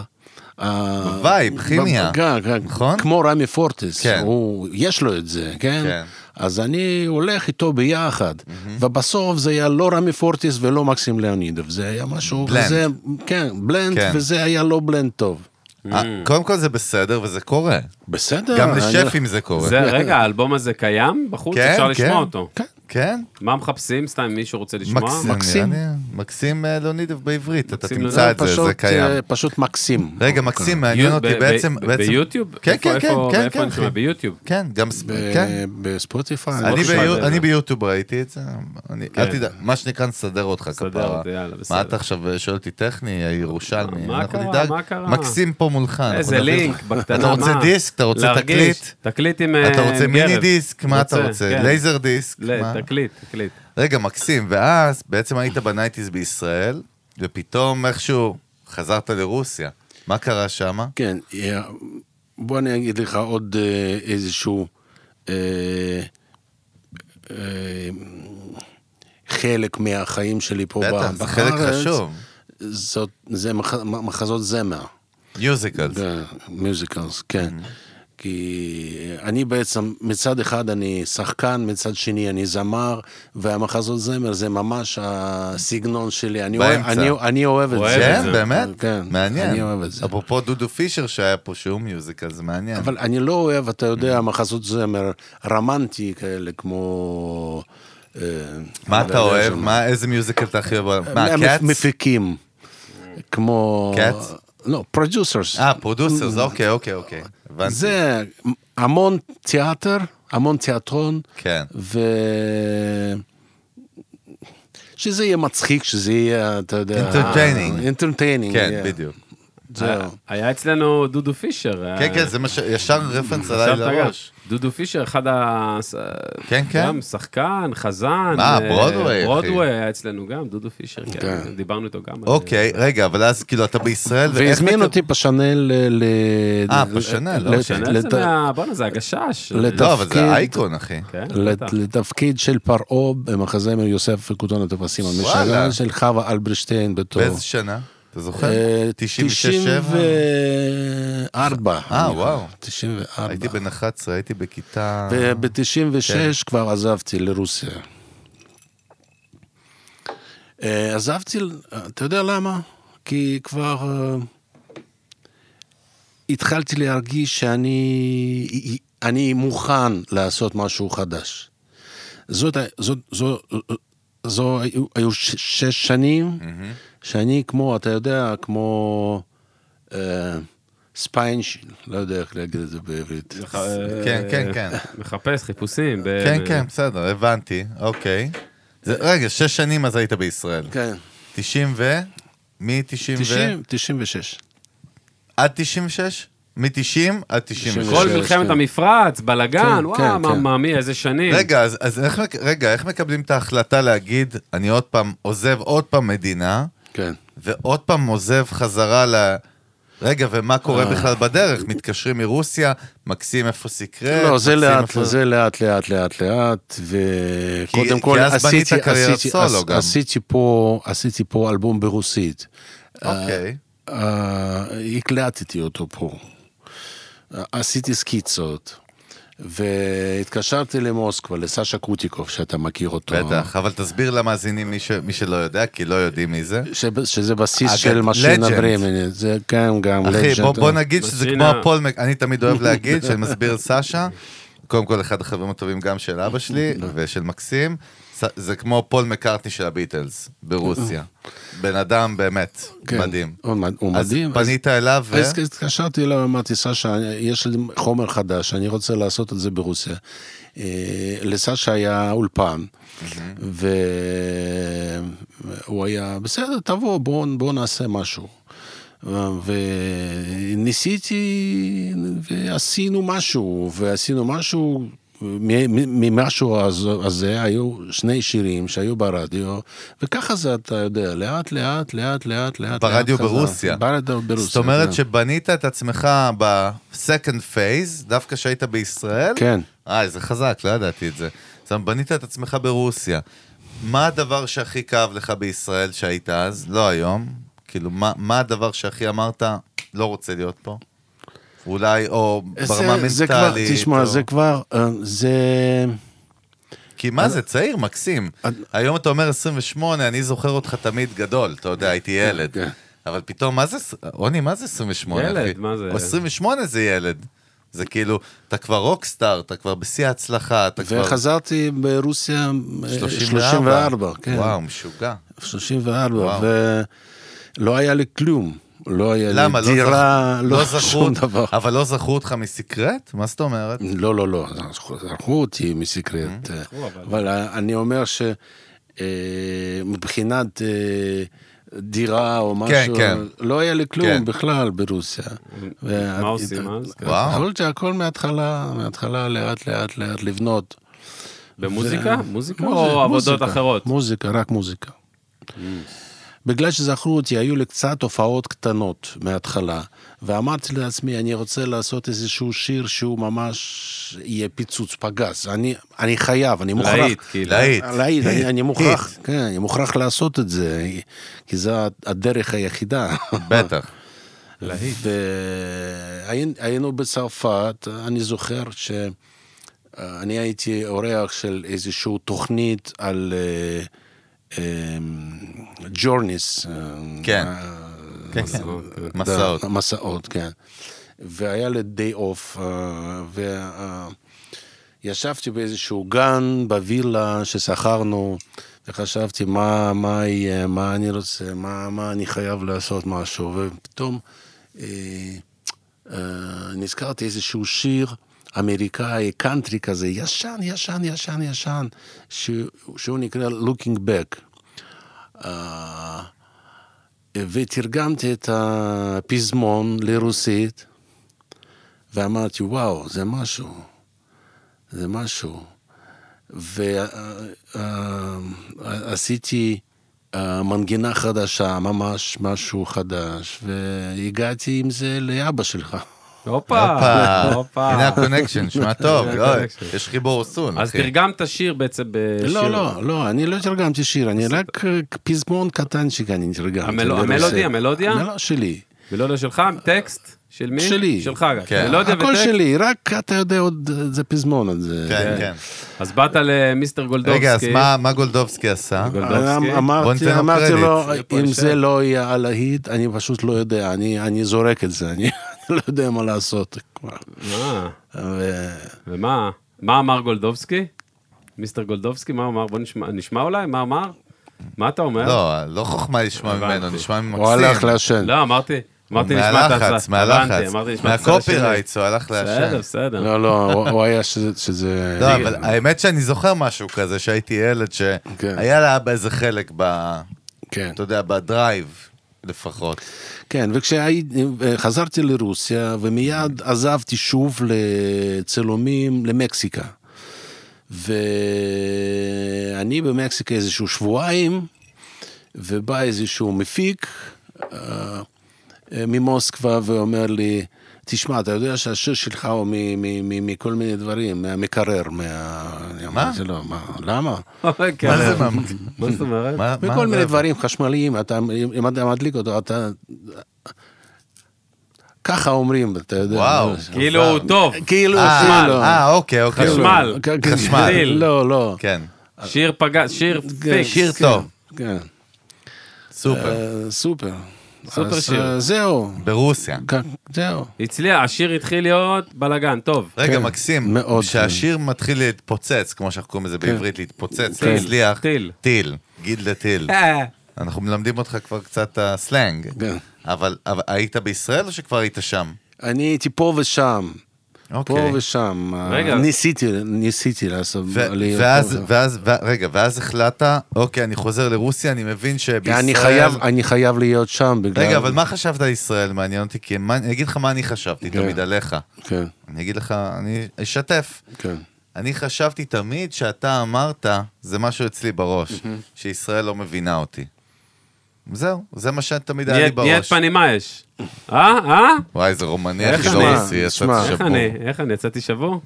[SPEAKER 3] אה,
[SPEAKER 2] וייב, כימיה.
[SPEAKER 3] כן, כן,
[SPEAKER 2] נכון?
[SPEAKER 3] כמו רמי פורטיס,
[SPEAKER 2] כן.
[SPEAKER 3] הוא, יש לו את זה, כן?
[SPEAKER 2] כן. Mm-hmm.
[SPEAKER 3] אז אני הולך איתו ביחד, ובסוף זה היה לא רמי פורטיס ולא מקסים לאונידוב, זה היה משהו
[SPEAKER 2] בלנד.
[SPEAKER 3] כזה, כן, בלנד,
[SPEAKER 2] כן.
[SPEAKER 3] וזה היה לא בלנד טוב.
[SPEAKER 2] אה, קודם כל זה בסדר וזה קורה.
[SPEAKER 3] בסדר.
[SPEAKER 2] גם
[SPEAKER 3] אני- לא-
[SPEAKER 2] לשפים זה קורה.
[SPEAKER 1] אה, זה, רגע, האלבום הזה קיים? בחוץ?
[SPEAKER 2] כן,
[SPEAKER 1] אפשר
[SPEAKER 2] כן.
[SPEAKER 1] לשמוע אותו.
[SPEAKER 3] כן.
[SPEAKER 2] כן?
[SPEAKER 1] מה מחפשים? סתם, אם מישהו רוצה לשמוע?
[SPEAKER 2] מקסים.
[SPEAKER 3] מקסים.
[SPEAKER 2] יעני, מקסים אה, לאונידוב בעברית, אתה
[SPEAKER 1] מקסים
[SPEAKER 2] תמצא את
[SPEAKER 1] לאונידוב,
[SPEAKER 2] זה,
[SPEAKER 3] פשוט,
[SPEAKER 2] זה
[SPEAKER 3] אה,
[SPEAKER 2] קיים.
[SPEAKER 3] פשוט מקסים.
[SPEAKER 2] רגע, מקסים, מעניין
[SPEAKER 1] אוקיי. ב-
[SPEAKER 2] אותי
[SPEAKER 1] ב-
[SPEAKER 2] בעצם...
[SPEAKER 1] ב-
[SPEAKER 2] בעצם-
[SPEAKER 1] ביוטיוב?
[SPEAKER 2] כן,
[SPEAKER 1] איפה-
[SPEAKER 2] כן, כן,
[SPEAKER 1] איפה-
[SPEAKER 2] כן,
[SPEAKER 1] מאיפה
[SPEAKER 2] כן,
[SPEAKER 1] אני שומע?
[SPEAKER 2] אחי.
[SPEAKER 1] ביוטיוב.
[SPEAKER 2] כן, גם... ספ-
[SPEAKER 3] ב-
[SPEAKER 2] כן.
[SPEAKER 3] בספוטיפיי. לא
[SPEAKER 2] אני
[SPEAKER 1] בוא
[SPEAKER 2] ביו-
[SPEAKER 1] תשמע את זה.
[SPEAKER 2] אני ביוטיוב ראיתי את זה, אני-
[SPEAKER 1] כן.
[SPEAKER 2] אל תדאג, מה שנקרא נסדר אותך
[SPEAKER 1] נסדר
[SPEAKER 2] כפרה.
[SPEAKER 1] אותי, יאללה,
[SPEAKER 2] מה
[SPEAKER 1] בסדר.
[SPEAKER 2] אתה עכשיו אה, שואל אותי טכני, הירושלמי,
[SPEAKER 1] מה
[SPEAKER 2] אנחנו
[SPEAKER 1] קרה?
[SPEAKER 2] נדאג,
[SPEAKER 1] מה קרה?
[SPEAKER 2] מקסים פה מולך. אנחנו
[SPEAKER 1] איזה
[SPEAKER 2] נביא
[SPEAKER 1] לינק,
[SPEAKER 2] לך.
[SPEAKER 1] בקטנה.
[SPEAKER 2] אתה רוצה
[SPEAKER 1] מה?
[SPEAKER 2] דיסק, אתה רוצה
[SPEAKER 1] להרגיש.
[SPEAKER 2] תקליט,
[SPEAKER 1] תקליט עם אה,
[SPEAKER 2] אתה רוצה
[SPEAKER 1] עם
[SPEAKER 2] מיני
[SPEAKER 1] גרב.
[SPEAKER 2] דיסק, מה אתה רוצה,
[SPEAKER 1] כן.
[SPEAKER 2] לייזר דיסק,
[SPEAKER 1] ל-
[SPEAKER 2] מה?
[SPEAKER 1] תקליט, תקליט.
[SPEAKER 2] רגע, מקסים, ואז בעצם היית בנייטיז בישראל, ופתאום איכשהו חזרת לרוסיה, מה קרה שמה?
[SPEAKER 3] כן, אה, בוא אני אגיד לך עוד אה, איזשהו אה, אה, חלק מהחיים שלי פה
[SPEAKER 2] בטח,
[SPEAKER 3] בארץ.
[SPEAKER 2] זה חלק חשוב,
[SPEAKER 3] זאת, זה מח, מחזות זמר.
[SPEAKER 2] מיוזיקלס,
[SPEAKER 3] מיוזיקלס, כן.
[SPEAKER 2] Mm-hmm.
[SPEAKER 3] כי אה, אני בעצם, מצד אחד אני שחקן, מצד שני אני זמר, והמחזות זמר זה ממש הסגנון שלי. אני, אוהב,
[SPEAKER 2] באמצע.
[SPEAKER 3] אני, אני אוהב את
[SPEAKER 1] אוהב
[SPEAKER 3] זה.
[SPEAKER 1] את
[SPEAKER 2] כן,
[SPEAKER 1] זה.
[SPEAKER 2] באמת?
[SPEAKER 3] כן,
[SPEAKER 2] מעניין.
[SPEAKER 3] אני אוהב את זה.
[SPEAKER 2] אפרופו דודו פישר שהיה פה שהוא מיוזיקל, זה מעניין.
[SPEAKER 3] אבל אני לא אוהב, אתה
[SPEAKER 2] Mm-hmm.
[SPEAKER 3] יודע, מחזות זמר רמנטי כאלה, כמו... אה,
[SPEAKER 2] מה
[SPEAKER 3] לא אה,
[SPEAKER 2] אתה
[SPEAKER 3] יודע,
[SPEAKER 2] אוהב?
[SPEAKER 3] שם.
[SPEAKER 2] מה, איזה מיוזיקל אתה הכי אוהב? מה,
[SPEAKER 3] המפ-
[SPEAKER 2] קאץ?
[SPEAKER 3] מפיקים, כמו...
[SPEAKER 2] Cats?
[SPEAKER 3] לא, פרודוסרס.
[SPEAKER 2] אה, פרודוסרס, אוקיי, אוקיי, אוקיי. הבנתי.
[SPEAKER 3] Mm. זה המון תיאטר, המון תיאטרון,
[SPEAKER 2] כן.
[SPEAKER 3] ו... שזה יהיה מצחיק, שזה יהיה, אתה יודע...
[SPEAKER 2] Entertaining.
[SPEAKER 3] אינטרטיינינג.
[SPEAKER 2] כן, בדיוק. אה,
[SPEAKER 3] זהו.
[SPEAKER 1] היה אצלנו דודו פישר.
[SPEAKER 2] כן, כן, זה מה ש... ישר רפרנס עליי
[SPEAKER 1] שמת גם.
[SPEAKER 2] לראש.
[SPEAKER 1] דודו פישר, אחד ה...
[SPEAKER 2] כן, כן.
[SPEAKER 1] גם שחקן, חזן.
[SPEAKER 2] מה,
[SPEAKER 1] אה,
[SPEAKER 2] ברודוויי, אחי.
[SPEAKER 1] ברודוויי היה אצלנו גם, דודו פישר, כן.
[SPEAKER 3] כן.
[SPEAKER 1] דיברנו איתו גם. על זה.
[SPEAKER 2] אוקיי, רגע, אבל אז כאילו אתה בישראל, ואיך
[SPEAKER 3] והזמין
[SPEAKER 2] אתה-
[SPEAKER 3] אותי פשנל ל... ל-
[SPEAKER 2] אה,
[SPEAKER 3] ל-
[SPEAKER 2] פשנל,
[SPEAKER 3] ל-
[SPEAKER 2] לא,
[SPEAKER 1] שנאל זה
[SPEAKER 3] לת-
[SPEAKER 1] מה... בואנה, זה הגשש.
[SPEAKER 3] לת-
[SPEAKER 2] לא, אבל זה
[SPEAKER 3] תפקיד.
[SPEAKER 2] אייקון, אחי.
[SPEAKER 1] כן, בטח.
[SPEAKER 3] לת- לתפקיד של פרעה במחזמר יוסף וכותון הטפסים,
[SPEAKER 2] וואלה.
[SPEAKER 3] המשאלה של חווה אלברשטיין בתור...
[SPEAKER 2] באיזה שנה? אתה זוכר?
[SPEAKER 3] אה,
[SPEAKER 2] 96-7?
[SPEAKER 3] 94.
[SPEAKER 2] אה, וואו.
[SPEAKER 3] 94.
[SPEAKER 2] הייתי בן 11, הייתי בכיתה...
[SPEAKER 3] וב-96 כבר עזבתי לרוסיה. אה, עזבתי, אתה יודע למה? כי כבר אה, התחלתי להרגיש שאני אני מוכן לעשות משהו חדש. זאת, ה- זאת, זו, זו היו, היו ש- שש שנים שאני כמו, אתה יודע, כמו אה, ספיינשיל, לא יודע איך להגיד את זה בעברית.
[SPEAKER 1] מח- אה,
[SPEAKER 2] כן, כן, כן.
[SPEAKER 1] מחפש חיפושים. ב-
[SPEAKER 2] כן,
[SPEAKER 3] אה.
[SPEAKER 1] ב-
[SPEAKER 2] כן, בסדר, הבנתי, אוקיי. זה- רגע, שש שנים אז היית בישראל.
[SPEAKER 3] כן.
[SPEAKER 2] 90 ו... מ-90 ו...
[SPEAKER 3] 90, 96.
[SPEAKER 2] עד 96? מ-90 עד 96.
[SPEAKER 1] כל
[SPEAKER 3] ש-
[SPEAKER 1] מלחמת
[SPEAKER 3] כן.
[SPEAKER 1] המפרץ, בלאגן,
[SPEAKER 3] כן,
[SPEAKER 1] וואו,
[SPEAKER 3] כן,
[SPEAKER 1] מה-
[SPEAKER 3] כן.
[SPEAKER 1] מה, מי, איזה שנים.
[SPEAKER 2] רגע, אז, אז איך, מק- רגע, איך מקבלים את ההחלטה להגיד, אני עוד פעם עוזב עוד פעם מדינה,
[SPEAKER 3] כן.
[SPEAKER 2] ועוד פעם עוזב חזרה ל... רגע, ומה
[SPEAKER 3] אה.
[SPEAKER 2] קורה בכלל בדרך? מתקשרים מרוסיה, מקסים איפה סקרט?
[SPEAKER 3] לא, זה
[SPEAKER 2] מקסים
[SPEAKER 3] לאט,
[SPEAKER 2] איפה-
[SPEAKER 3] זה לאט, לאט, לאט, לאט,
[SPEAKER 2] כי-
[SPEAKER 3] וקודם כל
[SPEAKER 2] כי אז בנית
[SPEAKER 3] עשיתי,
[SPEAKER 2] קריירת
[SPEAKER 3] עשיתי,
[SPEAKER 2] סולו
[SPEAKER 3] עש-
[SPEAKER 2] גם.
[SPEAKER 3] עשיתי פה, עשיתי פה אלבום ברוסית.
[SPEAKER 2] אוקיי.
[SPEAKER 3] אה, הקלטתי אותו פה. אה, עשיתי סקיצות, והתקשרתי למוסקבה, לסשה קוטיקוב, שאתה מכיר אותו.
[SPEAKER 2] בטח, אבל תסביר למאזינים מי, ש... מי שלא יודע, כי לא יודעים מי זה.
[SPEAKER 3] שב- שזה בסיס
[SPEAKER 2] אגב,
[SPEAKER 3] של משינה
[SPEAKER 2] legend.
[SPEAKER 3] ברמנית, זה גם, גם
[SPEAKER 2] אחי, בוא,
[SPEAKER 3] legend. כן.
[SPEAKER 2] בוא נגיד שזה כמו
[SPEAKER 1] בשינה.
[SPEAKER 2] הפול, מק- אני תמיד אוהב להגיד, שאני מסביר לסשה, קודם כל אחד החברים הטובים גם של אבא שלי
[SPEAKER 3] לא.
[SPEAKER 2] ושל מקסים, ס- זה כמו פול מקארטני של הביטלס ברוסיה. בן אדם באמת
[SPEAKER 3] אה. כן.
[SPEAKER 2] מדהים.
[SPEAKER 3] הוא מד- הוא
[SPEAKER 2] אז
[SPEAKER 3] מדהים. אז-
[SPEAKER 2] פנית אליו ו...
[SPEAKER 3] אז התקשרתי אליו, אמרתי, סשה, יש לי חומר חדש, אני רוצה לעשות את זה ברוסיה. אה, לסשה היה אולפן, והוא היה, בסדר, תבוא, בוא, בוא נעשה משהו. אה, וניסיתי, ועשינו משהו, ועשינו משהו. מ- מ- ממשהו הז- הזה היו שני שירים שהיו ברדיו, וככה זה, אתה יודע, לאט לאט לאט לאט לאט.
[SPEAKER 2] ברדיו
[SPEAKER 3] חזר.
[SPEAKER 2] ברוסיה.
[SPEAKER 3] ברדיו ברוסיה.
[SPEAKER 2] זאת אומרת
[SPEAKER 3] כן.
[SPEAKER 2] שבנית את עצמך בסקנד פייז, דווקא שהיית בישראל.
[SPEAKER 3] כן.
[SPEAKER 2] אה, זה חזק, לא ידעתי את זה. זאת אומרת, בנית את עצמך ברוסיה. מה הדבר שהכי כאב לך בישראל שהיית אז, לא היום? כאילו, מה, מה הדבר שהכי אמרת, לא רוצה להיות פה? אולי, או ברמה
[SPEAKER 3] אה, זה- זה כבר-
[SPEAKER 2] מנטלית.
[SPEAKER 3] תשמע,
[SPEAKER 2] או...
[SPEAKER 3] זה כבר, אה, זה...
[SPEAKER 2] כי מה זה, צעיר, מקסים.
[SPEAKER 3] אז-
[SPEAKER 2] היום אתה אומר 28, אני זוכר אותך תמיד גדול, אתה יודע, הייתי ילד.
[SPEAKER 3] כן.
[SPEAKER 2] אבל פתאום, מה זה, ס- רוני, מה זה 28?
[SPEAKER 1] ילד,
[SPEAKER 2] אחי?
[SPEAKER 1] מה זה?
[SPEAKER 2] או 28 זה ילד. זה כאילו, אתה כבר רוקסטאר, אתה כבר בשיא ההצלחה, אתה כבר...
[SPEAKER 3] וחזרתי ברוסיה אה, 34, כן.
[SPEAKER 2] וואו, משוגע.
[SPEAKER 3] 34,
[SPEAKER 2] וואו.
[SPEAKER 3] ולא היה לי כלום. לא היה
[SPEAKER 2] למה? לא
[SPEAKER 3] לי דירה,
[SPEAKER 2] זכ-
[SPEAKER 3] לא שום דבר.
[SPEAKER 2] אבל לא זכרו אותך מסקרט? מה זאת אומרת?
[SPEAKER 3] לא, לא, לא, זכו אותי
[SPEAKER 2] Mm-hmm.
[SPEAKER 3] מסקרט. אה, אבל אני אומר שמבחינת אה, דירה או משהו,
[SPEAKER 2] כן.
[SPEAKER 3] לא היה לי
[SPEAKER 2] כן.
[SPEAKER 3] כלום בכלל ברוסיה. וה-
[SPEAKER 1] מה עושים אז? כן.
[SPEAKER 2] וואו.
[SPEAKER 3] אבל זה הכל מההתחלה, מההתחלה לאט לאט לאט לבנות.
[SPEAKER 1] במוזיקה?
[SPEAKER 3] ו-
[SPEAKER 1] מוזיקה
[SPEAKER 3] מוזיקה,
[SPEAKER 1] או עבודות
[SPEAKER 3] מוזיקה,
[SPEAKER 1] אחרות? Mm.
[SPEAKER 3] מוזיקה, רק מוזיקה. בגלל שזכרו אותי, היו לי קצת הופעות קטנות מההתחלה, ואמרתי לעצמי, אני רוצה לעשות איזשהו שיר שהוא ממש יהיה פיצוץ פגז. אני, אני חייב, אני מוכרח.
[SPEAKER 1] להיט, כאילו.
[SPEAKER 2] להיט.
[SPEAKER 3] להיט, אני, אני מוכרח,
[SPEAKER 2] היט.
[SPEAKER 3] כן, אני מוכרח לעשות את זה, כי זו הדרך היחידה.
[SPEAKER 2] בטח.
[SPEAKER 3] להיט. היינו בצרפת, אני זוכר ש... אני הייתי אורח של איזושהי תוכנית על אה, אמ, ג'ורניס.
[SPEAKER 2] כן.
[SPEAKER 3] אה,
[SPEAKER 2] כן, כן. מסעות.
[SPEAKER 3] מסעות, כן. והיה אה, לי די אוף, וישבתי באיזשהו גן בווילה ששכרנו, וחשבתי מה, מה יהיה, מה אני רוצה, מה, מה אני חייב לעשות משהו, ופתאום אה, אה, נזכרתי איזשהו שיר. אמריקאי, קאנטרי כזה, ישן, ישן, ישן, ישן, ש... שהוא נקרא Looking Back. אה, ותרגמתי את הפזמון לרוסית, ואמרתי, וואו, זה משהו, זה משהו. ועשיתי אה, מנגינה חדשה, ממש משהו חדש, והגעתי עם זה לאבא שלך.
[SPEAKER 1] הופה,
[SPEAKER 2] הופה,
[SPEAKER 1] הופה.
[SPEAKER 2] הנה הקונקשן, שמע טוב,
[SPEAKER 1] הנה
[SPEAKER 2] לא,
[SPEAKER 1] הקונקשן.
[SPEAKER 2] יש חיבור סון,
[SPEAKER 1] אז
[SPEAKER 2] אחי.
[SPEAKER 1] תרגמת שיר בעצם בשיר.
[SPEAKER 3] לא, לא, לא, אני לא תרגמתי שיר, אני רק אה, פזמון קטנצ'יק אני תרגמתי.
[SPEAKER 1] המלו-
[SPEAKER 3] לרוסית.
[SPEAKER 1] המלודיה, המלודיה?
[SPEAKER 3] המלודיה שלי.
[SPEAKER 1] מלודיה שלך, טקסט? של מי?
[SPEAKER 3] שלי.
[SPEAKER 1] שלך גם.
[SPEAKER 2] כן.
[SPEAKER 1] מלודיה
[SPEAKER 3] הכל
[SPEAKER 1] וטקסט?
[SPEAKER 3] שלי, רק אתה יודע עוד אה, זה פזמון על זה.
[SPEAKER 2] כן, כן.
[SPEAKER 1] אז באת למיסטר גולדובסקי.
[SPEAKER 2] רגע, אז מה- מה גולדובסקי עשה?
[SPEAKER 1] גולדובסקי.
[SPEAKER 3] אמ- אמרתי-
[SPEAKER 2] בוא ניתן לו
[SPEAKER 3] אמרתי
[SPEAKER 2] קרדיט.
[SPEAKER 3] לו,
[SPEAKER 1] לא יהיה פה
[SPEAKER 3] אם
[SPEAKER 1] ישר.
[SPEAKER 3] זה לא יהיה הלהיט, אני פשוט לא יודע, אני אני זורק את זה, אני לא יודע מה לעשות כבר.
[SPEAKER 1] מה?
[SPEAKER 3] ו-
[SPEAKER 1] ומה? מה אמר גולדובסקי? מיסטר גולדובסקי, מה אמר? בוא נשמע, נשמע אולי? מה אמר? מה אתה אומר?
[SPEAKER 2] לא, לא חוכמה לשמוע
[SPEAKER 1] הבנתי.
[SPEAKER 2] ממנו, נשמע ממקסים.
[SPEAKER 3] הוא הלך לעשן.
[SPEAKER 1] לא, אמרתי, אמרתי נשמע את
[SPEAKER 2] מהלחץ,
[SPEAKER 1] הצד. הבנתי,
[SPEAKER 2] מהלחץ,
[SPEAKER 1] אמרתי נשמע את הצד השני.
[SPEAKER 2] מהקופירייטס הוא הלך לעשן.
[SPEAKER 1] בסדר, בסדר.
[SPEAKER 3] לא, לא, הוא- הוא היה שזה- שזה...
[SPEAKER 2] לא, אבל האמת שאני זוכר משהו כזה, שהייתי ילד
[SPEAKER 3] כן.
[SPEAKER 2] שהיה לאבא איזה חלק ב...
[SPEAKER 3] כן.
[SPEAKER 2] אתה יודע, בדרייב לפחות.
[SPEAKER 3] כן, וכשחזרתי לרוסיה, ומיד עזבתי שוב לצילומים למקסיקה. ואני במקסיקה איזשהו שבועיים, ובא איזשהו מפיק אה, ממוסקבה ואומר לי, תשמע, אתה יודע שהשיר שלך הוא מ- מ- מ- מכל מיני דברים, מהמקרר, מה... אני אמרתי לו, "מה? למה?
[SPEAKER 1] אוקיי.
[SPEAKER 2] מה זה, מה-
[SPEAKER 1] מה זאת אומרת?
[SPEAKER 2] מה- אה, מה
[SPEAKER 3] וכל מיני
[SPEAKER 2] זה?
[SPEAKER 3] דברים חשמליים, אתה, אם אתה מדליק אותו, אתה... ככה אומרים, אתה יודע.
[SPEAKER 2] וואו.
[SPEAKER 3] לא-
[SPEAKER 1] כאילו הוא טוב,
[SPEAKER 3] כאילו,
[SPEAKER 2] אה,
[SPEAKER 3] כאילו.
[SPEAKER 2] אה, אוקיי, אוקיי.
[SPEAKER 1] חשמל.
[SPEAKER 3] כן, כן.
[SPEAKER 2] חשמל.
[SPEAKER 3] לא, לא.
[SPEAKER 2] כן,
[SPEAKER 1] שיר פגע, שיר פיקס.
[SPEAKER 2] שיר
[SPEAKER 3] כן,
[SPEAKER 2] טוב.
[SPEAKER 3] כן.
[SPEAKER 2] סופר.
[SPEAKER 3] אה, סופר.
[SPEAKER 1] סופר
[SPEAKER 3] אז,
[SPEAKER 1] שיר.
[SPEAKER 3] אה, זהו.
[SPEAKER 2] ברוסיה.
[SPEAKER 3] כ- זהו.
[SPEAKER 1] הצליח, השיר התחיל להיות בלאגן, טוב.
[SPEAKER 2] רגע,
[SPEAKER 3] כן,
[SPEAKER 2] מקסים,
[SPEAKER 3] מאוד. כן.
[SPEAKER 2] כשהשיר מתחיל להתפוצץ, כמו שאנחנו קוראים לזה בעברית, להתפוצץ,
[SPEAKER 1] טיל,
[SPEAKER 2] להצליח,
[SPEAKER 1] טיל.
[SPEAKER 2] טיל, גיד לטיל.
[SPEAKER 1] אה,
[SPEAKER 2] אנחנו מלמדים אותך כבר קצת הסלנג,
[SPEAKER 3] כן.
[SPEAKER 2] אבל אבל היית בישראל או שכבר היית שם?
[SPEAKER 3] אני הייתי פה ושם. פה
[SPEAKER 2] אוקיי.
[SPEAKER 3] ושם. אה,
[SPEAKER 1] רגע.
[SPEAKER 3] ניסיתי, ניסיתי לעשות...
[SPEAKER 2] ו-
[SPEAKER 3] להיות
[SPEAKER 2] ואז,
[SPEAKER 3] פה.
[SPEAKER 2] ואז, ו- רגע, ואז החלטת, אוקיי, אני חוזר לרוסיה, אני מבין שבישראל...
[SPEAKER 3] אני חייב- אני חייב להיות שם בגלל...
[SPEAKER 2] רגע, אבל מה חשבת על ישראל? מעניין אותי, כי מה- אני אגיד לך מה אני חשבתי
[SPEAKER 3] כן.
[SPEAKER 2] תמיד עליך.
[SPEAKER 3] כן,
[SPEAKER 2] אני אגיד לך, אני אשתף.
[SPEAKER 3] כן.
[SPEAKER 2] אני חשבתי תמיד שאתה אמרת, זה משהו אצלי בראש, שישראל לא מבינה אותי. זהו, זה מה שתמיד היה לי
[SPEAKER 1] נהיית נהיית
[SPEAKER 2] בראש.
[SPEAKER 1] פנימה יש. אה? אה?
[SPEAKER 2] וואי, זה רומני,
[SPEAKER 1] איך
[SPEAKER 2] אחי,
[SPEAKER 1] אני-
[SPEAKER 2] לא רוסי, יצאתי
[SPEAKER 3] שמע.
[SPEAKER 1] איך
[SPEAKER 2] שבור.
[SPEAKER 1] אני, איך אני, יצאתי שבור?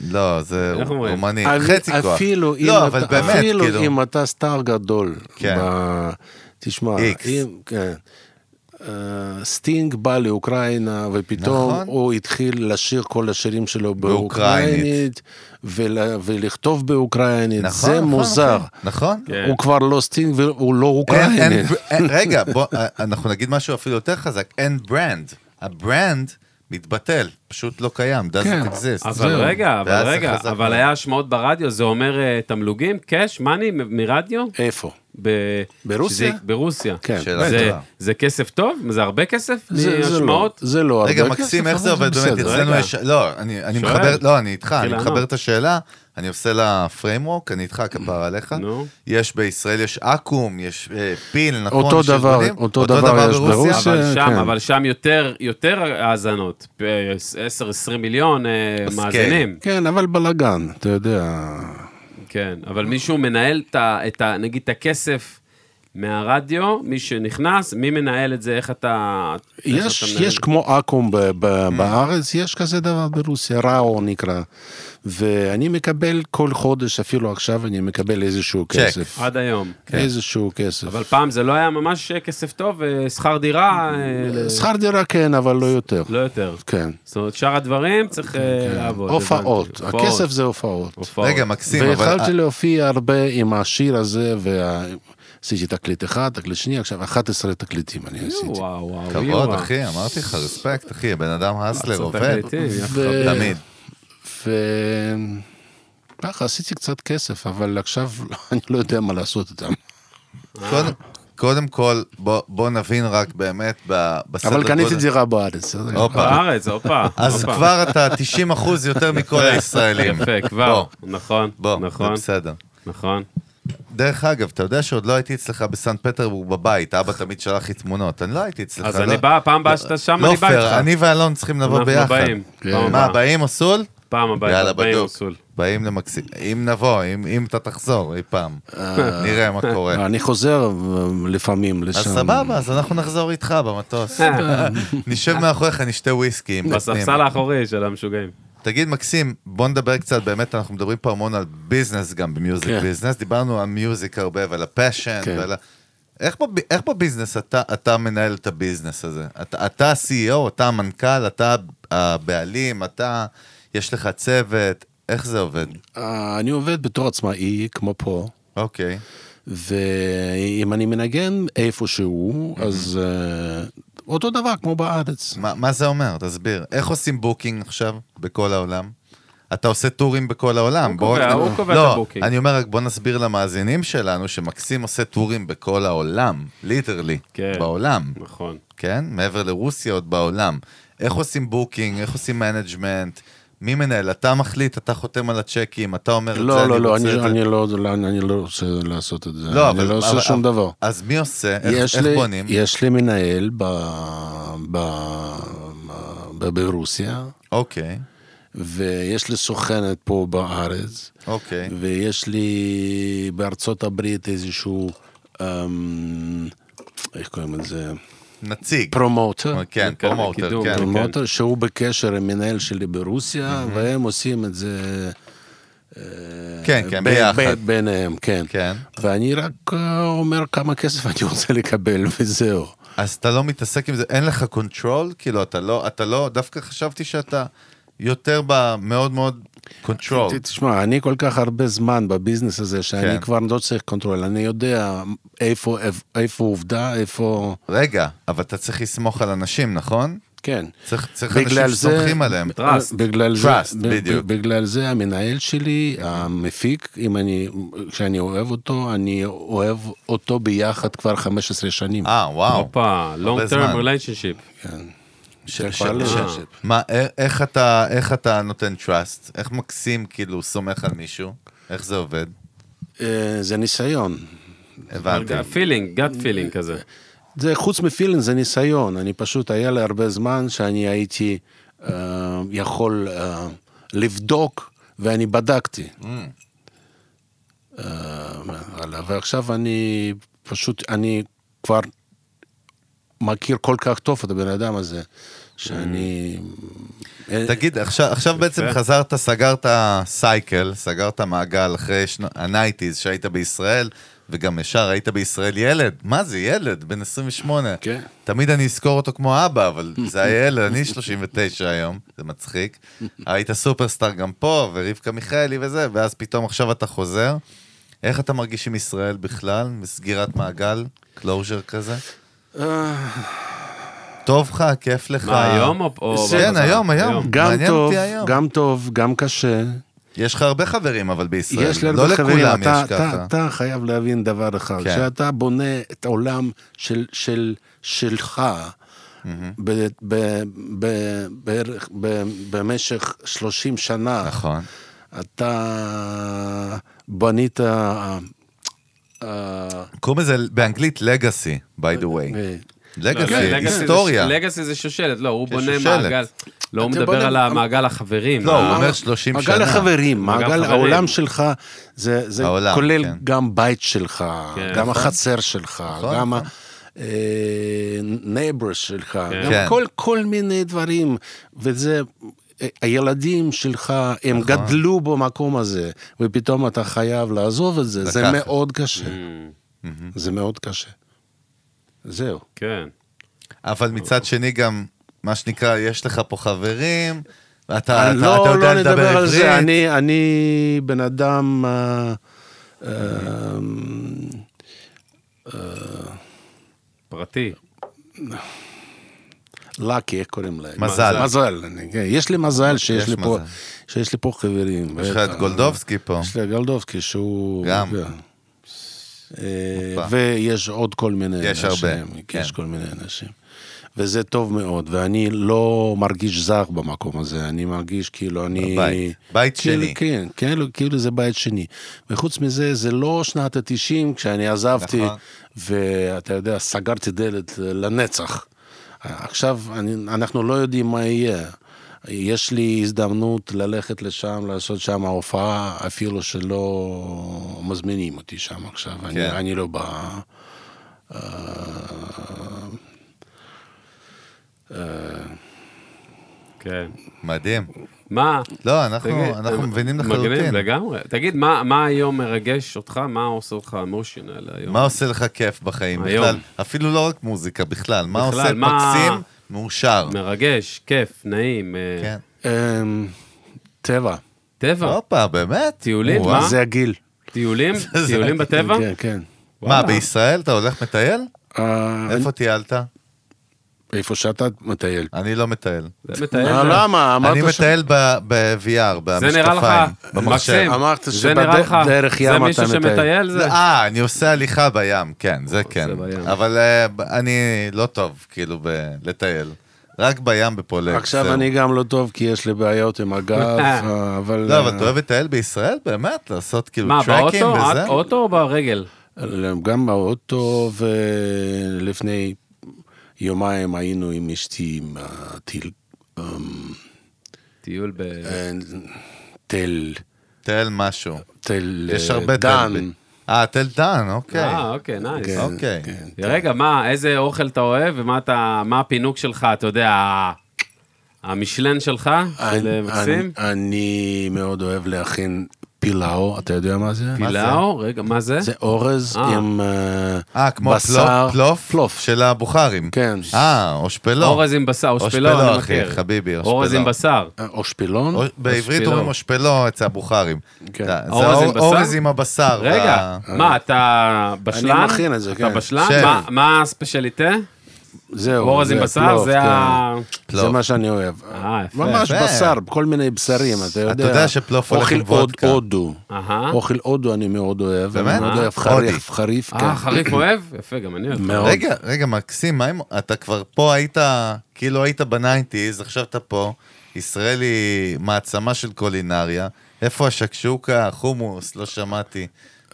[SPEAKER 2] לא, זה
[SPEAKER 1] איך אומרים?
[SPEAKER 2] רומני,
[SPEAKER 3] אבל
[SPEAKER 2] חצי כוח.
[SPEAKER 3] אפילו אם
[SPEAKER 2] לא,
[SPEAKER 3] אתה-
[SPEAKER 2] אבל באמת,
[SPEAKER 3] אפילו
[SPEAKER 2] כאילו.
[SPEAKER 3] אם אתה סטאר גדול.
[SPEAKER 2] כן.
[SPEAKER 3] ב- תשמע,
[SPEAKER 2] איקס.
[SPEAKER 3] אם... כן. אה, סטינג בא לאוקראינה, ופתאום
[SPEAKER 2] נכון.
[SPEAKER 3] הוא התחיל לשיר כל השירים שלו
[SPEAKER 2] באוקראינית.
[SPEAKER 3] באוקראינית, ול- ולכתוב באוקראינית,
[SPEAKER 2] נכון,
[SPEAKER 3] זה
[SPEAKER 2] נכון,
[SPEAKER 3] מוזר.
[SPEAKER 2] נכון.
[SPEAKER 1] כן.
[SPEAKER 3] הוא כבר לא סטינג והוא לא
[SPEAKER 2] אין- אין-
[SPEAKER 3] אוקראיני.
[SPEAKER 2] אין- רגע, בוא, אה, אנחנו נגיד משהו אפילו יותר חזק, אין ברנד. הברנד מתבטל, פשוט לא קיים, doesn't
[SPEAKER 3] כן.
[SPEAKER 2] exist.
[SPEAKER 1] אבל
[SPEAKER 2] זהו.
[SPEAKER 1] רגע,
[SPEAKER 2] ואז
[SPEAKER 1] אבל
[SPEAKER 2] זה
[SPEAKER 1] רגע,
[SPEAKER 2] חזק מאוד.
[SPEAKER 1] אבל היה השמעות ברדיו, זה אומר אה, תמלוגים, קאש, מאני, מ- מרדיו?
[SPEAKER 3] איפה?
[SPEAKER 1] ב-
[SPEAKER 3] ברוסיה?
[SPEAKER 1] שזה- ברוסיה.
[SPEAKER 3] כן.
[SPEAKER 2] שאלה
[SPEAKER 1] זה-
[SPEAKER 2] טובה.
[SPEAKER 1] זה כסף טוב? זה הרבה כסף?
[SPEAKER 3] זה- זה לא-
[SPEAKER 1] מהשמעות?
[SPEAKER 3] זה לא הרבה
[SPEAKER 2] רגע,
[SPEAKER 3] כסף,
[SPEAKER 2] מקסים, איך
[SPEAKER 3] אבל
[SPEAKER 2] זה עובד? באמת,
[SPEAKER 3] בסדר.
[SPEAKER 2] אצלנו
[SPEAKER 1] רגע.
[SPEAKER 2] יש... לא, אני אני
[SPEAKER 1] שואל.
[SPEAKER 2] מחבר, לא, אני איתך, אני
[SPEAKER 1] לענות.
[SPEAKER 2] מחבר את השאלה, אני עושה לה framework, אני איתך, כפרה עליך.
[SPEAKER 1] נו.
[SPEAKER 2] יש בישראל, יש אקו"ם, יש אה, פיל, נכון?
[SPEAKER 3] אותו
[SPEAKER 2] יש
[SPEAKER 3] דבר,
[SPEAKER 2] ארגונים?
[SPEAKER 3] אותו דבר יש ברוסיה.
[SPEAKER 1] אבל שם,
[SPEAKER 3] כן.
[SPEAKER 1] אבל שם יותר, יותר האזנות, 10-20 מיליון אה,
[SPEAKER 2] בסקייל.
[SPEAKER 1] מאזינים.
[SPEAKER 3] כן, אבל בלאגן, אתה יודע.
[SPEAKER 1] כן, אבל מישהו מנהל את ה... את ה- נגיד את הכסף מהרדיו, מי שנכנס, מי מנהל את זה, איך אתה... איך אתה
[SPEAKER 3] יש,
[SPEAKER 1] מנהל את
[SPEAKER 3] יש
[SPEAKER 1] זה.
[SPEAKER 3] כמו אקו"ם ב- ב- בארץ, יש כזה דבר ברוסיה, ראו נקרא. ואני מקבל כל חודש, אפילו עכשיו אני מקבל איזשהו
[SPEAKER 2] צ'ק.
[SPEAKER 3] כסף.
[SPEAKER 1] עד היום.
[SPEAKER 3] איזשהו כסף.
[SPEAKER 1] אה, כן. אבל פעם זה לא היה ממש כסף טוב, אה, שכר דירה, אה,
[SPEAKER 3] שכר דירה כן, אבל לא יותר.
[SPEAKER 1] לא יותר.
[SPEAKER 3] כן.
[SPEAKER 1] זאת אומרת, שאר הדברים צריך אה,
[SPEAKER 2] כן,
[SPEAKER 1] לעבוד.
[SPEAKER 3] הופעות,
[SPEAKER 1] הבנתי.
[SPEAKER 3] הכסף זה הופעות.
[SPEAKER 1] הופעות.
[SPEAKER 2] רגע, מקסים, אבל... אה,
[SPEAKER 3] והתחלתי להופיע הרבה עם השיר הזה, וה- עשיתי תקליט אחד, תקליט שני, עכשיו 11 תקליטים אני
[SPEAKER 1] יואו,
[SPEAKER 3] עשיתי.
[SPEAKER 1] וואו, וואו.
[SPEAKER 2] כבוד,
[SPEAKER 1] יואו.
[SPEAKER 2] אחי, אמרתי לך, רספקט, אחי, בן אדם האסלר
[SPEAKER 1] לעשות
[SPEAKER 2] עובד,
[SPEAKER 1] תקליטים, יפה.
[SPEAKER 3] ו-
[SPEAKER 2] תמיד.
[SPEAKER 3] וככה עשיתי קצת כסף, אבל עכשיו אני לא יודע מה לעשות איתם.
[SPEAKER 2] קודם- קודם כל, בוא- בוא נבין רק באמת ב- בסדר
[SPEAKER 3] אבל קניתי
[SPEAKER 2] גודל. אוקיי.
[SPEAKER 3] דירה בארץ. אז-
[SPEAKER 2] הופה.
[SPEAKER 1] בארץ, הופה.
[SPEAKER 2] אז
[SPEAKER 1] אה? הופה.
[SPEAKER 2] כבר אתה 90 אחוז יותר מכל הישראלים.
[SPEAKER 1] יפה, כבר.
[SPEAKER 2] בוא,
[SPEAKER 1] נכון,
[SPEAKER 2] בוא, זה
[SPEAKER 1] נכון,
[SPEAKER 2] בסדר.
[SPEAKER 1] נכון.
[SPEAKER 2] דרך אגב, אתה יודע שעוד לא הייתי אצלך בסנט פטרבורג בבית, אבא תמיד שלח לי תמונות, אני לא הייתי אצלך.
[SPEAKER 1] אז
[SPEAKER 2] לא-
[SPEAKER 1] אני בא, פעם הבאה שאתה שם,
[SPEAKER 2] לא
[SPEAKER 1] אני בא
[SPEAKER 2] פייר,
[SPEAKER 1] איתך.
[SPEAKER 2] אני ואלון צריכים לבוא
[SPEAKER 1] אנחנו
[SPEAKER 2] ביחד.
[SPEAKER 1] באים.
[SPEAKER 3] כן.
[SPEAKER 1] פעם
[SPEAKER 2] מה,
[SPEAKER 1] הבאה.
[SPEAKER 2] באים או סול?
[SPEAKER 1] פעם הבאה.
[SPEAKER 2] יאללה,
[SPEAKER 1] באים,
[SPEAKER 2] בדוק.
[SPEAKER 1] סול.
[SPEAKER 2] באים למקסים. אם נבוא, אם אם אתה תחזור אי פעם, נראה מה קורה.
[SPEAKER 3] אני חוזר אה, לפעמים לשם.
[SPEAKER 2] אז סבבה, אז אנחנו נחזור איתך במטוס. נשב מאחוריך, נשתה וויסקי. אם תפנים.
[SPEAKER 1] אה. בספסל האחורי של המשוגעים.
[SPEAKER 2] תגיד, מקסים, בוא נדבר קצת, באמת, אנחנו מדברים פה המון על ביזנס גם, במיוזיק
[SPEAKER 3] כן.
[SPEAKER 2] ביזנס, דיברנו על מיוזיק הרבה ועל הפאשן
[SPEAKER 3] כן.
[SPEAKER 2] ועל ה... איך, בב... איך בביזנס אתה, אתה מנהל את הביזנס הזה? אתה, אתה ה-CEO, אתה המנכ"ל, אתה הבעלים, אתה, יש לך צוות, איך זה עובד?
[SPEAKER 3] אה, אני עובד בתור עצמאי, כמו פה.
[SPEAKER 2] אוקיי.
[SPEAKER 3] ואם אני מנגן איפשהו, אז אה, אותו דבר כמו בארץ.
[SPEAKER 2] מה, מה זה אומר? תסביר. איך עושים בוקינג עכשיו בכל העולם? אתה עושה טורים בכל העולם.
[SPEAKER 1] הוא
[SPEAKER 2] בוא-
[SPEAKER 1] קובע, הוא קובע
[SPEAKER 2] לא,
[SPEAKER 1] את הבוקינג.
[SPEAKER 2] אני אומר רק בוא נסביר למאזינים שלנו שמקסים עושה טורים בכל העולם, ליטרלי,
[SPEAKER 1] כן.
[SPEAKER 2] בעולם,
[SPEAKER 1] נכון.
[SPEAKER 2] כן? מעבר לרוסיה עוד בעולם. איך עושים בוקינג, איך עושים מנג'מנט, מי מנהל? אתה מחליט, אתה חותם על הצ'קים, אתה אומר את זה,
[SPEAKER 3] לא, לא, לא,
[SPEAKER 2] רוצה
[SPEAKER 3] אני-
[SPEAKER 2] את זה.
[SPEAKER 3] אני לא לא, אני לא רוצה לעשות את זה.
[SPEAKER 2] לא,
[SPEAKER 3] אני
[SPEAKER 2] אבל-
[SPEAKER 3] לא
[SPEAKER 2] אבל-
[SPEAKER 3] עושה שום דבר.
[SPEAKER 2] אז מי עושה? איך
[SPEAKER 3] יש
[SPEAKER 2] איך
[SPEAKER 3] לי-
[SPEAKER 2] בונים?
[SPEAKER 3] יש לי מנהל ב... ב... ב... ברוסיה,
[SPEAKER 2] אוקיי,
[SPEAKER 3] ויש לי סוכנת פה בארץ,
[SPEAKER 2] אוקיי.
[SPEAKER 3] ויש לי בארצות הברית איזשהו, אמ, איך קוראים לזה?
[SPEAKER 2] נציג.
[SPEAKER 3] פרומוטר.
[SPEAKER 2] כן,
[SPEAKER 1] כן,
[SPEAKER 2] פרומוטר,
[SPEAKER 1] קידום.
[SPEAKER 2] כן.
[SPEAKER 3] פרומוטר שהוא בקשר עם מנהל שלי ברוסיה, והם עושים את זה... אה,
[SPEAKER 2] כן, כן,
[SPEAKER 3] ב-
[SPEAKER 2] ביחד.
[SPEAKER 3] ב- ביניהם, כן.
[SPEAKER 2] כן.
[SPEAKER 3] ואני רק אה, אומר כמה כסף אני רוצה לקבל, וזהו.
[SPEAKER 2] אז אתה לא מתעסק עם זה, אין לך קונטרול? כאילו, אתה לא, אתה לא, דווקא חשבתי שאתה יותר במאוד מאוד קונטרול.
[SPEAKER 3] ת- תשמע, אני כל כך הרבה זמן בביזנס הזה, שאני
[SPEAKER 2] כן.
[SPEAKER 3] כבר לא צריך קונטרול, אני יודע איפה איפה עובדה, איפה...
[SPEAKER 2] רגע, אבל אתה צריך לסמוך על אנשים, נכון?
[SPEAKER 3] כן.
[SPEAKER 2] צריך, צריך
[SPEAKER 3] בגלל
[SPEAKER 2] אנשים
[SPEAKER 3] זה-
[SPEAKER 2] שסומכים עליהם.
[SPEAKER 1] Trust.
[SPEAKER 3] בגלל זה,
[SPEAKER 2] Trust,
[SPEAKER 3] ב-
[SPEAKER 2] בדיוק.
[SPEAKER 3] ב- בגלל זה המנהל שלי, המפיק, אם אני, כשאני אוהב אותו, אני אוהב אותו ביחד כבר 15 שנים.
[SPEAKER 2] אה, וואו.
[SPEAKER 1] הופה, long
[SPEAKER 2] זמן.
[SPEAKER 1] term relationship.
[SPEAKER 2] ש-
[SPEAKER 3] כבר
[SPEAKER 2] ש-
[SPEAKER 3] לא.
[SPEAKER 2] ש-
[SPEAKER 1] אה.
[SPEAKER 2] מה, א- איך אתה, איך אתה נותן trust? איך מקסים, כאילו, סומך על מישהו? איך זה עובד?
[SPEAKER 3] אה, זה ניסיון.
[SPEAKER 2] הבנתי.
[SPEAKER 1] פילינג, גאט פילינג כזה.
[SPEAKER 3] זה חוץ מפילין זה ניסיון, אני פשוט, היה לי הרבה זמן שאני הייתי אה, יכול אה, לבדוק, ואני בדקתי.
[SPEAKER 2] Mm.
[SPEAKER 3] אה, הלאה. ועכשיו אני פשוט, אני כבר מכיר כל כך טוב את הבן אדם הזה, שאני...
[SPEAKER 2] Mm.
[SPEAKER 3] אה,
[SPEAKER 2] תגיד, עכשיו, עכשיו בעצם חזרת, סגרת סייקל, סגרת מעגל אחרי הנייטיז שהיית בישראל, וגם ישר היית בישראל ילד. מה זה ילד? בן 28.
[SPEAKER 3] כן.
[SPEAKER 2] תמיד אני אזכור אותו כמו אבא, אבל זה היה ילד, אני 39 היום, זה מצחיק. היית סופרסטאר גם פה, ורבקה מיכאלי וזה, ואז פתאום עכשיו אתה חוזר. איך אתה מרגיש עם ישראל בכלל, בסגירת מעגל, קלוז'ר כזה?
[SPEAKER 3] אה,
[SPEAKER 2] טוב לך, כיף לך.
[SPEAKER 1] מה, היום או- או...
[SPEAKER 3] זה-
[SPEAKER 2] כן,
[SPEAKER 1] בחזרה?
[SPEAKER 2] היום, היום.
[SPEAKER 3] גם
[SPEAKER 2] מעניין
[SPEAKER 3] טוב,
[SPEAKER 2] אותי היום.
[SPEAKER 3] גם טוב, גם קשה.
[SPEAKER 2] יש לך הרבה חברים, אבל בישראל.
[SPEAKER 3] יש לי הרבה
[SPEAKER 2] לא
[SPEAKER 3] חברים,
[SPEAKER 2] לכולם
[SPEAKER 3] אתה,
[SPEAKER 2] יש
[SPEAKER 3] אתה,
[SPEAKER 2] ככה.
[SPEAKER 3] אתה חייב להבין דבר אחד,
[SPEAKER 2] כן.
[SPEAKER 3] כן. שאתה בונה את העולם של, של, שלך ב, ב, ב, בערך, ב, במשך 30 שנה.
[SPEAKER 2] נכון.
[SPEAKER 3] אתה בנית... אה, אה,
[SPEAKER 2] קוראים לזה באנגלית legacy, by the way.
[SPEAKER 3] אה,
[SPEAKER 2] לגאסי,
[SPEAKER 1] כן, לגאסי זה-
[SPEAKER 2] היסטוריה.
[SPEAKER 1] לגאסי זה שושלת, לא, הוא
[SPEAKER 2] זה
[SPEAKER 1] בונה
[SPEAKER 2] שושלת.
[SPEAKER 1] מעגל. לא, הוא
[SPEAKER 3] אתם
[SPEAKER 1] מדבר
[SPEAKER 3] בונים-
[SPEAKER 1] על המעגל החברים. אה,
[SPEAKER 2] לא, הוא
[SPEAKER 1] ה-
[SPEAKER 2] אומר 30 שנה.
[SPEAKER 3] מעגל החברים,
[SPEAKER 1] מעגל
[SPEAKER 3] מעגל
[SPEAKER 1] חברים.
[SPEAKER 3] העולם שלך, זה, זה
[SPEAKER 2] העולם,
[SPEAKER 3] כולל
[SPEAKER 2] כן.
[SPEAKER 3] גם בית שלך,
[SPEAKER 1] כן.
[SPEAKER 3] גם החצר שלך,
[SPEAKER 2] נכון,
[SPEAKER 3] גם
[SPEAKER 2] נכון.
[SPEAKER 3] ה-neighbors שלך, גם
[SPEAKER 2] כן.
[SPEAKER 3] כל, כל מיני דברים, וזה... אה, הילדים שלך, הם
[SPEAKER 2] נכון.
[SPEAKER 3] גדלו במקום הזה, ופתאום אתה חייב לעזוב את זה, זה
[SPEAKER 2] לקחת. Mm-hmm.
[SPEAKER 3] מאוד קשה. זה מאוד קשה. זהו.
[SPEAKER 1] כן.
[SPEAKER 2] אבל מצד שני גם, מה שנקרא, יש לך פה חברים, ואתה אתה-
[SPEAKER 3] אני- לא,
[SPEAKER 2] אתה יודע
[SPEAKER 3] לא נדבר
[SPEAKER 2] לדבר
[SPEAKER 3] על זה,
[SPEAKER 2] עברית.
[SPEAKER 3] אני, אני בן אדם... אה, אה,
[SPEAKER 1] פרטי.
[SPEAKER 3] לאקי, איך קוראים להם?
[SPEAKER 2] מזל.
[SPEAKER 3] מזל. אני- כן, יש לי מזל שיש
[SPEAKER 2] יש
[SPEAKER 3] לי פה-
[SPEAKER 2] מזל.
[SPEAKER 3] שיש לי פה חברים.
[SPEAKER 2] יש לך
[SPEAKER 3] ואת-
[SPEAKER 2] את גולדובסקי פה.
[SPEAKER 3] יש לי את גולדובסקי, שהוא...
[SPEAKER 2] גם.
[SPEAKER 3] אה,
[SPEAKER 2] הופה.
[SPEAKER 3] ויש עוד כל מיני אנשים.
[SPEAKER 2] יש הרבה,
[SPEAKER 3] יש
[SPEAKER 2] כן.
[SPEAKER 3] כל מיני אנשים. וזה טוב מאוד, ואני לא מרגיש זר במקום הזה, אני מרגיש כאילו אני...
[SPEAKER 2] בבית. בית
[SPEAKER 3] כאילו,
[SPEAKER 2] שני.
[SPEAKER 3] כן, כאילו, כאילו זה בית שני. וחוץ מזה, זה לא שנת ה-90 כשאני עזבתי,
[SPEAKER 2] נכון.
[SPEAKER 3] ואתה יודע, סגרתי דלת לנצח. עכשיו אני, אנחנו לא יודעים מה יהיה. יש לי הזדמנות ללכת לשם, לעשות שם הופעה, אפילו שלא מזמינים אותי שם עכשיו. כן. אני, אני לא ב... אה, אה,
[SPEAKER 1] כן.
[SPEAKER 2] מדהים.
[SPEAKER 1] מה?
[SPEAKER 2] לא, אנחנו-
[SPEAKER 1] תגיד, אה,
[SPEAKER 2] אנחנו מבינים
[SPEAKER 1] מגניב
[SPEAKER 2] לחלוטין.
[SPEAKER 1] לגמרי. תגיד, מה מה היום מרגש אותך? מה עושה לך אמושיונל היום?
[SPEAKER 2] מה עושה לך כיף בחיים
[SPEAKER 1] היום.
[SPEAKER 2] בכלל? אפילו לא רק מוזיקה, בכלל. מה
[SPEAKER 1] בכלל,
[SPEAKER 2] עושה
[SPEAKER 1] מה-
[SPEAKER 2] מקסים? מאושר.
[SPEAKER 1] מרגש, כיף, נעים. אה,
[SPEAKER 2] כן. לא.
[SPEAKER 3] אה, טבע,
[SPEAKER 1] טבע,
[SPEAKER 2] הופה, באמת?
[SPEAKER 1] טיולים,
[SPEAKER 2] וואו.
[SPEAKER 1] מה?
[SPEAKER 3] זה הגיל.
[SPEAKER 1] טיולים, טיולים בטבע?
[SPEAKER 3] כן, כן.
[SPEAKER 2] מה,
[SPEAKER 1] וואלה.
[SPEAKER 2] בישראל אתה הולך מטייל?
[SPEAKER 3] אה,
[SPEAKER 2] איפה טיילת?
[SPEAKER 3] איפה שאתה מטייל.
[SPEAKER 2] אני לא מטייל.
[SPEAKER 1] זה
[SPEAKER 3] אה,
[SPEAKER 1] מטייל.
[SPEAKER 3] למה? אמרת
[SPEAKER 2] אני
[SPEAKER 3] ש-
[SPEAKER 2] מטייל ב- ב-VR,
[SPEAKER 1] זה נראה
[SPEAKER 2] במשקפיים,
[SPEAKER 1] לך
[SPEAKER 2] במחשב.
[SPEAKER 1] מקסים.
[SPEAKER 3] אמרת
[SPEAKER 1] זה נראה לך,
[SPEAKER 3] שבדרך ים
[SPEAKER 1] זה
[SPEAKER 3] אתה
[SPEAKER 1] מישהו
[SPEAKER 3] מטייל.
[SPEAKER 1] שמטייל? זה?
[SPEAKER 2] אה, אני עושה הליכה בים, כן, זה כן.
[SPEAKER 1] בים.
[SPEAKER 2] אבל אה, ב- אני לא טוב, כאילו, ב- לטייל. רק בים בפולג. זהו.
[SPEAKER 3] עכשיו אני גם לא טוב, כי יש לי בעיות עם הגב, אה, אבל...
[SPEAKER 2] לא, אבל אתה אוהב לטייל בישראל? באמת? לעשות כאילו
[SPEAKER 1] מה,
[SPEAKER 2] טרקים
[SPEAKER 1] באוטו?
[SPEAKER 2] וזה?
[SPEAKER 1] עד- אוטו או ברגל?
[SPEAKER 3] אה, גם באוטו, ולפני יומיים היינו עם אשתי עם הטיל... אה,
[SPEAKER 1] טיול ב...
[SPEAKER 3] אה, תל...
[SPEAKER 2] טייל משהו.
[SPEAKER 3] תל... אה,
[SPEAKER 2] יש הרבה
[SPEAKER 3] דן.
[SPEAKER 2] טייל. ב- אה, טייל דן, אוקיי.
[SPEAKER 1] אה, אוקיי, נייס.
[SPEAKER 3] כן,
[SPEAKER 2] אוקיי.
[SPEAKER 3] כן.
[SPEAKER 1] רגע, מה, איזה אוכל אתה אוהב ומה אתה, מה הפינוק שלך, אתה יודע, ה- המשלן שלך, של אה,
[SPEAKER 3] אני-
[SPEAKER 1] מקסים?
[SPEAKER 3] אני- אני מאוד אוהב להכין פילאו, אתה יודע מה זה?
[SPEAKER 1] פילאו? רגע, מה זה?
[SPEAKER 3] זה אורז
[SPEAKER 1] אה.
[SPEAKER 3] עם אה,
[SPEAKER 2] אה, כמו
[SPEAKER 3] בשר.
[SPEAKER 2] פלוף? פלוף?
[SPEAKER 3] פלוף.
[SPEAKER 2] של הבוכרים.
[SPEAKER 3] כן.
[SPEAKER 2] אה, או
[SPEAKER 3] לא.
[SPEAKER 2] שפלו.
[SPEAKER 1] אורז עם בשר, או
[SPEAKER 2] אושפלו,
[SPEAKER 1] שפלו,
[SPEAKER 2] אחי,
[SPEAKER 1] אני מכיר.
[SPEAKER 2] חביבי, אושפלו.
[SPEAKER 1] אורז עם בשר.
[SPEAKER 3] אה, או שפילון?
[SPEAKER 2] או- בעברית
[SPEAKER 1] אושפלו.
[SPEAKER 2] אומרים אושפלו אצל הבוכרים.
[SPEAKER 3] כן.
[SPEAKER 2] זה- זה
[SPEAKER 1] אורז עם
[SPEAKER 2] אור-
[SPEAKER 1] בשר?
[SPEAKER 2] אורז עם הבשר.
[SPEAKER 1] רגע,
[SPEAKER 2] אה,
[SPEAKER 1] מה, אתה בשלן?
[SPEAKER 3] אני מכין את זה,
[SPEAKER 1] אתה
[SPEAKER 3] כן.
[SPEAKER 1] בשלן?
[SPEAKER 2] שב.
[SPEAKER 1] מה- מה הספיישליטה?
[SPEAKER 3] זהו.
[SPEAKER 1] אורז
[SPEAKER 3] זה
[SPEAKER 1] עם בשר?
[SPEAKER 3] פלוף,
[SPEAKER 1] זה
[SPEAKER 3] כן.
[SPEAKER 1] ה...
[SPEAKER 3] זה מה שאני אוהב.
[SPEAKER 1] אה, יפה.
[SPEAKER 3] ממש
[SPEAKER 2] לא. יפה.
[SPEAKER 3] בשר, כל מיני בשרים, אתה יודע.
[SPEAKER 2] יודע שפלוף הולך
[SPEAKER 3] אוכל
[SPEAKER 2] עם וודקה.
[SPEAKER 3] הוד- הודו.
[SPEAKER 1] אהה.
[SPEAKER 3] אוכל הודו אני מאוד אוהב.
[SPEAKER 2] באמת?
[SPEAKER 3] אני מאוד אוהב
[SPEAKER 2] הודי.
[SPEAKER 3] חריף, חריף,
[SPEAKER 1] אה,
[SPEAKER 3] כן.
[SPEAKER 1] חריף אוהב? יפה, גם אני אוהב.
[SPEAKER 3] מאוד.
[SPEAKER 2] רגע, רגע, מקסים, מה אם... אתה כבר פה היית, כאילו היית בניינטיז, עכשיו אתה פה. ישראל היא מעצמה של קולינריה. איפה השקשוקה, החומוס, לא שמעתי.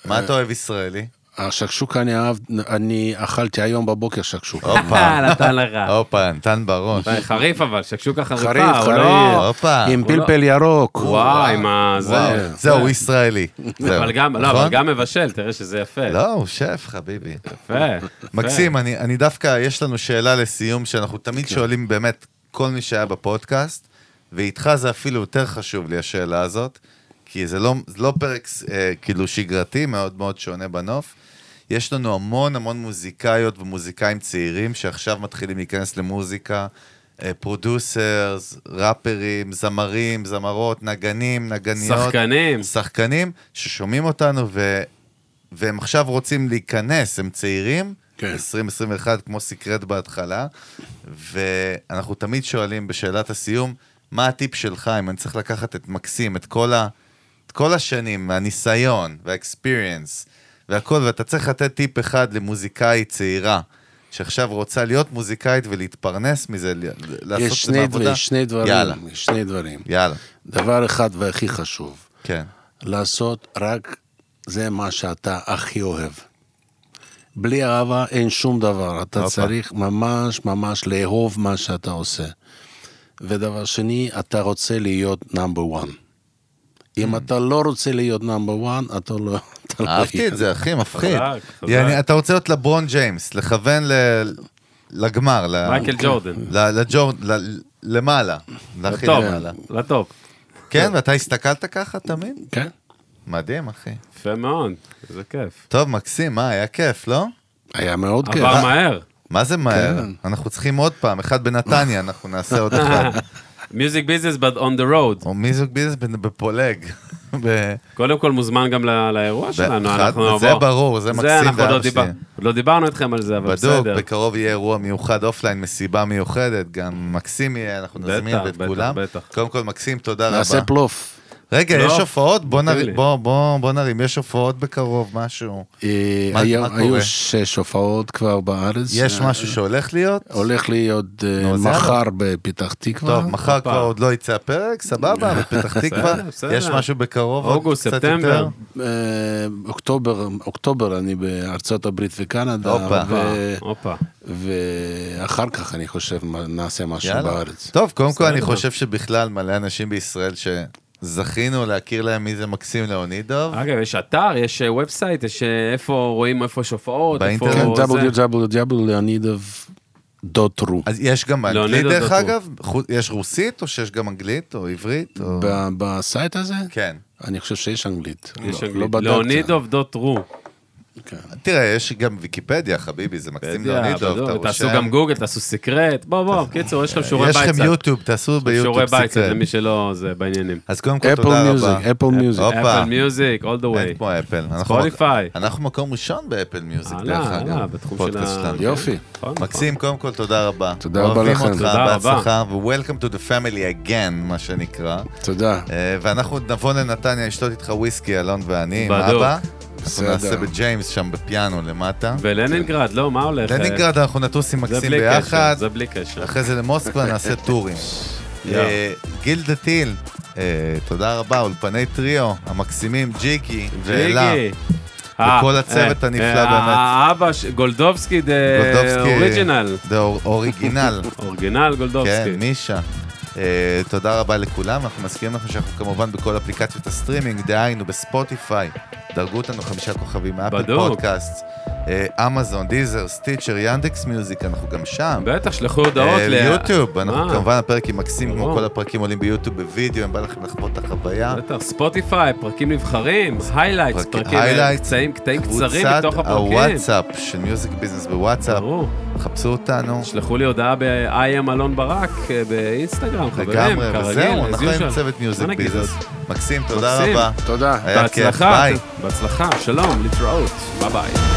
[SPEAKER 2] מה אתה אוהב ישראלי?
[SPEAKER 3] השקשוקה אני אהב, אני אכלתי היום בבוקר שקשוקה.
[SPEAKER 2] הופה,
[SPEAKER 1] אה, נתן לך. אה,
[SPEAKER 2] הופה, נתן בראש.
[SPEAKER 1] חריף אבל, שקשוקה חריפה,
[SPEAKER 3] חריף,
[SPEAKER 1] הוא
[SPEAKER 3] חריף.
[SPEAKER 1] לא...
[SPEAKER 2] הופה.
[SPEAKER 3] עם
[SPEAKER 1] הוא לא-
[SPEAKER 3] פלפל ירוק.
[SPEAKER 1] וואי, מה זה?
[SPEAKER 2] וואו, זהו, הוא ישראלי. זהו,
[SPEAKER 1] אבל גם, לא,
[SPEAKER 2] נכון?
[SPEAKER 1] אבל גם מבשל, תראה שזה יפה.
[SPEAKER 2] לא, הוא שף, חביבי.
[SPEAKER 1] יפה.
[SPEAKER 2] מקסים, אני, אני דווקא, יש לנו שאלה לסיום, שאנחנו
[SPEAKER 1] כן.
[SPEAKER 2] תמיד שואלים באמת כל מי שהיה בפודקאסט, ואיתך זה אפילו יותר חשוב לי, השאלה הזאת, כי זה לא, זה לא פרק אה, כאילו שגרתי, מאוד מאוד שונה בנוף. יש לנו המון המון מוזיקאיות ומוזיקאים צעירים שעכשיו מתחילים להיכנס למוזיקה, אה, פרודוסרס, ראפרים, זמרים, זמרות, נגנים, נגניות.
[SPEAKER 1] שחקנים.
[SPEAKER 2] שחקנים ששומעים אותנו ו... והם עכשיו רוצים להיכנס, הם צעירים,
[SPEAKER 3] כן.
[SPEAKER 2] 20-21 כמו סקרט בהתחלה, ואנחנו תמיד שואלים בשאלת הסיום, מה הטיפ שלך אם אני צריך לקחת את מקסים, את כל, ה... את כל השנים, הניסיון והאקספיריאנס והכל, ואתה צריך לתת טיפ אחד למוזיקאי צעירה, שעכשיו רוצה להיות מוזיקאית ולהתפרנס מזה, ל- לעשות
[SPEAKER 3] יש
[SPEAKER 2] את זה בעבודה.
[SPEAKER 3] שני דברים, שני דברים.
[SPEAKER 2] יאללה,
[SPEAKER 3] יש שני דברים.
[SPEAKER 2] יאללה,
[SPEAKER 3] דבר אחד והכי חשוב,
[SPEAKER 2] כן.
[SPEAKER 3] לעשות רק זה מה שאתה הכי אוהב. בלי אהבה אין שום דבר. אתה
[SPEAKER 2] הופה.
[SPEAKER 3] צריך ממש ממש לאהוב מה שאתה עושה. ודבר שני, אתה רוצה להיות נאמבר 1. אם אתה לא רוצה להיות נאמבר 1, אתה לא... אתה לא
[SPEAKER 2] Mm. אהבתי
[SPEAKER 3] יהיה.
[SPEAKER 2] את זה, אחי, מפחיד.
[SPEAKER 1] חזק, חזק.
[SPEAKER 2] יעני, אתה רוצה להיות לברון ג'יימס, לכוון ל- לגמר, ל- כן.
[SPEAKER 1] מייקל ג'ורדן.
[SPEAKER 2] ל- לג'ור- ל- למעלה, להכי
[SPEAKER 1] לטופ,
[SPEAKER 2] למעלה.
[SPEAKER 1] לטופ.
[SPEAKER 2] כן, ואתה הסתכלת ככה תמיד?
[SPEAKER 3] כן,
[SPEAKER 2] מדהים, אחי.
[SPEAKER 1] יפה מאוד, איזה כיף.
[SPEAKER 2] טוב, מקסים, מה, היה כיף, לא?
[SPEAKER 3] היה מאוד
[SPEAKER 2] כן.
[SPEAKER 3] כיף.
[SPEAKER 1] עבר מהר.
[SPEAKER 2] מה זה מהר?
[SPEAKER 1] כן.
[SPEAKER 2] אנחנו צריכים עוד פעם, אחד בנתניה, אנחנו נעשה עוד אחד.
[SPEAKER 1] מיוזיק ביזנס, but on the road.
[SPEAKER 2] או מיזוג ביזנס בנ- בפולג. ב-
[SPEAKER 1] קודם כל מוזמן גם ל- לאירוע שלנו,
[SPEAKER 2] אחד-
[SPEAKER 1] אנחנו
[SPEAKER 2] זה ברור, זה מקסים
[SPEAKER 1] אנחנו עוד
[SPEAKER 2] ואבא
[SPEAKER 1] לא
[SPEAKER 2] שלי.
[SPEAKER 1] דיבר- עוד לא דיברנו איתכם על זה, אבל
[SPEAKER 2] בדוק,
[SPEAKER 1] בסדר.
[SPEAKER 2] בקרוב יהיה אירוע מיוחד אופליין, מסיבה מיוחדת, גם מקסים יהיה, אנחנו
[SPEAKER 1] בטח,
[SPEAKER 2] נזמין את
[SPEAKER 1] בטח,
[SPEAKER 2] כולם.
[SPEAKER 1] בטח.
[SPEAKER 2] קודם כל, מקסים, תודה רבה.
[SPEAKER 3] אה, נעשה פלוף.
[SPEAKER 2] רגע,
[SPEAKER 1] לא.
[SPEAKER 2] יש הופעות? בוא
[SPEAKER 1] תגיד
[SPEAKER 2] נרים,
[SPEAKER 1] לי.
[SPEAKER 2] בוא, בוא, בוא נרים, יש הופעות בקרוב, משהו.
[SPEAKER 3] אה,
[SPEAKER 2] מה-
[SPEAKER 3] היו-
[SPEAKER 2] מה קורה?
[SPEAKER 3] היו שש הופעות כבר בארץ.
[SPEAKER 2] יש
[SPEAKER 3] אה,
[SPEAKER 2] משהו שהולך להיות?
[SPEAKER 3] הולך להיות אה,
[SPEAKER 2] נו, זה
[SPEAKER 3] מחר בפתח תקווה.
[SPEAKER 2] טוב, מחר
[SPEAKER 1] הופה.
[SPEAKER 2] כבר עוד לא יצא הפרק, סבבה, בפתח תקווה.
[SPEAKER 1] בסדר.
[SPEAKER 2] יש משהו בקרוב? עוד
[SPEAKER 1] אוגוסט,
[SPEAKER 2] קצת
[SPEAKER 1] ספטמבר.
[SPEAKER 2] יותר?
[SPEAKER 3] אה, אוקטובר, אוקטובר אני בארצות הברית וקנדה,
[SPEAKER 2] הופה.
[SPEAKER 3] ו-
[SPEAKER 1] הופה.
[SPEAKER 3] ואחר כך אני חושב מה- נעשה משהו
[SPEAKER 2] יאללה.
[SPEAKER 3] בארץ.
[SPEAKER 2] טוב, קודם כל
[SPEAKER 1] בסדר.
[SPEAKER 2] אני חושב שבכלל מלא אנשים בישראל שזכינו להכיר להם מי זה מקסים לאונידוב.
[SPEAKER 1] אגב, יש אתר, יש ובסייט, יש אה, איפה רואים, איפה יש הופעות, איפה...
[SPEAKER 2] באינטרנט.
[SPEAKER 3] כן,
[SPEAKER 1] זה.
[SPEAKER 3] www.leonidov.ru.
[SPEAKER 2] אז יש גם באנגלית
[SPEAKER 1] לאונידוב לא
[SPEAKER 2] דרך
[SPEAKER 1] דוטו.
[SPEAKER 2] אגב? חו- יש רוסית או שיש גם אנגלית או עברית?
[SPEAKER 1] אה.
[SPEAKER 2] או-
[SPEAKER 3] ב- בסייט הזה?
[SPEAKER 2] כן.
[SPEAKER 3] אני חושב שיש אנגלית.
[SPEAKER 1] יש
[SPEAKER 3] לא-
[SPEAKER 1] אנגלית.
[SPEAKER 3] לא בדקתי.
[SPEAKER 1] לאונידוב דוט רו.
[SPEAKER 3] כן.
[SPEAKER 2] תראה, יש גם ויקיפדיה, חביבי, זה מקסים לאונידוב, אתה רושם.
[SPEAKER 1] לא, תעשו גם גוגל, תעשו סקרט. בוא, בוא, בקיצור, יש לכם שיעורי
[SPEAKER 2] יש
[SPEAKER 1] בית.
[SPEAKER 2] לכם
[SPEAKER 1] קצת.
[SPEAKER 2] יוטיוב, תעשו
[SPEAKER 1] שיעורי
[SPEAKER 2] ביוטיוב
[SPEAKER 1] בית קצת
[SPEAKER 2] סקרט.
[SPEAKER 1] למי שלא זה בעניינים.
[SPEAKER 2] אז קודם כל,
[SPEAKER 3] אפל
[SPEAKER 2] תודה רבה.
[SPEAKER 3] מיוזיק, אפל מיוזיק.
[SPEAKER 2] הופ. הופה.
[SPEAKER 1] אפל מיוזיק, all the
[SPEAKER 2] אין
[SPEAKER 1] way.
[SPEAKER 2] כמו אפל. אנחנו-
[SPEAKER 1] ספוטיפיי.
[SPEAKER 2] אנחנו מקום ראשון באפל מיוזיק,
[SPEAKER 1] הלאה,
[SPEAKER 2] דרך אגב.
[SPEAKER 1] הלאה, אה, בתחום של ה-
[SPEAKER 2] פודקאסט שלנו.
[SPEAKER 3] יופי.
[SPEAKER 1] נכון, נכון.
[SPEAKER 2] מקסים, קודם כל, תודה רבה.
[SPEAKER 3] תודה רבה לכם.
[SPEAKER 2] אוהבים אותך,
[SPEAKER 1] תודה רבה.
[SPEAKER 2] בהצלחה, ו-Welcome to the family again, מה שנקרא.
[SPEAKER 3] תודה.
[SPEAKER 2] אה, ואנחנו נבוא לנתניה לשתות איתך וויסקי, אלון ואני, עם
[SPEAKER 1] בדוק.
[SPEAKER 2] אבא. אנחנו
[SPEAKER 3] בסדר.
[SPEAKER 2] נעשה בג'יימס שם בפיאנו למטה.
[SPEAKER 1] ולנינגרד, לא, מה הולך?
[SPEAKER 2] לנינגרד אנחנו נטוס עם
[SPEAKER 1] זה
[SPEAKER 2] מקסים
[SPEAKER 1] בלי
[SPEAKER 2] ביחד,
[SPEAKER 1] קשר, זה בלי קשר.
[SPEAKER 2] אחרי זה למוסקבה נעשה טורים. אה, גיל דה טיל, אה, תודה רבה, אולפני טריו, המקסימים, ג'יקי ואלה.
[SPEAKER 1] ג'יגי.
[SPEAKER 2] וכל
[SPEAKER 1] אה,
[SPEAKER 2] הצוות
[SPEAKER 1] אה,
[SPEAKER 2] הנפלא
[SPEAKER 1] אה,
[SPEAKER 2] באמת.
[SPEAKER 1] האבא, ש- גולדובסקי, דה-
[SPEAKER 2] גולדובסקי,
[SPEAKER 1] אוריג'ינל.
[SPEAKER 2] זה אור- אוריגינל,
[SPEAKER 1] אורגינל
[SPEAKER 2] כן,
[SPEAKER 1] גולדובסקי.
[SPEAKER 2] מישה. אה, תודה רבה לכולם, אנחנו מזכירים לכם שאנחנו כמובן בכל אפליקציות הסטרימינג, דהיינו בספוטיפיי, דרגו אותנו חמישה כוכבים מאפל
[SPEAKER 1] בדוק.
[SPEAKER 2] פודקאסט, אה, אמזון, דיזר, סטיצ'ר, ינדקס מיוזיק, אנחנו גם שם.
[SPEAKER 1] בטח, שלחו הודעות
[SPEAKER 2] אה,
[SPEAKER 1] ל...
[SPEAKER 2] ליוטיוב, אנחנו
[SPEAKER 1] מה?
[SPEAKER 2] כמובן הפרק עם מקסים, כמו
[SPEAKER 1] ברור.
[SPEAKER 2] כל הפרקים עולים ביוטיוב בווידאו, אם בא לכם לחוות את החוויה.
[SPEAKER 1] בטח, ספוטיפיי, פרקים נבחרים, היילייטס,
[SPEAKER 2] פרק-
[SPEAKER 1] פרקים, אה,
[SPEAKER 2] highlights,
[SPEAKER 1] קטעים קטעים קצרים
[SPEAKER 2] קבוצת
[SPEAKER 1] מתוך הפרקים.
[SPEAKER 2] הוואטסאפ של מיוזיק ביזנס בוואטסאפ,
[SPEAKER 1] ברור.
[SPEAKER 2] חפשו אותנו.
[SPEAKER 1] שלחו לי הודעה ב-I am אלון ברק אה, באינסטגרם, חברים, כרגיל.
[SPEAKER 2] לגמרי, וזהו,
[SPEAKER 1] as
[SPEAKER 2] אנחנו עם
[SPEAKER 1] usual.
[SPEAKER 2] צוות מיוזיק
[SPEAKER 1] מה נגיד
[SPEAKER 2] ביזנס.
[SPEAKER 1] עוד?
[SPEAKER 2] מקסים, תודה
[SPEAKER 1] מקסים.
[SPEAKER 2] רבה.
[SPEAKER 3] תודה.
[SPEAKER 2] היה כיף,
[SPEAKER 1] בהצלחה,
[SPEAKER 2] ביי.
[SPEAKER 1] בהצלחה, שלום, להתראות, ביי ביי.